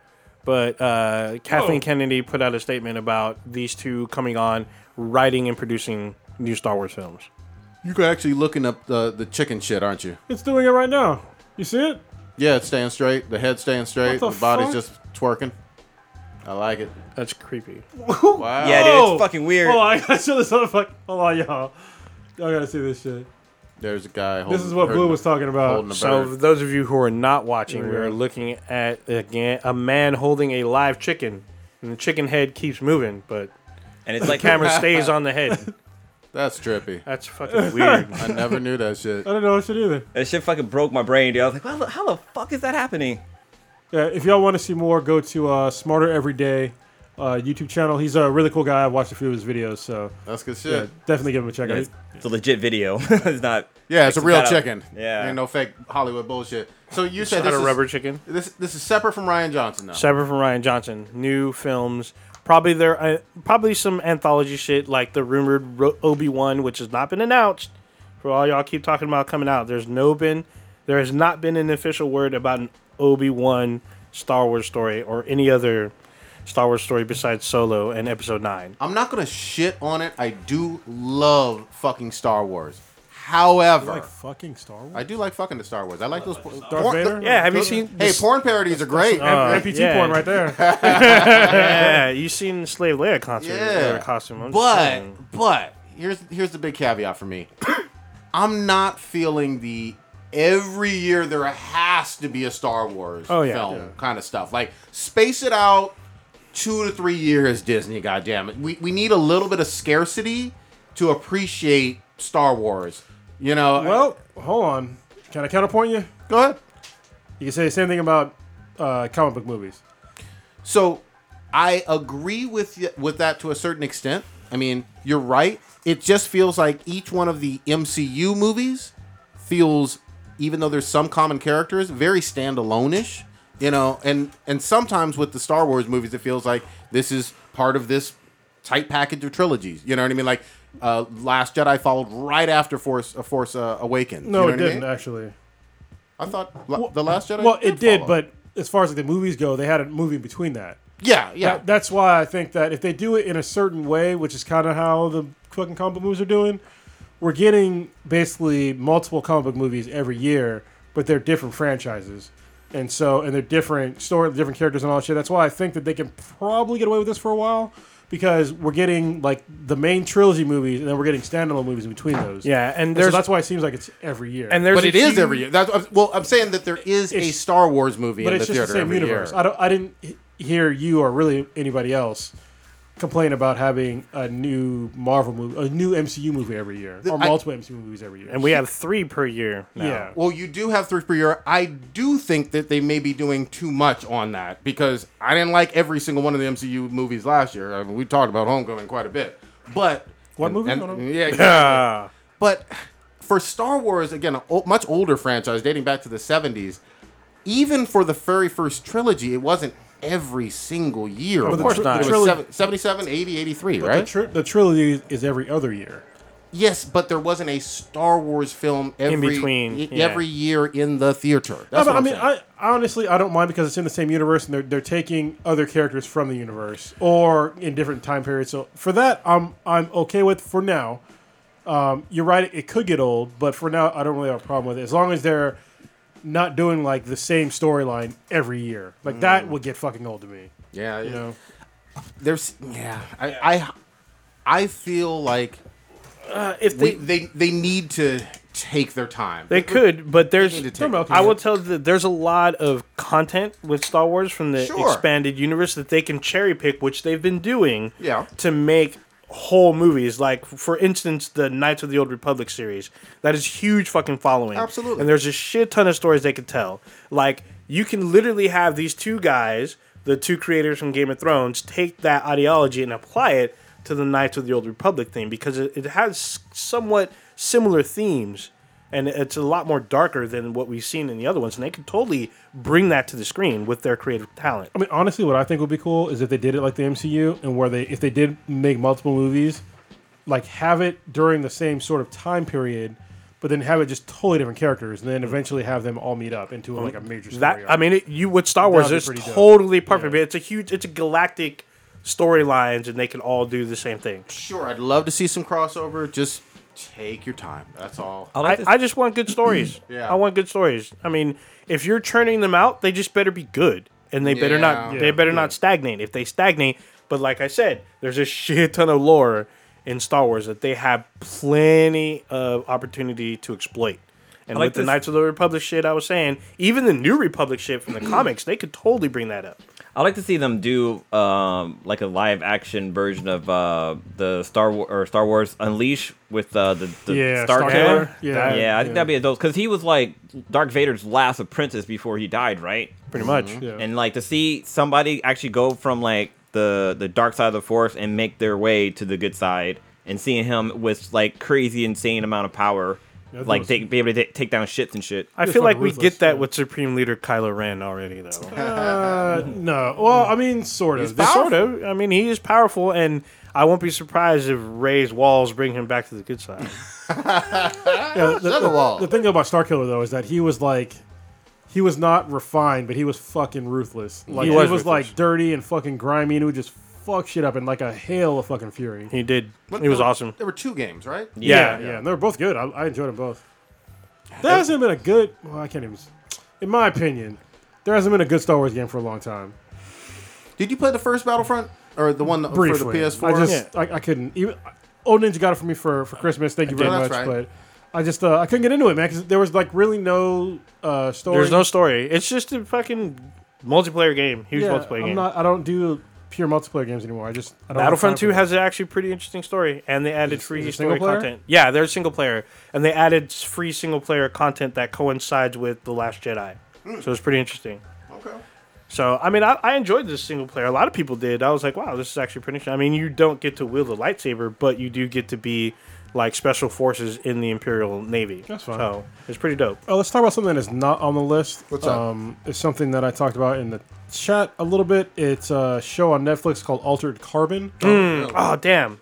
Speaker 4: but uh,
Speaker 1: Oh.
Speaker 4: Kathleen Kennedy put out a statement about these two coming on, writing and producing new Star Wars films.
Speaker 1: You're actually looking up the, the chicken shit, aren't you?
Speaker 2: It's doing it right now. You see it?
Speaker 1: Yeah, it's staying straight. The head's staying straight.
Speaker 2: the
Speaker 1: the body's
Speaker 2: fuck?
Speaker 1: just twerking. I like it.
Speaker 4: That's creepy.
Speaker 1: Wow.
Speaker 3: Yeah, dude,
Speaker 2: Oh!
Speaker 3: it's fucking weird.
Speaker 2: Hold on, [laughs] I gotta show this other fuck. Hold on, y'all. Y'all gotta see this shit.
Speaker 1: There's a guy holding
Speaker 2: This is what
Speaker 1: herding
Speaker 2: Blue
Speaker 1: a-
Speaker 2: was talking
Speaker 1: holding
Speaker 2: about.
Speaker 1: a
Speaker 4: So, for
Speaker 1: bird.
Speaker 4: those of you who are not watching, we
Speaker 2: we
Speaker 4: are
Speaker 2: are.
Speaker 4: looking at again a man holding a live chicken, and the chicken head keeps moving, but
Speaker 3: and it's
Speaker 1: [laughs]
Speaker 3: like
Speaker 4: camera
Speaker 3: [laughs]
Speaker 4: stays on the head.
Speaker 1: That's trippy.
Speaker 4: That's fucking weird.
Speaker 1: I never knew that
Speaker 4: [laughs]
Speaker 1: shit.
Speaker 2: I don't know shit either.
Speaker 3: That shit fucking broke my brain, dude. I was like, how the, how the fuck is that happening?
Speaker 2: Yeah, if y'all want to see more, go to uh, Smarter Every Day uh, YouTube channel. He's a really cool guy. I've watched a few of his videos, so
Speaker 1: That's good
Speaker 2: yeah,
Speaker 1: shit.
Speaker 2: definitely give him a check out.
Speaker 3: It's, it's a legit video. [laughs] it's not.
Speaker 1: Yeah, it's a real
Speaker 3: that up.
Speaker 1: chicken.
Speaker 3: Yeah.
Speaker 1: Ain't no fake Hollywood bullshit. So you said
Speaker 4: Not
Speaker 1: this
Speaker 4: a
Speaker 1: is,
Speaker 4: rubber chicken.
Speaker 1: this this is separate from Ryan Johnson now.
Speaker 4: separate from Ryan Johnson. New films, probably there, uh, probably some anthology shit like the rumored Ro- Obi wan which has not been announced. For all y'all keep talking about coming out, there's no been, there has not been an official word about an Obi wan Star Wars story or any other Star Wars story besides Solo and Episode Nine.
Speaker 1: I'm not gonna shit on it. I do love fucking Star Wars. However,
Speaker 2: Like fucking Star Wars.
Speaker 1: I do like fucking the Star Wars. I like those. por-
Speaker 2: Darth
Speaker 1: porn-
Speaker 2: Vader?
Speaker 4: Yeah, have you
Speaker 1: those-
Speaker 4: seen?
Speaker 1: Hey,
Speaker 4: this-
Speaker 1: porn parodies are great.
Speaker 2: MPT
Speaker 4: yeah.
Speaker 2: porn right
Speaker 3: [laughs]
Speaker 2: there.
Speaker 4: Yeah, you seen Slave Leia concert
Speaker 1: yeah,
Speaker 4: or costume? I'm just
Speaker 1: but
Speaker 4: saying.
Speaker 1: but here's here's the big caveat for me. [coughs] I'm not feeling the every year there has to be a Star Wars
Speaker 4: Oh, yeah.
Speaker 1: film
Speaker 4: Yeah.
Speaker 1: kind of stuff. Like space it out two to three years, Disney. Goddamn it, we we need a little bit of scarcity to appreciate Star Wars. You know,
Speaker 2: well, hold on. Can I counterpoint you?
Speaker 1: go ahead.
Speaker 2: You can say the same thing about uh, comic book movies.
Speaker 1: So I agree with y- with that to a certain extent. I mean, you're right. It just feels like each one of the MCU movies feels, even though there's some common characters, very standalone-ish. You know, and and sometimes with the Star Wars movies, it feels like this is part of this tight package of trilogies. You know what I mean? Like uh, Last Jedi followed right after Force uh, Force uh, Awakens.
Speaker 2: No,
Speaker 1: you know
Speaker 2: it
Speaker 1: what
Speaker 2: didn't
Speaker 1: I, mean?
Speaker 2: actually.
Speaker 1: I thought La- the Last Jedi.
Speaker 2: Well, it did,
Speaker 1: follow.
Speaker 2: but as far as like, the movies go, they had a movie between that.
Speaker 1: yeah, yeah.
Speaker 2: That, that's why I think that if they do it in a certain way, which is kind of how the fucking comic book movies are doing, we're getting basically multiple comic book movies every year, but they're different franchises. And so, and they're different story, different characters, and all that shit. That's why I think that they can probably get away with this for a while because we're getting like the main trilogy movies, and then we're getting standalone movies in between those.
Speaker 4: yeah, and
Speaker 2: And so
Speaker 4: there's
Speaker 2: that's why it seems like it's every year.
Speaker 4: and there's
Speaker 1: but
Speaker 4: a
Speaker 1: it is
Speaker 4: huge-
Speaker 1: every year. That's well, I'm saying that there is a
Speaker 2: It's-
Speaker 1: Star Wars movie
Speaker 2: but
Speaker 1: in
Speaker 2: it's
Speaker 1: the
Speaker 2: just the
Speaker 1: theater
Speaker 2: same
Speaker 1: every
Speaker 2: universe.
Speaker 1: year.
Speaker 2: I don't. I didn't he- hear you or really anybody else complain about having a new Marvel movie, a new MCU movie every year, or
Speaker 1: I-
Speaker 2: multiple MCU movies every year.
Speaker 4: and we have three per year. Now.
Speaker 2: yeah,
Speaker 1: well, you do have three per year. I do think that they may be doing too much on that because I didn't like every single one of the MCU movies last year. I mean, we talked about Homecoming quite a bit, but
Speaker 2: What
Speaker 1: and-
Speaker 2: movie?
Speaker 1: and-
Speaker 2: I don't know. [laughs]
Speaker 1: yeah, exactly.
Speaker 4: Ah.
Speaker 1: but for Star Wars, again, a o- much older franchise dating back to the 70s. Even for the very first trilogy, it wasn't every single year.
Speaker 2: But the
Speaker 1: Mark.
Speaker 2: tr- the
Speaker 1: It was
Speaker 2: trilogy-
Speaker 1: seven- 77, 80, 83, right?
Speaker 2: the, tri- the trilogy is every other year.
Speaker 1: Yes, but there wasn't a Star Wars film every
Speaker 4: between,
Speaker 1: e-
Speaker 4: yeah.
Speaker 1: every year in the theater. That's
Speaker 2: I,
Speaker 1: what I'm
Speaker 2: mean,
Speaker 1: saying.
Speaker 2: I honestly I don't mind because it's in the same universe and they're they're taking other characters from the universe or in different time periods. So for that, I'm I'm okay with for now. Um, you're right; it could get old, but for now, I don't really have a problem with it as long as they're not doing like the same storyline every year. Like that would get fucking old to me.
Speaker 1: Mm. yeah,
Speaker 2: You know,
Speaker 1: there's yeah. I I, I feel like
Speaker 4: if
Speaker 1: we,
Speaker 4: they
Speaker 1: Uh, they they need to take their time.
Speaker 4: They could, but there's.
Speaker 1: need to take
Speaker 2: No, no,
Speaker 4: I will tell that there's a lot of content with Star Wars from the
Speaker 1: Sure.
Speaker 4: expanded universe that they can cherry pick, which they've been doing.
Speaker 1: Yeah.
Speaker 4: To make whole movies, like for instance, the Knights of the Old Republic series, that is huge fucking following.
Speaker 1: Absolutely.
Speaker 4: And there's a shit ton of stories they could tell. Like you can literally have these two guys, the two creators from Game of Thrones, take that ideology and apply it to the Knights of the Old Republic thing because it, it has somewhat similar themes and it's a lot more darker than what we've seen in the other ones and they could totally bring that to the screen with their creative talent
Speaker 2: I mean, honestly, what I think would be cool is if they did it like the MCU, and where they, if they did make multiple movies, like have it during the same sort of time period, but then have it just totally different characters, and then eventually have them all meet up into like a major story.
Speaker 4: that i
Speaker 2: arc.
Speaker 4: mean it, you with star wars
Speaker 2: Oh, That'd be
Speaker 4: it's
Speaker 2: pretty dope.
Speaker 4: totally perfect it's a huge it's a galactic storylines and they can all do the same thing
Speaker 1: Sure, I'd love to see some crossover. Just take your time. That's all.
Speaker 3: I like
Speaker 4: I,
Speaker 3: this.
Speaker 4: I just want good stories.
Speaker 1: Yeah.
Speaker 4: I want good stories. I mean, if you're churning them out, they just better be good, and they better not
Speaker 1: Yeah.
Speaker 4: they
Speaker 2: Yeah,
Speaker 4: better
Speaker 2: yeah.
Speaker 4: not stagnate. If they stagnate, but like I said, there's a [laughs] shit ton of lore in Star Wars that they have plenty of opportunity to exploit. And
Speaker 3: I like
Speaker 4: with the
Speaker 3: this-
Speaker 4: Knights of the Republic shit, I was saying, even the New Republic shit from the comics, they could totally bring that up.
Speaker 3: I like to see them do um, like a live action version of uh, the Star War- or Star Wars Unleash with uh, the, the
Speaker 2: Yeah,
Speaker 3: Star,
Speaker 2: Star
Speaker 3: Killer.
Speaker 2: Killer? Yeah,
Speaker 3: yeah, I think
Speaker 2: yeah.
Speaker 3: that'd be adult because he was like Darth Vader's last apprentice before he died, right?
Speaker 4: Pretty much.
Speaker 2: Yeah.
Speaker 3: And like to see somebody actually go from like the the dark side of the force and make their way to the good side, and seeing him with like crazy insane amount of power,
Speaker 2: that
Speaker 3: like
Speaker 2: was-
Speaker 3: take, be able to ta- take down shits and shit.
Speaker 4: I
Speaker 2: Just
Speaker 4: feel like
Speaker 2: fucking
Speaker 4: we
Speaker 2: ruthless,
Speaker 4: get that
Speaker 2: yeah.
Speaker 4: with Supreme Leader Kylo Ren already, though.
Speaker 2: Uh, no, well, I mean, sort of. This-
Speaker 4: This sort of. I mean, he is powerful, and I won't be surprised if Ray's walls bring him back to the
Speaker 2: [laughs]
Speaker 4: good side.
Speaker 2: yeah, the,
Speaker 1: Another wall.
Speaker 2: the thing about Star Killer though is that he was like, he was not refined, but he was fucking ruthless. Like he was,
Speaker 4: was
Speaker 2: like dirty and fucking grimy, and he would just fuck shit up in like a hail of fucking fury.
Speaker 4: he did.
Speaker 1: But
Speaker 4: He was
Speaker 1: there-
Speaker 4: awesome.
Speaker 1: There were two games, right?
Speaker 2: Yeah, yeah, and they were both good. I, I enjoyed them both. There hasn't been a good. Well, I can't even. s- In my opinion, there hasn't been a good Star Wars game for a long time.
Speaker 1: Did you play the first Battlefront or the one for
Speaker 2: Briefly,
Speaker 1: the PS4?
Speaker 2: I just I, I couldn't even. Old Ninja got it for me for, for Christmas. Thank you very
Speaker 1: Oh,
Speaker 2: much.
Speaker 1: that's right.
Speaker 2: But I just uh, I couldn't get into it, man, because there was like really no uh, story.
Speaker 4: There's no story. It's just a fucking multiplayer game. Huge
Speaker 2: Yeah,
Speaker 4: multiplayer
Speaker 2: I'm
Speaker 4: game.
Speaker 2: not. I don't do pure multiplayer games anymore. I just I don't have
Speaker 4: Battlefront
Speaker 2: time
Speaker 4: 2
Speaker 2: for
Speaker 4: has actually pretty interesting story, and they added
Speaker 2: is
Speaker 4: free
Speaker 2: it
Speaker 4: story
Speaker 2: single player?
Speaker 4: content. Yeah, they're single player, and they added s- free single player content that coincides with The Last Jedi.
Speaker 2: Hmm.
Speaker 4: So it's pretty interesting.
Speaker 1: okay.
Speaker 4: So I mean, I, I enjoyed this single player. A lot of people did. I was like, wow, this is actually pretty. interesting. I mean, you don't get to wield a lightsaber, but you do get to be like special forces in the Imperial Navy.
Speaker 2: That's fine.
Speaker 4: So it's pretty dope.
Speaker 2: Oh, let's talk about something that is not on the list.
Speaker 1: What's up?
Speaker 2: Um, it's something that I talked about in the chat a little bit. It's a show on Netflix called Altered Carbon.
Speaker 4: Oh damn.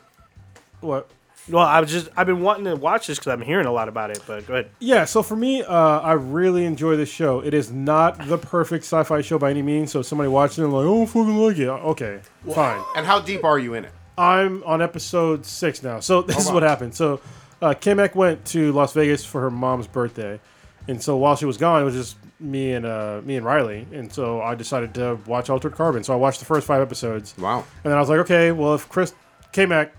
Speaker 2: What?
Speaker 4: Well, I was just I've been wanting to watch this because I'm hearing a lot about it. But go ahead.
Speaker 2: Yeah, so for me, uh, I really enjoy this show. It is not the perfect sci-fi show by any means. So if somebody watching it like, oh, I fucking like it. Okay, fine.
Speaker 1: And how deep are you in it?
Speaker 2: I'm on episode six now. So [laughs] this is what happened. So uh, Kim Ek went to Las Vegas for her mom's birthday, and so while she was gone, it was just me and uh, me and Riley. And so I decided to watch Altered Carbon. So I watched the first five episodes.
Speaker 1: Wow.
Speaker 2: And then I was like, okay, well, if Chris K Mac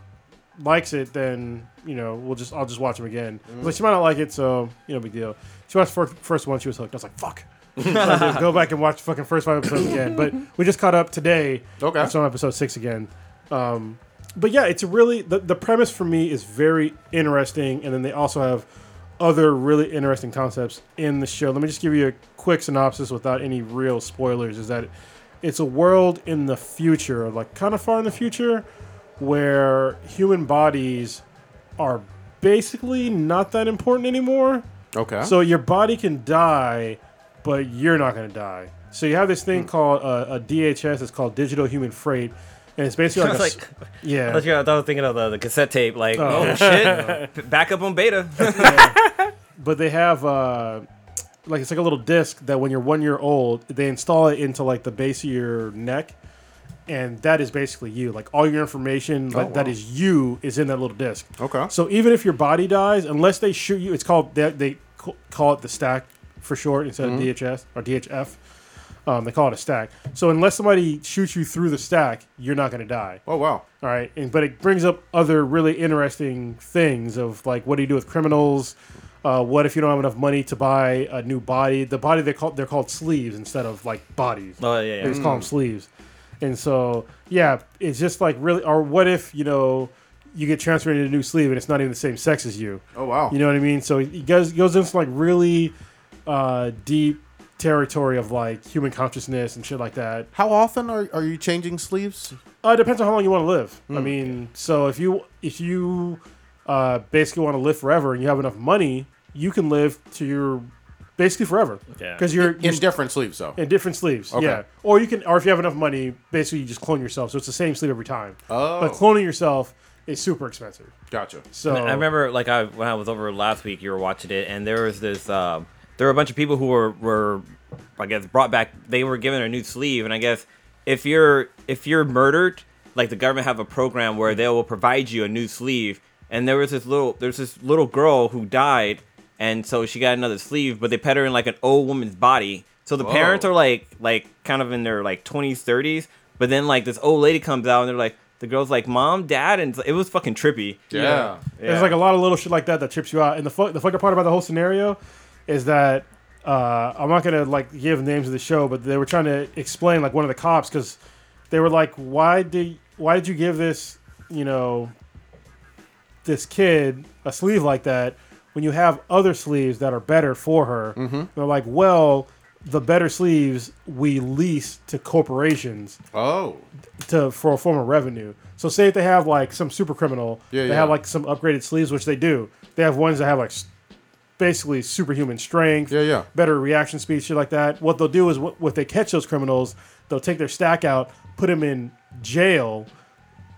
Speaker 2: likes it, then you know, we'll just I'll just watch him again. I was like, she might not like it, so you know, big deal. She watched the fir- first one, she was hooked. I was like, fuck. So I had to go back and watch the fucking first five episodes again. But we just caught up today.
Speaker 1: Okay.
Speaker 2: So on episode six again. Um, but yeah, it's a really the, the premise for me is very interesting, and then they also have other really interesting concepts in the show. Let me just give you a quick synopsis without any real spoilers. Is that it's a world in the future, like kind of far in the future, where human bodies are basically not that important anymore.
Speaker 1: Okay.
Speaker 2: So your body can die, but you're not going to die. So you have this thing called uh, a DHS. It's called digital human freight, and it's [laughs] basically like,
Speaker 3: It's
Speaker 2: a,
Speaker 3: like-
Speaker 2: s- yeah,
Speaker 3: I thought I was thinking of the, the cassette tape, like, oh, shit, P- back up on beta.
Speaker 2: but they have uh, like it's like a little disc that when you're one year old, they install it into like the base of your neck, and that is basically you. Like all your information like,
Speaker 1: Oh,
Speaker 2: that
Speaker 1: wow.
Speaker 2: is you is in that little disc.
Speaker 1: Okay.
Speaker 2: So even if your body dies, unless they shoot you, it's called they, they ca- call it the stack for short instead
Speaker 1: Mm-hmm.
Speaker 2: of DHS or DHF. Um, they call it a stack. So unless somebody shoots you through the stack, you're not going to die.
Speaker 1: oh wow.
Speaker 2: All right, and, but it brings up other really interesting things of like what do you do with criminals, Uh, what if you don't have enough money to buy a new body? The body they call they're called sleeves instead of like bodies.
Speaker 3: Oh, yeah, yeah.
Speaker 2: They just
Speaker 1: Mm.
Speaker 2: call them sleeves. And so yeah, it's just like really. Or what if you know you get transferred into a new sleeve and it's not even the same sex as you?
Speaker 1: Oh, wow.
Speaker 2: You know what I mean? So he goes goes into like really uh, deep territory of like human consciousness and shit like that.
Speaker 1: How often are, are you changing sleeves?
Speaker 2: Uh, it depends on how long you want to live.
Speaker 3: Mm.
Speaker 2: I mean, so if you if you uh, basically want to live forever and you have enough money, you can live to your basically forever.
Speaker 3: Yeah.
Speaker 2: Because you're
Speaker 1: In
Speaker 2: you-
Speaker 1: different sleeves, though.
Speaker 2: in different sleeves.
Speaker 1: Okay.
Speaker 2: Yeah. Or you can, or if you have enough money, basically you just clone yourself. So it's the same sleeve every time.
Speaker 1: Oh.
Speaker 2: But cloning yourself is super expensive.
Speaker 1: Gotcha.
Speaker 2: So
Speaker 3: I remember like I when I was over last week, you were watching it, and there was this. Um, there were a bunch of people who were were, I guess, brought back. They were given a new sleeve, and I guess if you're if you're murdered, like the government have a program where they will provide you a new sleeve. And there was this little there's this little girl who died, and so she got another sleeve, but they put her in like an old woman's body. So the parents
Speaker 1: Whoa.
Speaker 3: are like like kind of in their like 20s, 30s, but then like this old lady comes out and they're like the girl's like mom, dad, and it's- it was fucking trippy.
Speaker 1: Yeah.
Speaker 2: There's like a lot of little shit like that that trips you out. And the fu- the fucked up part about the whole scenario is that uh, I'm not gonna like give names of the show, but they were trying to explain like one of the cops because they were like, why did why did you give this you know this kid a sleeve like that when you have other sleeves that are better for her? Mm-hmm. They're like, well, the better sleeves we lease to corporations
Speaker 1: Oh.
Speaker 2: to for a form of revenue. So say if they have like some super criminal,
Speaker 1: Yeah,
Speaker 2: they
Speaker 1: yeah.
Speaker 2: have like some upgraded sleeves, which they do. They have ones that have like s- basically superhuman strength,
Speaker 1: Yeah, yeah.
Speaker 2: better reaction speed, shit like that. What they'll do is wh- if they catch those criminals, they'll take their stack out, put them in jail,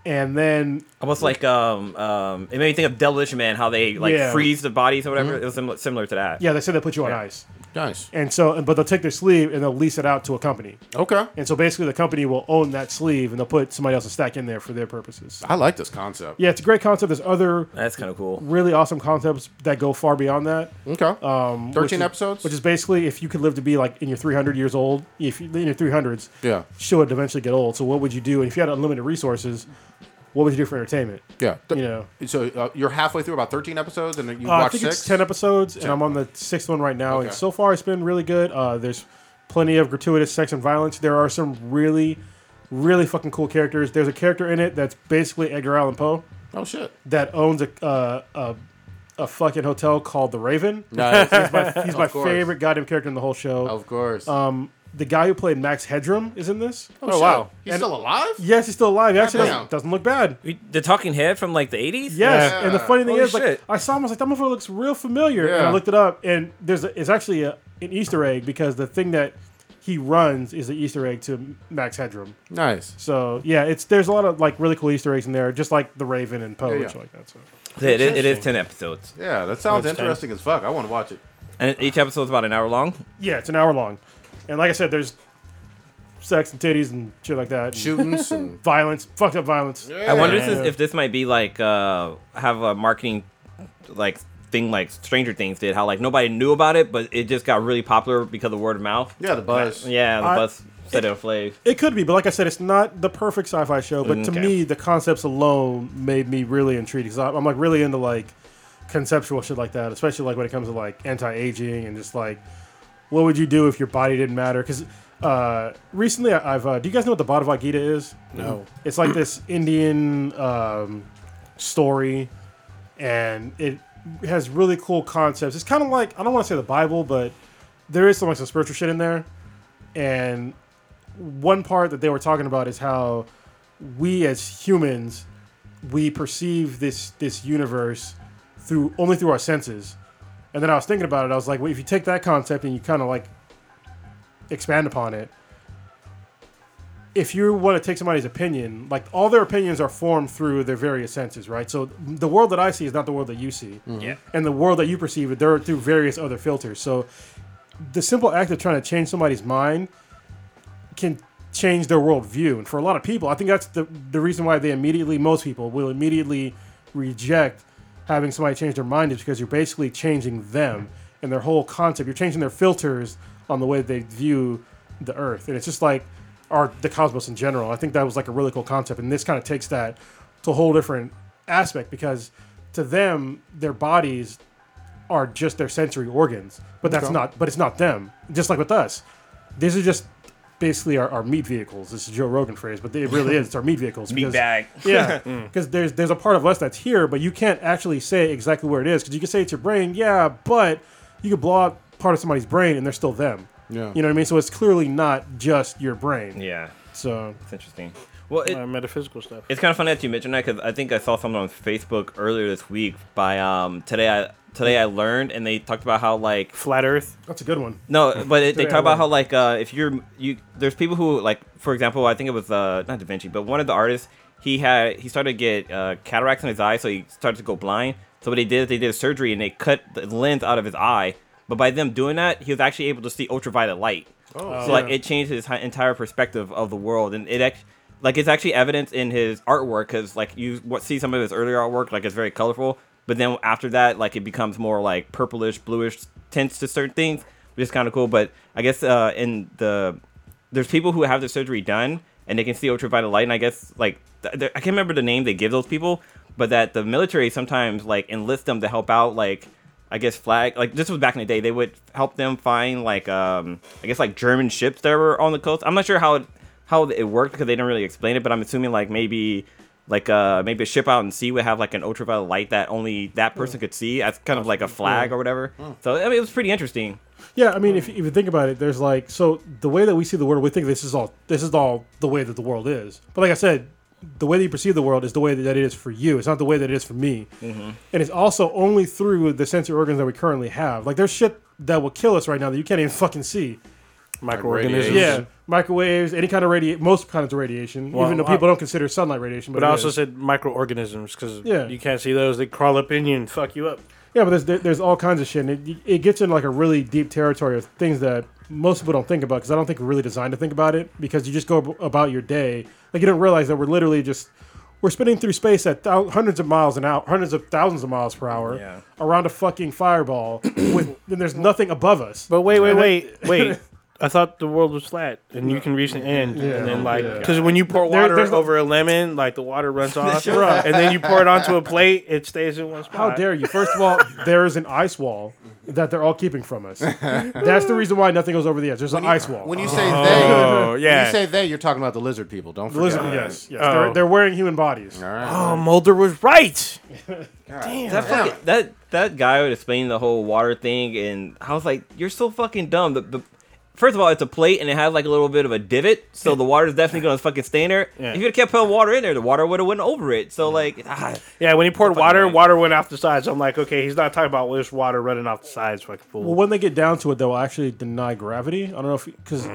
Speaker 2: and then
Speaker 3: Almost like um um, it made me think of Demolition Man, how they like
Speaker 2: Yeah. Mm-hmm.
Speaker 3: freeze the bodies or whatever. It was sim- similar to that.
Speaker 2: yeah, they say they put you on ice,
Speaker 1: Nice.
Speaker 2: and so but they'll take their sleeve and they'll lease it out to a company.
Speaker 1: Okay.
Speaker 2: And so basically, the company will own that sleeve, and they'll put somebody else's stack in there for their purposes.
Speaker 1: I like this concept.
Speaker 2: Yeah, it's a great concept. There's other
Speaker 3: That's kind of cool.
Speaker 2: really awesome concepts that go far beyond that.
Speaker 1: Okay. Um, 13
Speaker 2: which is-
Speaker 1: episodes?
Speaker 2: which is basically if you could live to be like in your 300 years old, if you, in your 300s,
Speaker 1: Yeah.
Speaker 2: she would eventually get old. So what would you do? And if you had unlimited resources, what would you do for entertainment?
Speaker 1: yeah. Th-
Speaker 2: You know,
Speaker 1: So uh, you're halfway through about 13 episodes and you
Speaker 2: uh, I
Speaker 1: watched
Speaker 2: think
Speaker 1: six?
Speaker 2: it's 10 episodes, and I'm on the sixth one right now. And
Speaker 1: Okay.
Speaker 2: so far, it's been really good. Uh, there's plenty of gratuitous sex and violence. There are some really, really fucking cool characters. There's a character in it that's basically Edgar Allan Poe
Speaker 1: Oh,
Speaker 2: [laughs]
Speaker 1: shit.
Speaker 2: that owns a uh, a, a fucking hotel called the Raven.
Speaker 1: Nice.
Speaker 2: He's my,
Speaker 1: [laughs]
Speaker 2: he's my
Speaker 1: course.
Speaker 2: favorite goddamn character in the whole show.
Speaker 1: of course.
Speaker 2: Um, the guy who played Max Headroom is in this.
Speaker 1: Oh, shit.
Speaker 4: wow.
Speaker 1: He's still alive?
Speaker 2: Yes, he's still alive. He actually
Speaker 1: Goddamn.
Speaker 2: doesn't, doesn't look bad.
Speaker 3: We- The Talking Head from like the 80s.
Speaker 2: Yes, and the funny thing
Speaker 3: Holy
Speaker 2: is, like,
Speaker 3: shit.
Speaker 2: I saw him, I was like, that motherfucker looks real familiar. And
Speaker 1: Yeah.
Speaker 2: I looked it up, and there's a, it's actually a, an Easter egg because the thing that he runs is the Easter egg to Max Headroom.
Speaker 1: Nice.
Speaker 2: So yeah, it's there's a lot of like really cool Easter eggs in there, just like the Raven and Poe
Speaker 1: Yeah, yeah.
Speaker 2: and shit like that. So
Speaker 3: It is, it is 10 episodes,
Speaker 1: Yeah, that sounds
Speaker 4: That's
Speaker 1: interesting as fuck. I want to watch it.
Speaker 3: and each episode's about an hour long.
Speaker 2: yeah, it's an hour long, and like I said, there's sex and titties and shit like that,
Speaker 1: [laughs]
Speaker 2: and
Speaker 1: Shootings and.
Speaker 2: violence, fucked up violence.
Speaker 3: I wonder if
Speaker 2: Yeah.
Speaker 3: this, if this might be like uh, have a marketing like thing like Stranger Things did, how like nobody knew about it, but it just got really popular because of word of mouth.
Speaker 1: Yeah, the buzz.
Speaker 3: Yeah, the
Speaker 2: I-
Speaker 3: bus set it aflame.
Speaker 2: It could be, but like I said, it's not the perfect sci-fi show. But to
Speaker 3: Okay.
Speaker 2: me, the concepts alone made me really intrigued because I'm like really into like conceptual shit like that, especially like when it comes to like anti-aging and just like what would you do if your body didn't matter? Because uh, recently, I, I've uh, do you guys know what the Bhagavad Gita is? No, it's like this Indian um, story, and it has really cool concepts. It's kind of like I don't want to say the Bible, but there is some like some spiritual shit in there, and one part that they were talking about is how we as humans we perceive this this universe through only through our senses and then i was thinking about it i was like well if you take that concept and you kind of like expand upon it if you want to take somebody's opinion like all their opinions are formed through their various senses right so the world that i see is not the world that you see
Speaker 3: Yeah.
Speaker 2: and the world that you perceive it they're through various other filters so the simple act of trying to change somebody's mind can change their worldview. And for a lot of people, I think that's the the reason why they immediately most people will immediately reject having somebody change their mind is because you're basically changing them and their whole concept. You're changing their filters on the way they view the earth. And it's just like or the cosmos in general. I think that was like a really cool concept. And this kind of takes that to a whole different aspect because to them, their bodies are just their sensory organs, but that's
Speaker 1: Okay.
Speaker 2: not. But it's not them. Just like with us, these are just basically our, our meat vehicles. This is Joe Rogan phrase, but it really is. It's our meat vehicles.
Speaker 3: Meat
Speaker 2: because-
Speaker 3: bag.
Speaker 1: [laughs]
Speaker 2: Yeah,
Speaker 1: Hmm.
Speaker 2: because there's there's a part of us that's here, but you can't actually say exactly where it is because you can say it's your brain, yeah, but you could blow up part of somebody's brain and they're still them.
Speaker 1: Yeah.
Speaker 2: you know what I mean. So it's clearly not just your brain.
Speaker 3: Yeah,
Speaker 2: So
Speaker 3: it's interesting. Well, it,
Speaker 4: uh, metaphysical stuff.
Speaker 3: It's kind of funny that you mentioned that because I think I saw something on Facebook earlier this week by um today I today I learned and they talked about how like
Speaker 4: Flat Earth.
Speaker 2: that's a good one. [laughs]
Speaker 3: no but it,
Speaker 2: Today
Speaker 3: they
Speaker 2: I
Speaker 3: talk about
Speaker 2: learned.
Speaker 3: how like uh if you're you there's people who like for example I think it was uh not Da Vinci but one of the artists he had he started to get uh, cataracts in his eye so he started to go blind so what they did is they did surgery and they cut the lens out of his eye but by them doing that he was actually able to see ultraviolet light so like
Speaker 2: Oh. Yeah.
Speaker 3: it changed his hi- entire perspective of the world, and it actually like it's actually evidence in his artwork because like you what see some of his earlier artwork like it's very colorful, but then after that like it becomes more like purplish, bluish tints to certain things, which is kind of cool. But I guess uh, in the there's people who have the surgery done and they can see ultraviolet light, and I guess like th- th- I can't remember the name they give those people, but that the military sometimes like enlist them to help out like I guess flag like this was back in the day. They would help them find like um I guess like German ships that were on the coast. I'm not sure how it, how it worked because they didn't really explain it, but I'm assuming like maybe like uh maybe a ship out in sea would have like an ultraviolet light that only that person could see as kind of like a flag or whatever. So I mean it was pretty interesting.
Speaker 2: Yeah, I mean, if,
Speaker 4: Um,
Speaker 2: if you think about it, there's like so the way that we see the world, we think this is all this is all the way that the world is. But like I said, the way that you perceive the world is the way that it is for you. It's not the way that it is for me.
Speaker 4: Mm-hmm.
Speaker 2: And it's also only through the sensory organs that we currently have. Like there's shit that will kill us right now that you can't even fucking see.
Speaker 4: Microorganisms.
Speaker 1: radiation.
Speaker 2: Yeah, microwaves, any kind of radi, most kinds of radiation.
Speaker 4: Well,
Speaker 2: even though
Speaker 4: I-
Speaker 2: people don't consider sunlight radiation, but,
Speaker 4: But I
Speaker 2: it
Speaker 4: also
Speaker 2: is.
Speaker 4: said microorganisms because
Speaker 2: Yeah.
Speaker 4: you can't see those. They crawl up in you and fuck you up.
Speaker 2: Yeah, but there's there- there's all kinds of shit, and it, it gets into like a really deep territory of things that most people don't think about because I don't think we're really designed to think about it because you just go ab- about your day like you don't realize that we're literally just we're spinning through space at thou- hundreds of miles an hour, hundreds of thousands of miles per hour
Speaker 3: Yeah.
Speaker 2: around a fucking fireball
Speaker 1: [coughs]
Speaker 2: with then there's nothing above us.
Speaker 4: But wait, wait, wait,
Speaker 2: [laughs]
Speaker 4: wait. I thought the world was flat, and you can reach the end, and then like because when you pour
Speaker 2: There-
Speaker 4: water
Speaker 2: there's no-
Speaker 4: over a lemon, like the water runs off, and then you pour it onto a plate, it stays in one spot.
Speaker 2: How dare you? First of all, there is an ice wall that they're all keeping from us. That's the reason why nothing goes over the edge. There's an ice wall.
Speaker 1: When you say they,
Speaker 4: Oh,
Speaker 1: when
Speaker 4: yeah.
Speaker 1: you say they, you're talking about the lizard people. Don't forget.
Speaker 2: Elizabeth, yes, yes.
Speaker 4: Oh.
Speaker 2: They're, they're wearing human bodies.
Speaker 1: All right.
Speaker 4: Oh, Mulder was right.
Speaker 3: That fucking, that that guy would explain the whole water thing, and I was like, "You're so fucking dumb." The, the first of all, it's a plate, and it has like a little bit of a divot, so the water's definitely gonna fucking stay in there.
Speaker 4: Yeah.
Speaker 3: If you'd kept putting water in there, the water would have went over it. So like, ah,
Speaker 4: Yeah, when he poured
Speaker 3: Fucking
Speaker 4: water,
Speaker 3: right.
Speaker 4: water went off the sides. I'm like, okay, he's not talking about just water running off the sides, fucking fool.
Speaker 2: Well, when they get down to it, they'll actually deny gravity. I don't know if because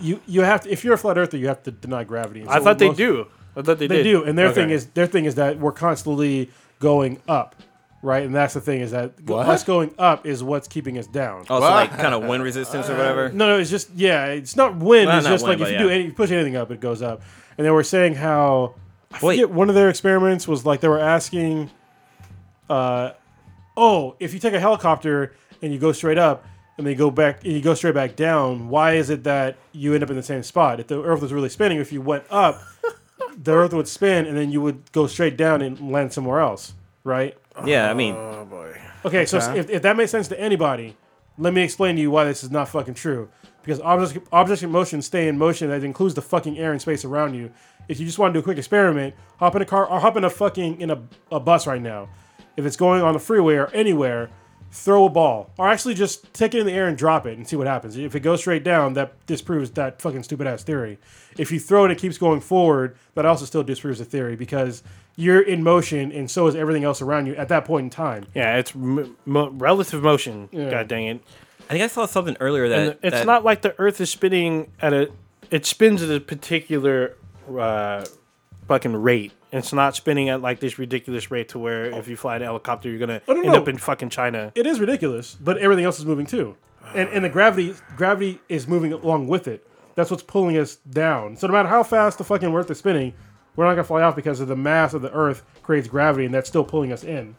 Speaker 2: you you have to if you're a flat earther, you have to deny gravity. And
Speaker 4: I
Speaker 2: so
Speaker 4: thought they
Speaker 2: most-
Speaker 4: do. I thought they,
Speaker 2: They
Speaker 4: did.
Speaker 2: do, and their
Speaker 4: Okay.
Speaker 2: thing is their thing is that we're constantly going up, right? And that's the thing is that go-
Speaker 1: What?
Speaker 2: us going up is what's keeping us down.
Speaker 3: also
Speaker 1: What?
Speaker 3: like kind of wind resistance or whatever.
Speaker 2: No, no, it's just yeah, it's not wind.
Speaker 3: Well,
Speaker 2: it's
Speaker 3: not
Speaker 2: just
Speaker 3: wind,
Speaker 2: like if
Speaker 3: but
Speaker 2: you do
Speaker 3: yeah.
Speaker 2: any, you push anything up, it goes up. And they were saying how I
Speaker 3: Wait.
Speaker 2: forget one of their experiments was like they were asking, uh, oh, if you take a helicopter and you go straight up and then you go back and you go straight back down, why is it that you end up in the same spot? If the Earth was really spinning, if you went up, the Earth would spin and then you would go straight down and land somewhere else, right?
Speaker 3: Yeah, I mean,
Speaker 2: Okay, so if, if that makes sense to anybody, let me explain to you why this is not fucking true. Because objects, objects in motion stay in motion. That includes the fucking air and space around you. If you just want to do a quick experiment, hop in a car or hop in a fucking in a, a bus right now. If it's going on the freeway or anywhere, throw a ball or actually just take it in the air and drop it and see what happens. If it goes straight down, that disproves that fucking stupid ass theory. If you throw it, it keeps going forward. That also still disproves the theory because you're in motion and so is everything else around you at that point in time.
Speaker 4: Yeah, it's m- mo- relative motion. God dang it!
Speaker 3: I think I saw something earlier that
Speaker 4: And it's
Speaker 3: that-
Speaker 4: not like the Earth is spinning at a. It spins at a particular uh, fucking rate. It's not spinning at like this ridiculous rate to where if you fly an helicopter, you're gonna
Speaker 2: Oh, no,
Speaker 4: end
Speaker 2: no.
Speaker 4: up in fucking China.
Speaker 2: it is ridiculous, but everything else is moving too, and and the gravity gravity is moving along with it. That's what's pulling us down. So no matter how fast the fucking Earth is spinning, we're not gonna fly off because of the mass of the Earth creates gravity, and that's still pulling us in.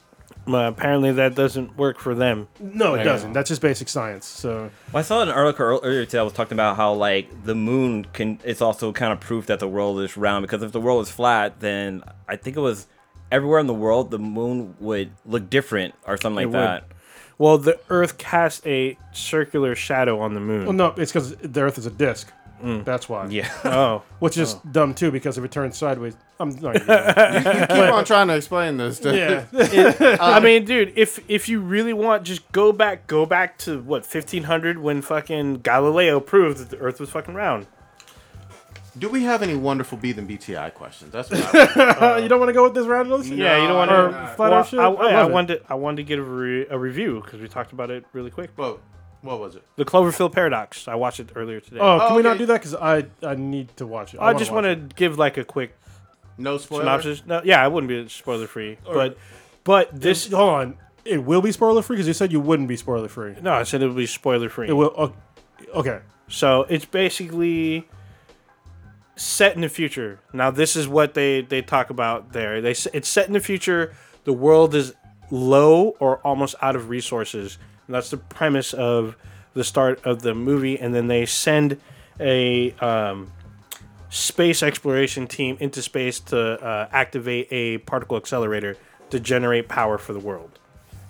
Speaker 4: Uh, apparently, that doesn't work for them.
Speaker 2: No, it doesn't. That's just basic science. So
Speaker 3: Well, I saw an article earlier today. I was talking about how like the moon can. It's also kind of proof that the world is round because if the world is flat, then I think it was everywhere in the world the moon would look different or something like
Speaker 4: It would.
Speaker 3: that.
Speaker 4: Well, the Earth casts a circular shadow on the moon.
Speaker 2: Well, Oh, no, it's because the Earth is a disc. That's why.
Speaker 3: Yeah.
Speaker 4: Oh,
Speaker 2: Which is dumb too, because if it turns sideways, I'm not. Even
Speaker 1: Keep on trying to explain this. To
Speaker 2: yeah. Uh,
Speaker 4: I mean, dude, if if you really want, just go back, go back to what 1500 when fucking Galileo proved that the Earth was fucking round.
Speaker 1: Do we have any wonderful B than BTI questions? That's what
Speaker 2: [laughs]
Speaker 1: I want.
Speaker 2: Uh, you don't want to go with this round of
Speaker 4: yeah, you don't want
Speaker 2: Or
Speaker 4: to.
Speaker 2: flat
Speaker 4: well,
Speaker 2: Earth shit?
Speaker 4: I,
Speaker 2: I
Speaker 4: I,
Speaker 2: love it.
Speaker 4: wanted to, I wanted to get a, re- a review because we talked about it really quick.
Speaker 1: Whoa, what was it?
Speaker 4: The Cloverfield Paradox. I watched it earlier today.
Speaker 2: Oh, can
Speaker 1: Oh,
Speaker 2: we
Speaker 1: okay.
Speaker 2: not do that? Because I I need to watch it.
Speaker 4: I just want
Speaker 2: want
Speaker 4: to give like a quick
Speaker 1: No spoilers.
Speaker 4: synopsis. No, yeah, I wouldn't be spoiler free, but but this.
Speaker 2: Hold on. It will be spoiler free because you said you wouldn't be spoiler free.
Speaker 4: No, I said it would be spoiler free.
Speaker 2: It will. o- Okay.
Speaker 4: So it's basically set in the future. Now this is what they they talk about there. They s- it's set in the future. The world is low or almost out of resources. And that's the premise of the start of the movie. And then they send a um, space exploration team into space to uh, activate a particle accelerator to generate power for the world.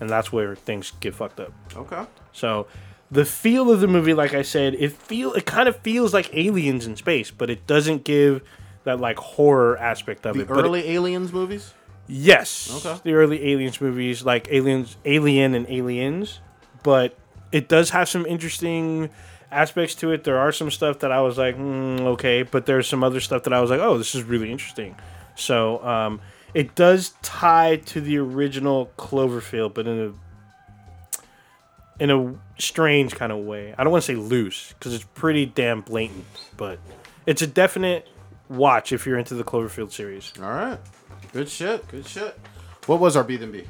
Speaker 4: And that's where things get fucked up.
Speaker 1: Okay.
Speaker 4: So the feel of the movie, like I said, it feel it kind of feels like aliens in space, but it doesn't give that like horror aspect of
Speaker 1: The
Speaker 4: it. but it-
Speaker 1: early Aliens movies?
Speaker 4: yes,
Speaker 1: Okay.
Speaker 4: the early aliens movies, like aliens, Alien, and Aliens, but it does have some interesting aspects to it. There are some stuff that I was like, mm, okay, but there's some other stuff that I was like, oh, this is really interesting. So um, it does tie to the original Cloverfield, but in a in a strange kind of way. I don't want to say loose because it's pretty damn blatant, but it's a definite watch if you're into the Cloverfield series.
Speaker 1: All right. Good shit. Good shit. What was our B than B?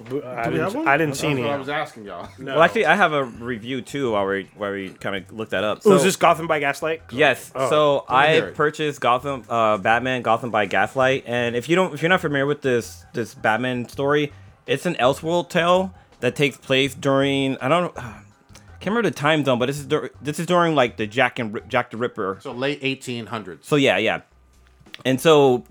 Speaker 4: I
Speaker 2: we have
Speaker 4: didn't,
Speaker 2: one?
Speaker 4: I didn't see
Speaker 1: That's
Speaker 4: any.
Speaker 1: what I was asking
Speaker 3: [laughs]
Speaker 1: y'all.
Speaker 3: Well, actually, I have a review too. While we while we kind of look that up.
Speaker 4: Oh, is
Speaker 3: So-
Speaker 4: this Gotham by Gaslight?
Speaker 3: Yes. so
Speaker 1: Oh, let me
Speaker 3: I
Speaker 1: hear it.
Speaker 3: purchased Gotham, uh, Batman, Gotham by Gaslight, and if you don't, if you're not familiar with this this Batman story, it's an Elseworld tale that takes place during I don't [sighs] know, can't remember the time zone, but this is dur- this is during like the Jack and Ri- Jack the Ripper.
Speaker 1: So late 1800s.
Speaker 3: So yeah, yeah. And so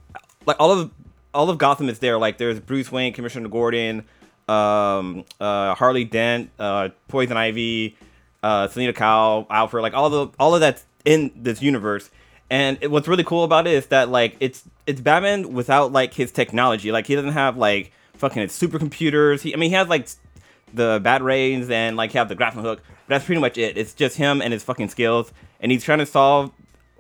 Speaker 3: like all of all of Gotham is there. Like there's Bruce Wayne, Commissioner Gordon, um, uh, Harley Dent, uh, Poison Ivy, uh, Selena Kyle, Alfred. Like all the all of that's in this universe. And it, what's really cool about it is that like it's it's Batman without like his technology. Like he doesn't have like fucking supercomputers. He I mean he has like s- the bat rays and like have the grappling hook. But that's pretty much it. It's just him and his fucking skills, and he's trying to solve.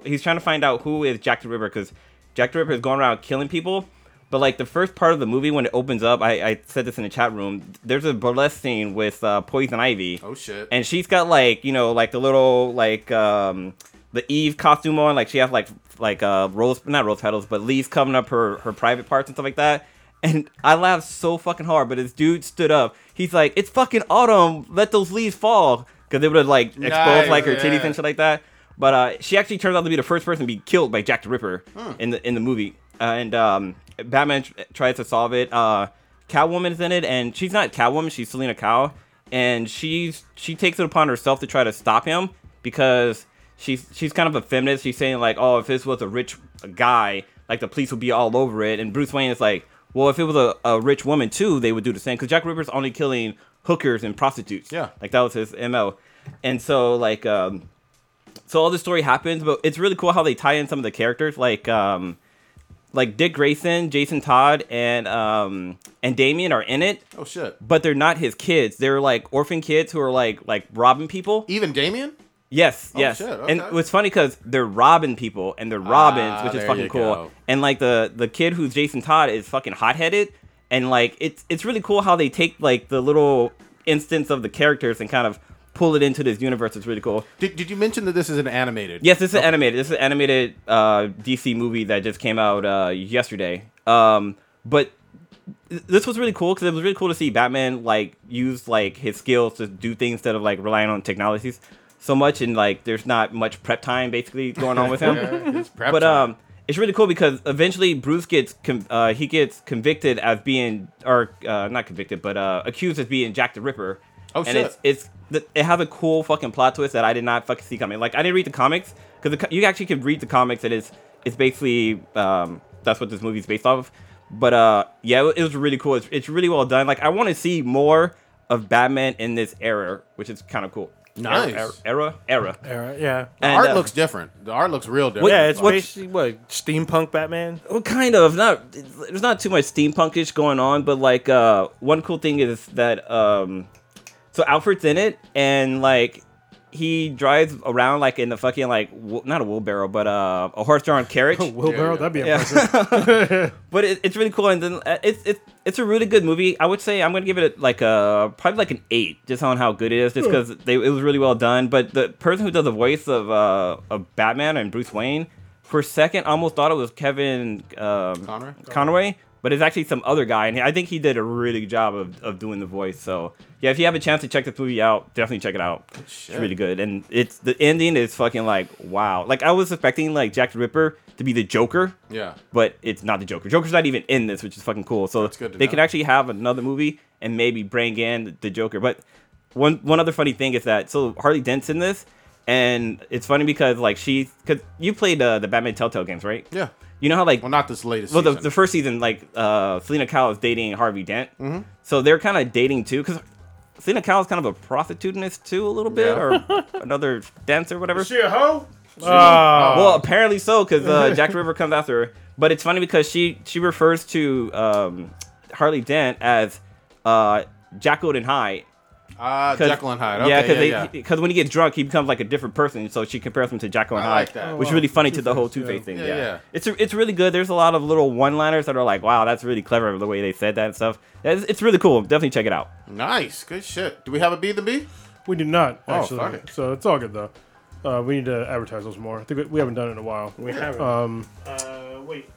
Speaker 3: He's trying to find out who is Jack the Ripper because Jack the Ripper is going around killing people. But like the first part of the movie when it opens up, I, I said this in the chat room. There's a burlesque scene with uh, Poison Ivy.
Speaker 1: Oh, shit.
Speaker 3: And she's got like you know like the little like um the Eve costume on. Like she has like like uh rose not rose petals but leaves covering up her her private parts and stuff like that. And I laughed so fucking hard. But this dude stood up. He's like, "It's fucking autumn. Let those leaves fall." Because they would have like exposed
Speaker 1: Nice,
Speaker 3: like her
Speaker 1: yeah.
Speaker 3: titties and shit like that. But uh, she actually turns out to be the first person to be killed by Jack the Ripper in the in the movie. Uh, and um, Batman tr- tries to solve it. Uh, Catwoman is in it, and she's not Catwoman; she's Selena Cow, and she's she takes it upon herself to try to stop him because she's she's kind of a feminist. She's saying like, "Oh, if this was a rich guy, like the police would be all over it." And Bruce Wayne is like, "Well, if it was a, a rich woman too, they would do the same." Because Jack Ripper's only killing hookers and prostitutes.
Speaker 1: Yeah.
Speaker 3: like that was his mo. And so like um, so all this story happens, but it's really cool how they tie in some of the characters, like um, like Dick Grayson, Jason Todd, and um, and Damien are in it,
Speaker 1: Oh, shit.
Speaker 3: but they're not his kids. They're like orphan kids who are like like robbing people.
Speaker 1: Even Damien?
Speaker 3: Yes, yes.
Speaker 1: E- Oh, shit,
Speaker 3: And
Speaker 1: okay.
Speaker 3: what's funny because they're robbing people and they're robins,
Speaker 1: Ah,
Speaker 3: which is
Speaker 1: there
Speaker 3: fucking
Speaker 1: you
Speaker 3: cool.
Speaker 1: go.
Speaker 3: And like the the kid who's Jason Todd is fucking hot headed, and like it's it's really cool how they take like the little instance of the characters and kind of pull it into this universe. It's really cool.
Speaker 1: Did, did you mention that this is an animated?
Speaker 3: Yes, this is animated. This is an animated uh, DC movie that just came out uh, yesterday. Um, but th- this was really cool because it was really cool to see Batman like use like his skills to do things instead of like relying on technologies so much, and like there's not much prep time basically going on
Speaker 1: [laughs]
Speaker 3: with him.
Speaker 1: It's prep
Speaker 3: but
Speaker 1: time.
Speaker 3: um, it's really cool because eventually Bruce gets con- uh, he gets convicted as being or uh, not convicted, but uh, accused as being Jack the Ripper.
Speaker 1: Oh,
Speaker 3: and
Speaker 1: shit.
Speaker 3: it's it's th- it has a cool fucking plot twist that I did not fucking see coming. Like I didn't read the comics because co- you actually can read the comics and it's it's basically um, that's what this movie's based off of. But uh, yeah, it, wa- it was really cool. It's, it's really well done. Like I want to see more of Batman in this era, which is kind of cool.
Speaker 1: Nice.
Speaker 3: Era, era, era.
Speaker 4: Era, yeah.
Speaker 3: And,
Speaker 1: art
Speaker 3: uh,
Speaker 1: looks different. The art looks real different.
Speaker 4: yeah, it's
Speaker 1: Like,
Speaker 4: basically what steampunk Batman.
Speaker 3: well, kind of not. There's not too much steampunkish going on, but like uh, one cool thing is that um, so Alfred's in it, and like he drives around like in the fucking like wh- not a wheelbarrow, but uh, a horse-drawn
Speaker 2: [laughs]
Speaker 3: carriage. [laughs]
Speaker 2: Wheelbarrow, that'd be impressive.
Speaker 3: but it, it's really cool, and then uh, it's it's it's a really good movie. I would say I'm gonna give it like a probably like an eight, just on how good it is, just because it was really well done. But the person who does the voice of uh of Batman and Bruce Wayne, for a second, I almost thought it was Kevin um,
Speaker 1: Conroy?
Speaker 3: Conroy, but it's actually some other guy, and I think he did a really good job of, of doing the voice. So yeah, if you have a chance to check this movie out, definitely check it out.
Speaker 1: Oh,
Speaker 3: It's really good, and it's the ending is fucking like wow. Like I was expecting like Jack the Ripper to be the Joker
Speaker 1: Yeah.
Speaker 3: but it's not the Joker. Joker's not even in this, which is fucking cool. So
Speaker 1: good to
Speaker 3: they
Speaker 1: know.
Speaker 3: could actually have another movie and maybe bring in the Joker. But one one other funny thing is that so Harley Dent's in this, and it's funny because like she because you played uh, the Batman Telltale games, right?
Speaker 1: Yeah.
Speaker 3: You know how like
Speaker 1: Well, not this latest
Speaker 3: well, the,
Speaker 1: season.
Speaker 3: the first season, like uh, Selena Kyle is dating Harvey Dent,
Speaker 1: Mm-hmm.
Speaker 3: so they're kind of dating too, because Selena Kyle is kind of a prostitute in this too, a little bit, or another dance or whatever.
Speaker 4: a hoe? Oh,
Speaker 3: Well,
Speaker 1: Um,
Speaker 3: apparently so, because uh,
Speaker 1: [laughs]
Speaker 3: Jack the River comes after her. But it's funny because she she refers to um, Harley Dent as uh, Jekyll and Hyde.
Speaker 1: Ah, Jekyll and Hyde. Okay,
Speaker 3: yeah,
Speaker 1: yeah,
Speaker 3: because
Speaker 1: yeah.
Speaker 3: when he gets drunk, he becomes like a different person. So she compares him to Jekyll and
Speaker 1: I
Speaker 3: Hyde,
Speaker 1: like that.
Speaker 3: which
Speaker 2: Oh,
Speaker 3: is really
Speaker 2: wow.
Speaker 3: funny to the whole Two
Speaker 2: Two-Face,
Speaker 3: Face thing.
Speaker 1: yeah.
Speaker 3: Yeah,
Speaker 1: Yeah, yeah.
Speaker 3: it's it's really good. There's a lot of little one liners that are like, wow, that's really clever the way they said that and stuff. It's, it's really cool. Definitely check it out.
Speaker 1: Nice. Good shit. Do we have a B the B?
Speaker 2: We do not
Speaker 1: Oh,
Speaker 2: actually,
Speaker 1: fuck it.
Speaker 2: so it's all good though. Uh, we need to advertise those more. I think we, we haven't done it in a while.
Speaker 4: we haven't. Um, uh, wait.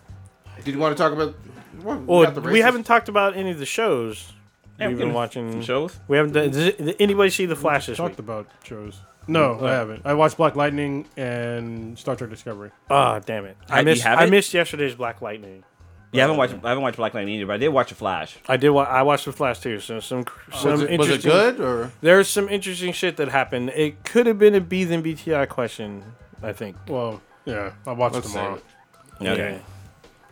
Speaker 1: Did you want to talk about? Well,
Speaker 4: Well,
Speaker 1: not the
Speaker 4: we
Speaker 1: racist-
Speaker 4: haven't talked about any of the shows
Speaker 3: Yeah, we
Speaker 4: we've been
Speaker 3: can-
Speaker 4: watching.
Speaker 1: Mm-hmm.
Speaker 3: Shows.
Speaker 4: We haven't done. Did, did anybody see the Flash this
Speaker 2: Talked
Speaker 4: week?
Speaker 2: about shows. No, I haven't. I watched Black Lightning and Star Trek Discovery.
Speaker 4: Ah, damn it! I,
Speaker 3: you
Speaker 4: missed. I
Speaker 3: haven't?
Speaker 4: missed yesterday's Black Lightning.
Speaker 3: Yeah, I haven't watched I haven't watched Black Lightning either, but I did watch The Flash.
Speaker 4: I did. Wa- I watched the Flash too. So some some
Speaker 1: Was it, was
Speaker 4: interesting.
Speaker 1: it good or?
Speaker 4: There's some interesting shit that happened. It could have been a B than BTI question. I think.
Speaker 2: Well, yeah, I'll watch
Speaker 1: Let's
Speaker 2: it
Speaker 1: save
Speaker 2: tomorrow.
Speaker 1: it.
Speaker 3: Okay.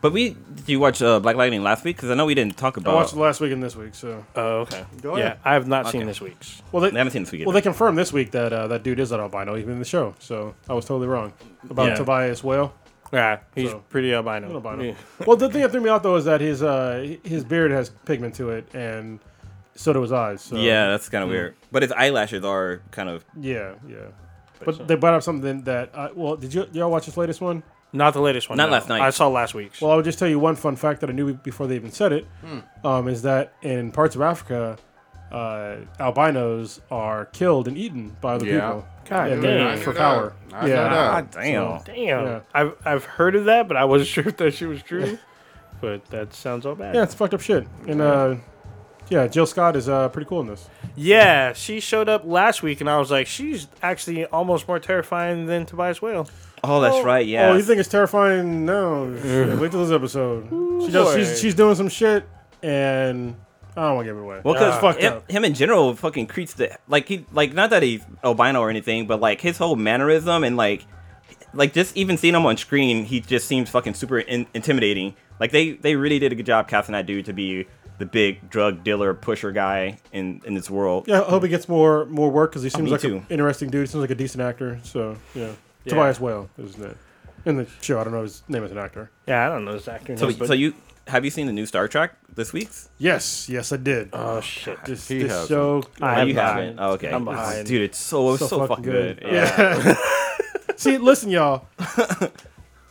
Speaker 3: But we did you watch uh, Black Lightning last week? Because I know we didn't talk
Speaker 2: I
Speaker 3: about.
Speaker 2: watched it last week and this week. So
Speaker 4: Oh, okay.
Speaker 1: Go
Speaker 4: yeah,
Speaker 1: ahead.
Speaker 4: I have not seen
Speaker 3: Okay.
Speaker 4: this week's.
Speaker 2: well, they,
Speaker 3: I haven't seen this weekend.
Speaker 2: well, they confirmed this week that uh, that dude is an albino, even in the show. So I was totally wrong about
Speaker 4: Yeah.
Speaker 2: Tobias Whale.
Speaker 4: Yeah, he's
Speaker 2: So-
Speaker 4: pretty albino.
Speaker 2: albino.
Speaker 4: Yeah.
Speaker 2: [laughs] Well, the thing that threw me out though is that his uh, his beard has pigment to it, and so do his eyes. So.
Speaker 3: yeah, that's kind of weird. But his eyelashes are kind of.
Speaker 2: Yeah, yeah. But they brought up something that I, well, did you y'all watch this latest one?
Speaker 4: Not the latest one.
Speaker 3: Not
Speaker 4: no.
Speaker 3: last night.
Speaker 4: I saw last week's.
Speaker 2: Well, I would just tell you one fun fact that I knew before they even said it, um, is that in parts of Africa, uh, albinos are killed and eaten by other
Speaker 1: Yeah.
Speaker 2: people
Speaker 4: God
Speaker 2: and
Speaker 4: damn.
Speaker 2: they're-
Speaker 4: I
Speaker 1: knew
Speaker 2: for
Speaker 1: that.
Speaker 2: power.
Speaker 1: I knew
Speaker 2: yeah,
Speaker 1: that.
Speaker 3: God Oh, damn.
Speaker 4: Damn.
Speaker 2: Yeah.
Speaker 4: I've I've heard of that, but I wasn't [laughs] sure if that shit was true. but that sounds all bad.
Speaker 2: yeah, it's fucked up shit. And uh, yeah, Jill Scott is uh, pretty cool in this.
Speaker 4: Yeah, she showed up last week, and I was like, she's actually almost more terrifying than Tobias Whale.
Speaker 3: Oh, that's right. Yeah.
Speaker 2: Oh, you think it's terrifying? No. Shit, Wait till this episode. She does,
Speaker 4: Mm. boy.
Speaker 2: she's, she's doing some shit, and I don't want to give it away.
Speaker 3: well,
Speaker 4: Ah.
Speaker 2: It's
Speaker 3: because
Speaker 2: fucked
Speaker 3: him,
Speaker 2: up.
Speaker 3: him in general fucking creeps the like he like not that he's albino or anything, but like his whole mannerism and like like just even seeing him on screen, he just seems fucking super in- intimidating. Like they they really did a good job casting that dude to be the big drug dealer pusher guy in in this world.
Speaker 2: Yeah, I hope he gets more more work because he seems
Speaker 3: Oh, me
Speaker 2: like
Speaker 3: too.
Speaker 2: an interesting dude. He seems like a decent actor. So yeah, Tobias Whale is his name in the show. I don't know his name as an actor.
Speaker 4: Yeah, I don't know this actor.
Speaker 3: So
Speaker 4: name, but-
Speaker 3: so you have you seen the new Star Trek this week's?
Speaker 2: Yes, yes, I did.
Speaker 4: oh shit.
Speaker 2: this
Speaker 1: he
Speaker 2: this
Speaker 1: hasn't.
Speaker 2: show,
Speaker 4: I
Speaker 3: Oh,
Speaker 4: have
Speaker 3: you
Speaker 4: not.
Speaker 3: haven't. Oh, okay,
Speaker 4: I'm
Speaker 3: It's-
Speaker 4: behind.
Speaker 3: dude. It's so so, fucking, good. Yeah.
Speaker 2: See,
Speaker 1: [laughs]
Speaker 2: listen, y'all.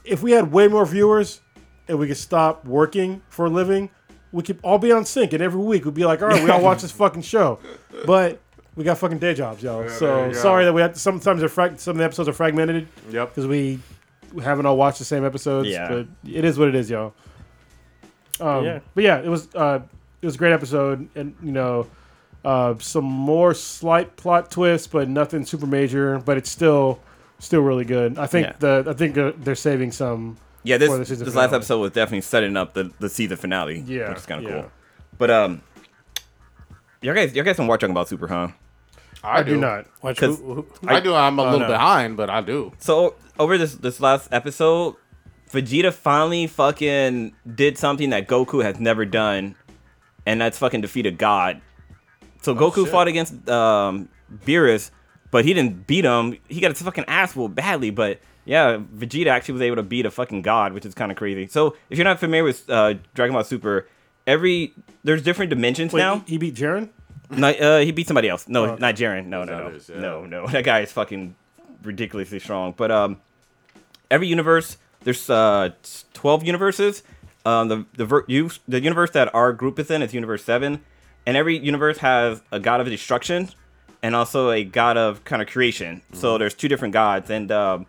Speaker 2: if we had way more viewers and we could stop working for a living, we could all be on sync, and every week we'd be like, all right, we
Speaker 1: [laughs]
Speaker 2: all watch this fucking show. But we got fucking day jobs, y'all.
Speaker 1: there
Speaker 2: so
Speaker 1: you go.
Speaker 2: sorry that we have. Sometimes they're frag- some of the episodes are fragmented.
Speaker 1: Yep.
Speaker 2: Because we haven't all watched the same episodes.
Speaker 3: Yeah.
Speaker 2: But it is what it is, y'all. Um,
Speaker 4: Yeah.
Speaker 2: But yeah, it was uh, it was a great episode, and you know, uh, some more slight plot twists, but nothing super major. But it's still still really good. I think
Speaker 3: Yeah.
Speaker 2: the I think uh, they're saving some.
Speaker 3: Yeah, this,
Speaker 2: for the
Speaker 3: this
Speaker 2: season
Speaker 3: last
Speaker 2: finale.
Speaker 3: episode was definitely setting up the, the season finale.
Speaker 2: Yeah,
Speaker 3: Which is kind of
Speaker 2: yeah.
Speaker 3: cool. But, um, y'all guys, y'all guys don't watch Talking About Super, huh?
Speaker 1: I,
Speaker 2: I do not.
Speaker 4: Watch
Speaker 3: 'Cause-
Speaker 4: who- who-
Speaker 1: I do. I'm a
Speaker 3: Oh,
Speaker 1: little
Speaker 4: no.
Speaker 1: behind, but I do.
Speaker 3: So, over this, this last episode, Vegeta finally fucking did something that Goku has never done, and that's fucking defeated God. So Goku fought against um, Beerus, but he didn't beat him. He got his fucking ass whooped badly, but yeah, Vegeta actually was able to beat a fucking god, which is kind of crazy. So if you're not familiar with uh, Dragon Ball Super, every there's different dimensions
Speaker 2: Wait,
Speaker 3: now.
Speaker 2: he beat Jaren?
Speaker 3: No, uh, he beat somebody else. No,
Speaker 2: Oh, okay.
Speaker 3: not Jaren. No, no, no,
Speaker 1: others, yeah.
Speaker 3: no, no. That guy is fucking ridiculously strong. But um, every universe, there's uh t- twelve universes. Um, the the ver- you, the universe that our group is in is universe seven, and every universe has a god of destruction, and also a god of kind of creation. So there's two different gods, and um,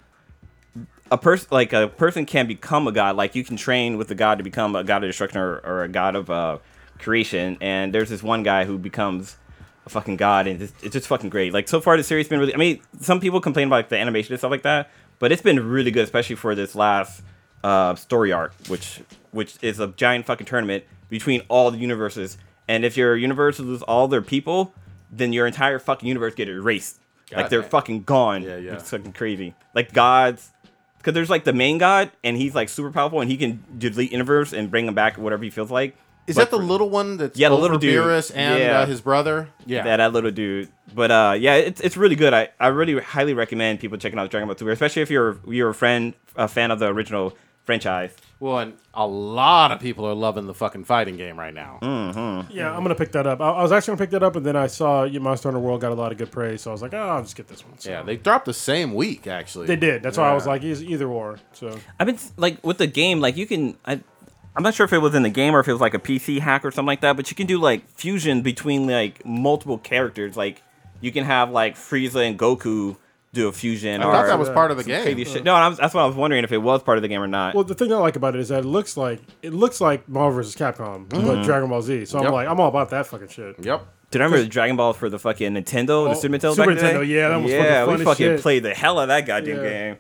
Speaker 3: a person like a person can become a god like you can train with a god to become a god of destruction or, or a god of uh, creation and there's this one guy who becomes a fucking god and it's, it's just fucking great like so far the series been really i mean some people complain about like, the animation and stuff like that but it's been really good especially for this last uh, story arc which which is a giant fucking tournament between all the universes and if your universe loses all their people then your entire fucking universe get erased like they're
Speaker 1: Goddamn.
Speaker 3: fucking gone
Speaker 1: Yeah, yeah.
Speaker 3: it's fucking crazy like gods because there's like the main god, and he's like super powerful, and he can delete universe and bring him back whatever he feels like.
Speaker 1: Is
Speaker 3: But
Speaker 1: that the little one that's
Speaker 3: Yeah, the
Speaker 1: both
Speaker 3: little dude.
Speaker 1: Beerus and
Speaker 3: Yeah.
Speaker 1: uh, his brother? Yeah.
Speaker 3: that, uh, that little dude? But uh, yeah, it's, it's really good. I, I really highly recommend people checking out Dragon Ball Super, especially if you're you're a friend a fan of the original franchise.
Speaker 1: well, and a lot of people are loving the fucking fighting game right now.
Speaker 3: Hmm.
Speaker 2: Yeah, I'm gonna pick that up. I, I was actually gonna pick that up, and then I saw you know, Monster Hunter World got a lot of good praise, so I was like, oh, I'll just get this one. So-
Speaker 1: Yeah, they dropped the same week actually.
Speaker 2: they did. That's why I was like, "Is either or. So
Speaker 3: I've been s- like with the game, like you can. I, I'm not sure if it was in the game or if it was like a PC hack or something like that, but you can do like fusion between like multiple characters. Like you can have like Frieza and Goku do a fusion.
Speaker 1: I
Speaker 3: or
Speaker 1: thought that was
Speaker 2: uh,
Speaker 1: part of the
Speaker 3: crazy
Speaker 1: game.
Speaker 3: shit. No, I was, that's what I was wondering if it was part of the game or not.
Speaker 2: Well, the thing I like about it is that it looks like it looks like Marvel vs. Capcom, but Dragon Ball Z. So
Speaker 1: Yep.
Speaker 2: I'm like, I'm all about that fucking shit.
Speaker 1: Yep.
Speaker 3: Did I remember Dragon Ball for the fucking Nintendo, the
Speaker 2: Oh,
Speaker 3: Super
Speaker 2: Super
Speaker 3: Nintendo back in the day?
Speaker 2: Nintendo, yeah, that was
Speaker 3: yeah,
Speaker 2: fucking fun
Speaker 3: we
Speaker 2: as
Speaker 3: fucking
Speaker 2: shit.
Speaker 3: played the hell out of that goddamn
Speaker 2: Yeah.
Speaker 3: game.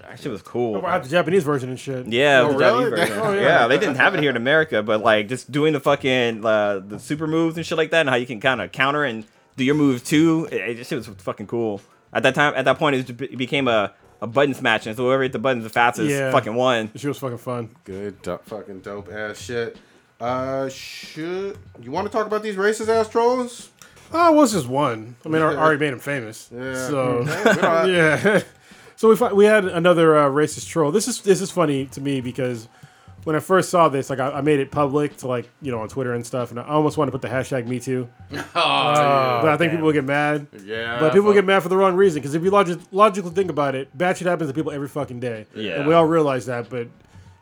Speaker 3: That shit was cool.
Speaker 2: I have the Japanese version and shit.
Speaker 3: Yeah,
Speaker 1: Oh,
Speaker 3: the Japanese
Speaker 1: really?
Speaker 3: version.
Speaker 1: Oh,
Speaker 3: yeah.
Speaker 2: yeah.
Speaker 3: they didn't have it here in America, but like just doing the fucking uh, the super moves and shit like that, and how you can kind of counter and do your moves too. It, it just it was fucking cool. At that time, at that point, it, be- it became a, a buttons match, and so whoever hit the buttons the fastest
Speaker 2: Yeah.
Speaker 3: fucking won.
Speaker 2: She was fucking fun.
Speaker 1: Good do- fucking dope ass shit. Uh, should you want to talk about these racist ass trolls?
Speaker 2: Oh, it was just one. I mean, I already made him famous.
Speaker 1: Yeah. [laughs]
Speaker 2: So [laughs]
Speaker 1: We don't-
Speaker 2: yeah. so we fi- we had another uh, racist troll. This is this is funny to me because when I first saw this, like I, I made it public to like you know on Twitter and stuff, and I almost wanted to put the hashtag Me Too, but I think people would get mad.
Speaker 1: Oh, Yeah,
Speaker 2: Uh, but people
Speaker 1: fuck.
Speaker 2: get mad for the wrong reason because if you logic- logically think about it, bad shit happens to people every fucking day.
Speaker 3: Yeah.
Speaker 2: and we all realize that, but.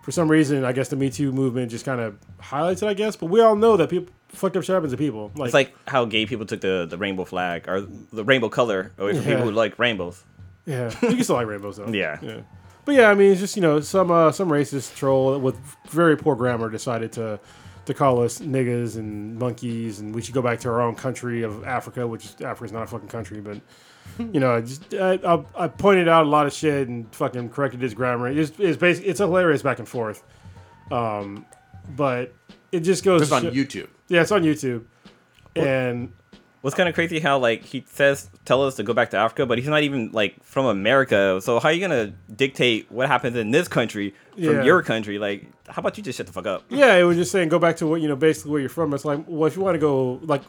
Speaker 2: For some reason, I guess the Me Too movement just kind of highlights it. I guess, but we all know that people fucked up shit happens to people. Like,
Speaker 3: It's like how gay people took the, the rainbow flag or the rainbow color away from people who like rainbows.
Speaker 2: yeah, you can still like rainbows though.
Speaker 3: Yeah.
Speaker 2: But yeah, I mean, it's just you know some uh, some racist troll with very poor grammar decided to to call us niggas and monkeys, and we should go back to our own country of Africa, which is- Africa's not a fucking country, but you know, I just I, I, I pointed out a lot of shit and fucking corrected his grammar. It's it's basically it's hilarious back and forth, um, but it just goes.
Speaker 1: This is on
Speaker 2: to sho-
Speaker 1: YouTube.
Speaker 2: Yeah, it's on YouTube, and
Speaker 3: What's kind of crazy how like he says tell us to go back to Africa, but he's not even like from America. So how are you gonna dictate what happens in this country from
Speaker 2: Yeah.
Speaker 3: your country? Like, how about you just shut the fuck up?
Speaker 2: Yeah, it was just saying go back to what you know, basically where you're from. It's like, well, if you want to go, like,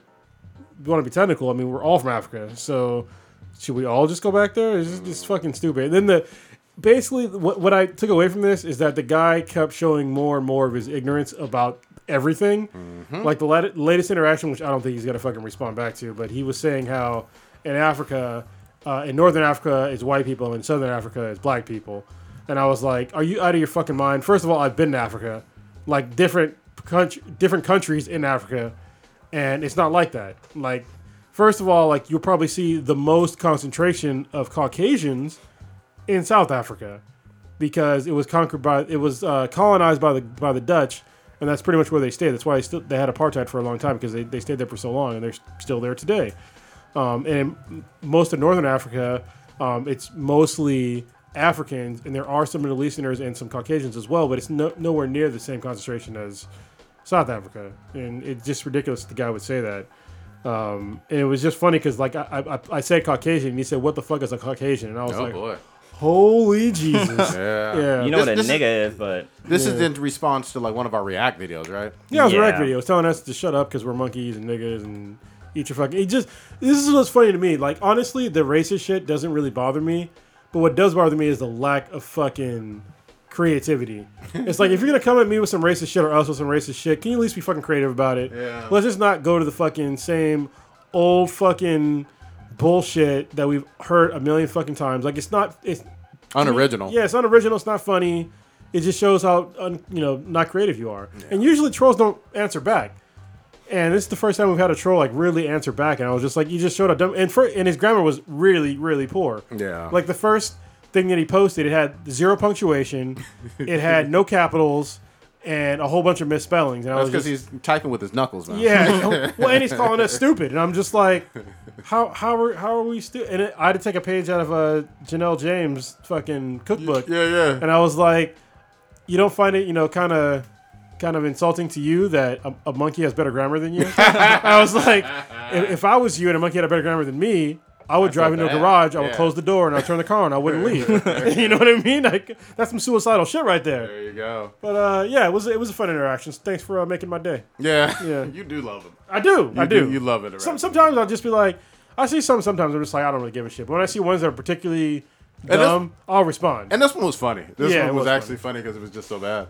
Speaker 2: you want to be technical. I mean, we're all from Africa, so should we all just go back there? It's just, it's fucking stupid. And then the basically what what I took away from this is that the guy kept showing more and more of his ignorance about everything. Like the lat- latest interaction, which I don't think he's gonna fucking respond back to, but he was saying how in Africa. Uh, in Northern Africa, it's white people, and in Southern Africa, it's black people. And I was like, "Are you out of your fucking mind?" First of all, I've been to Africa like different country, different countries in Africa, and it's not like that. Like, first of all, like you'll probably see the most concentration of Caucasians in South Africa because it was conquered by it was uh, colonized by the by the Dutch, and that's pretty much where they stayed. That's why they still they had apartheid for a long time because they, they stayed there for so long, and they're s- still there today. Um, and in most of northern Africa, um, it's mostly Africans, and there are some Middle Easterners and some Caucasians as well, but it's no, nowhere near the same concentration as South Africa, and it's just ridiculous that the guy would say that. Um, and it was just funny because like I, I I said Caucasian, and he said, "What the fuck is a Caucasian?" And I was
Speaker 1: Oh
Speaker 2: like,
Speaker 1: boy.
Speaker 2: "Holy
Speaker 1: [laughs]
Speaker 2: Jesus!"
Speaker 1: Yeah.
Speaker 2: yeah,
Speaker 3: You know
Speaker 1: This-
Speaker 3: what a
Speaker 1: this is-
Speaker 3: nigga is, but
Speaker 1: This is in response to like one of our React videos, right?
Speaker 2: Yeah, it was a
Speaker 3: Yeah.
Speaker 2: rec video. It was telling us to shut up because we're monkeys and niggas and eat your fucking. It just this is what's funny to me. Like honestly, the racist shit doesn't really bother me, but what does bother me is the lack of fucking creativity. it's like if you're gonna come at me with some racist shit or us with some racist shit, can you at least be fucking creative about it?
Speaker 1: Yeah.
Speaker 2: Let's just not go to the fucking same old fucking bullshit that we've heard a million fucking times. Like it's not it's
Speaker 1: Unoriginal.
Speaker 2: yeah, it's unoriginal. It's not funny. It just shows how un, you know not creative you are. And usually trolls don't answer back. And this is the first time we've had a troll like really answer back. And I was just like, you just showed up dumb. And for, and his grammar was really really poor.
Speaker 1: Yeah.
Speaker 2: Like the first thing that he posted, it had zero punctuation, it had no capitals, and a whole bunch of misspellings. And I
Speaker 1: That's
Speaker 2: was
Speaker 1: because
Speaker 2: just,
Speaker 1: he's typing with his knuckles, man. [laughs]
Speaker 2: yeah. well, and he's calling us stupid, and I'm just like, how how are how are we stupid? And it, I had to take a page out of uh, Janelle James' fucking cookbook.
Speaker 1: Yeah, yeah.
Speaker 2: And I was like, you don't find it, you know, kind of kind of insulting to you that a, a monkey has better grammar
Speaker 1: [laughs]
Speaker 2: than you? I was like, if, if I was you and a monkey had a better grammar than me, I would drive into a
Speaker 1: bad.
Speaker 2: garage, I would
Speaker 1: Yeah.
Speaker 2: close the door, and I would turn the car on. I
Speaker 1: [laughs]
Speaker 2: wouldn't leave. [laughs] you know what I mean? Like that's some suicidal shit right there.
Speaker 1: There you go.
Speaker 2: But uh, yeah, it was it was a fun interaction. Thanks for uh, making my day.
Speaker 1: Yeah. [laughs]
Speaker 2: Yeah.
Speaker 1: you do love him.
Speaker 2: I do. I
Speaker 1: You
Speaker 2: do.
Speaker 1: You love it.
Speaker 2: Some,
Speaker 1: Some,
Speaker 2: sometimes I'll just be like, I see some. Sometimes I'm just like, I don't really give a shit. But when I see ones that are particularly
Speaker 1: that's-
Speaker 2: dumb, I'll respond.
Speaker 1: and this one was funny. This
Speaker 2: Yeah,
Speaker 1: one
Speaker 2: it
Speaker 1: was,
Speaker 2: was
Speaker 1: actually funny because it was just so bad.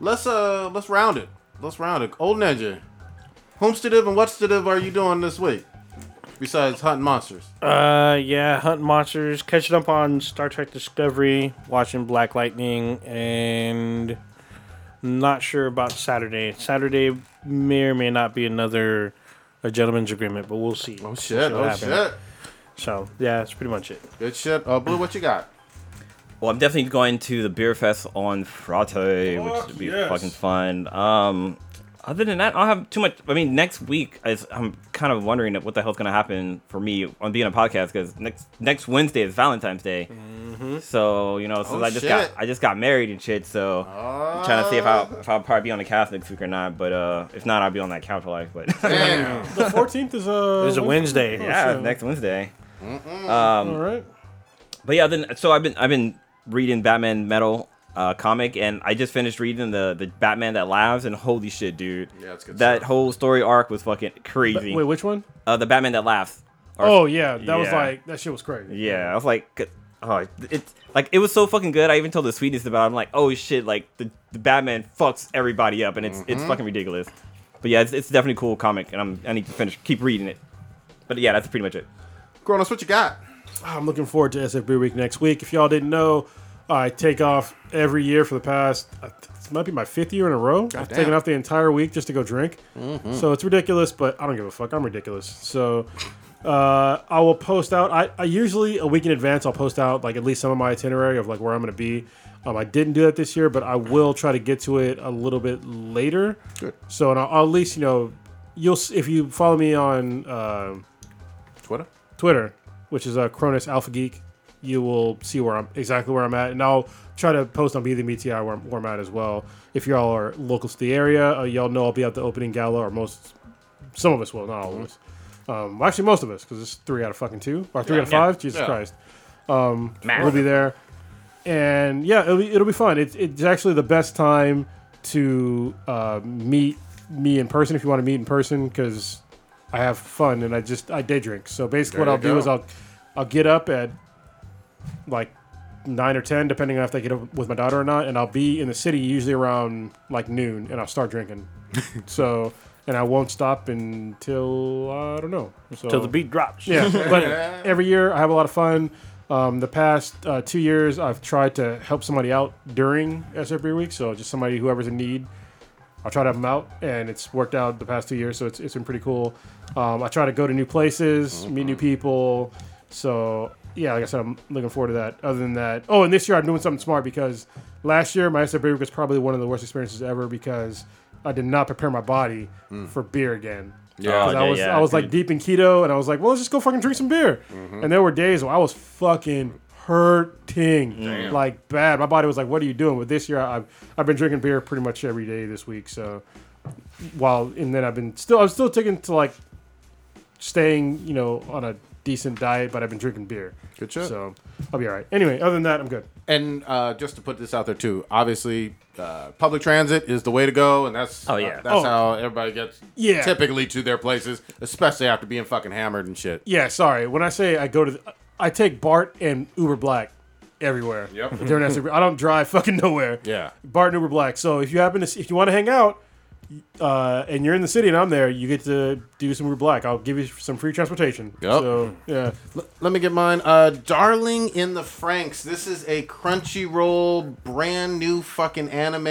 Speaker 1: Let's uh let's round it. Let's round it. Old Ninja. Homestative and whatstative are you doing this week? Besides hunting monsters.
Speaker 4: Uh, yeah, hunting monsters, catching up on Star Trek Discovery, watching Black Lightning, and not sure about Saturday. Saturday may or may not be another a gentleman's agreement, but we'll see.
Speaker 1: Oh shit. Oh shit.
Speaker 4: So yeah, that's pretty much it.
Speaker 1: Good shit. Uh Blue, what you got?
Speaker 3: Well, I'm definitely going to the beer fest on Friday, which
Speaker 2: Fuck
Speaker 3: would be
Speaker 2: yes.
Speaker 3: fucking fun. Um, other than that, I don't have too much. I mean, next week is, I'm kind of wondering what the hell's going to happen for me on being a podcast because next next Wednesday is Valentine's Day. So you know, since
Speaker 1: Mm-hmm. Oh,
Speaker 3: I just
Speaker 1: shit.
Speaker 3: got I just got married and shit, so I'm trying to see if I if I'll probably be on the cast next week or not. But uh, if not, I'll be on that couch life. But [laughs]
Speaker 1: Damn.
Speaker 2: the 14th is uh, a
Speaker 4: It's a Wednesday.
Speaker 3: yeah,
Speaker 2: shit.
Speaker 3: next Wednesday.
Speaker 2: All right.
Speaker 3: But yeah, then so I've been I've been reading Batman Metal uh, comic, and I just finished reading the the Batman that laughs, and holy shit, dude!
Speaker 1: Yeah, it's good
Speaker 3: That
Speaker 1: stuff.
Speaker 3: whole story arc was fucking crazy.
Speaker 2: Wait, which one?
Speaker 3: uh, the Batman that laughs. Or-
Speaker 2: Oh yeah, that was
Speaker 3: Yeah.
Speaker 2: like that shit was crazy.
Speaker 3: yeah, I was like, oh, it's like it was so fucking good. I even told the sweetest about. It. I'm like, oh shit, like the, the Batman fucks everybody up, and it's it's
Speaker 1: Mm-hmm.
Speaker 3: fucking ridiculous. But yeah, it's, it's definitely a cool comic, and I'm I need to finish keep reading it. But yeah, that's pretty much it.
Speaker 1: Cronus, what you got?
Speaker 2: I'm looking forward to SF Beer Week next week. If y'all didn't know, I take off every year for the past. I th- This might be my fifth year in a row.
Speaker 1: damn.
Speaker 2: I've taken off the entire week just to go drink. So it's ridiculous, but I don't give a fuck. I'm ridiculous. So uh, I will post out. I, I usually a week in advance I'll post out like at least some of my itinerary of like where I'm going to be. Um, I didn't do that this year, but I will try to get to it a little bit later.
Speaker 1: Good.
Speaker 2: So and I'll, I'll at least you know you'll s- if you follow me on. um
Speaker 1: Twitter?
Speaker 2: Twitter, which is uh, Cronus Alpha Geek. You will see where I'm exactly where I'm at, and I'll try to post on Be the BTI where I'm, where I'm at as well. If y'all are locals to the area, uh, y'all know I'll be at the opening gala, or most, some of us will, not all of us. Um, actually, most of us, because it's three out of fucking two or three out of five. Jesus
Speaker 1: Yeah.
Speaker 2: Christ, um, we'll be there, and yeah, it'll be, it'll be fun. It's it's actually the best time to uh, meet me in person if you want to meet in person because I have fun and I just I day drink. So basically,
Speaker 1: There
Speaker 2: what I'll
Speaker 1: you
Speaker 2: do is
Speaker 1: go.
Speaker 2: I'll I'll get up at like nine or ten, depending on if I get up with my daughter or not, and I'll be in the city usually around like noon, and I'll start drinking. so and I won't stop until I don't know. So
Speaker 4: Till the beat drops.
Speaker 2: yeah, but every year I have a lot of fun. Um, the past uh, two years, I've tried to help somebody out during SF Beer Week. So just somebody whoever's in need, I'll try to help them out, and it's worked out the past two years. So it's it's been pretty cool. Um, I try to go to new places, meet new people. So yeah, like I said, I'm looking forward to that. Other than that, oh, and this year I'm doing something smart because last year my SF Beer Week was probably one of the worst experiences ever because I did not prepare my body for beer again.
Speaker 1: Yeah.
Speaker 3: Oh,
Speaker 2: Because I was I was like
Speaker 3: dude.
Speaker 2: deep in keto, and I was like, well, let's just go fucking drink some beer. And there were days where I was fucking hurting, like bad. My body was like, what are you doing? But this year, I've I've been drinking beer pretty much every day this week. So while and then I've been still I'm still taking to like staying, you know, on a decent diet, but I've been drinking beer.
Speaker 1: Good shit.
Speaker 2: So I'll be all right. Anyway, other than that, I'm good.
Speaker 1: And uh, just to put this out there too, obviously, uh, public transit is the way to go, and that's uh,
Speaker 3: Oh, yeah.
Speaker 1: that's
Speaker 2: Oh.
Speaker 1: how everybody gets
Speaker 2: Yeah.
Speaker 1: typically to their places, especially after being fucking hammered and shit.
Speaker 2: Yeah, sorry. When I say I go to, the, I take Bart and Uber Black everywhere.
Speaker 1: Yep.
Speaker 2: During that super- I don't drive fucking nowhere.
Speaker 1: Yeah.
Speaker 2: Bart and Uber Black. So if you happen to, see, if you want to hang out, uh, and you're in the city and I'm there, you get to do some Uber Black. I'll give you some free transportation.
Speaker 1: Yep.
Speaker 2: So yeah,
Speaker 1: Let me get mine. Uh, Darling in the Franks. This is a Crunchyroll brand new fucking anime.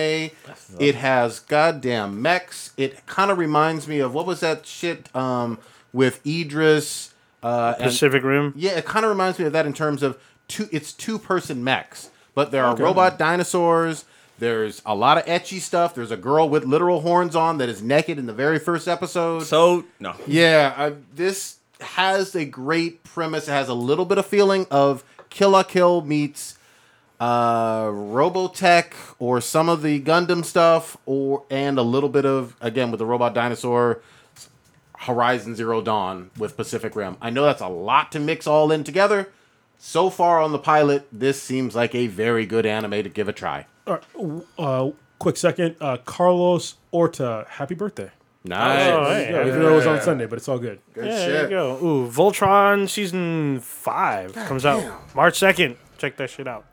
Speaker 1: It has goddamn mechs. It kind of reminds me of what was that shit um, with Idris. Uh, and-
Speaker 4: Pacific Rim.
Speaker 1: yeah, it kind of reminds me of that in terms of two. It's two person mechs, but there are robot dinosaurs. There's a lot of etchy stuff. There's a girl with literal horns on that is naked in the very first episode.
Speaker 3: So no.
Speaker 1: Yeah, I, this has a great premise. It has a little bit of feeling of Kill la Kill meets uh, Robotech or some of the Gundam stuff, or and a little bit of again with the robot dinosaur Horizon Zero Dawn with Pacific Rim. I know that's a lot to mix all in together. So far on the pilot, this seems like a very good anime to give a try.
Speaker 2: uh, quick second, uh, Carlos Orta, happy birthday.
Speaker 1: Nice.
Speaker 4: Oh, hey.
Speaker 2: Yeah, even though it was on Sunday, but it's all good.
Speaker 1: Good
Speaker 4: Yeah,
Speaker 1: shit.
Speaker 4: there you go. Ooh, Voltron season five comes out March second. Check that shit out.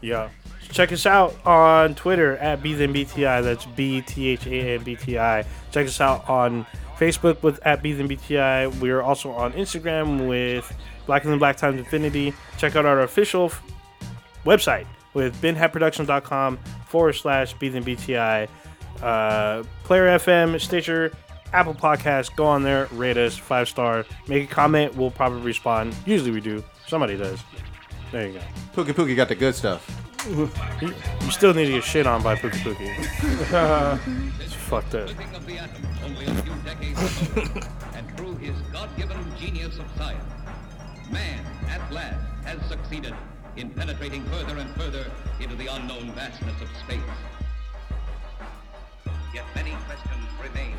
Speaker 4: Yeah. Check us out on Twitter at BThenBTI. That's B T H A N B T I. Check us out on Facebook with at BThenBTI. We are also on Instagram with Black and the Black Times Infinity. Check out our official f- website with binhatproductions.com forward slash BThenBTI. Uh, Player FM, Stitcher, Apple Podcasts. Go on there, rate us five star, make a comment. We'll probably respond. Usually we do. Somebody does. There you go.
Speaker 1: Pookie Pookie got the good stuff.
Speaker 4: You, you still need to get shit on by Pookie Pookie. [laughs] it's fucked up.
Speaker 6: King of the atom [laughs] only a few decades ago, and through his God-given genius of science, man at last has succeeded in penetrating further and further into the unknown vastness of space. Yet many questions remain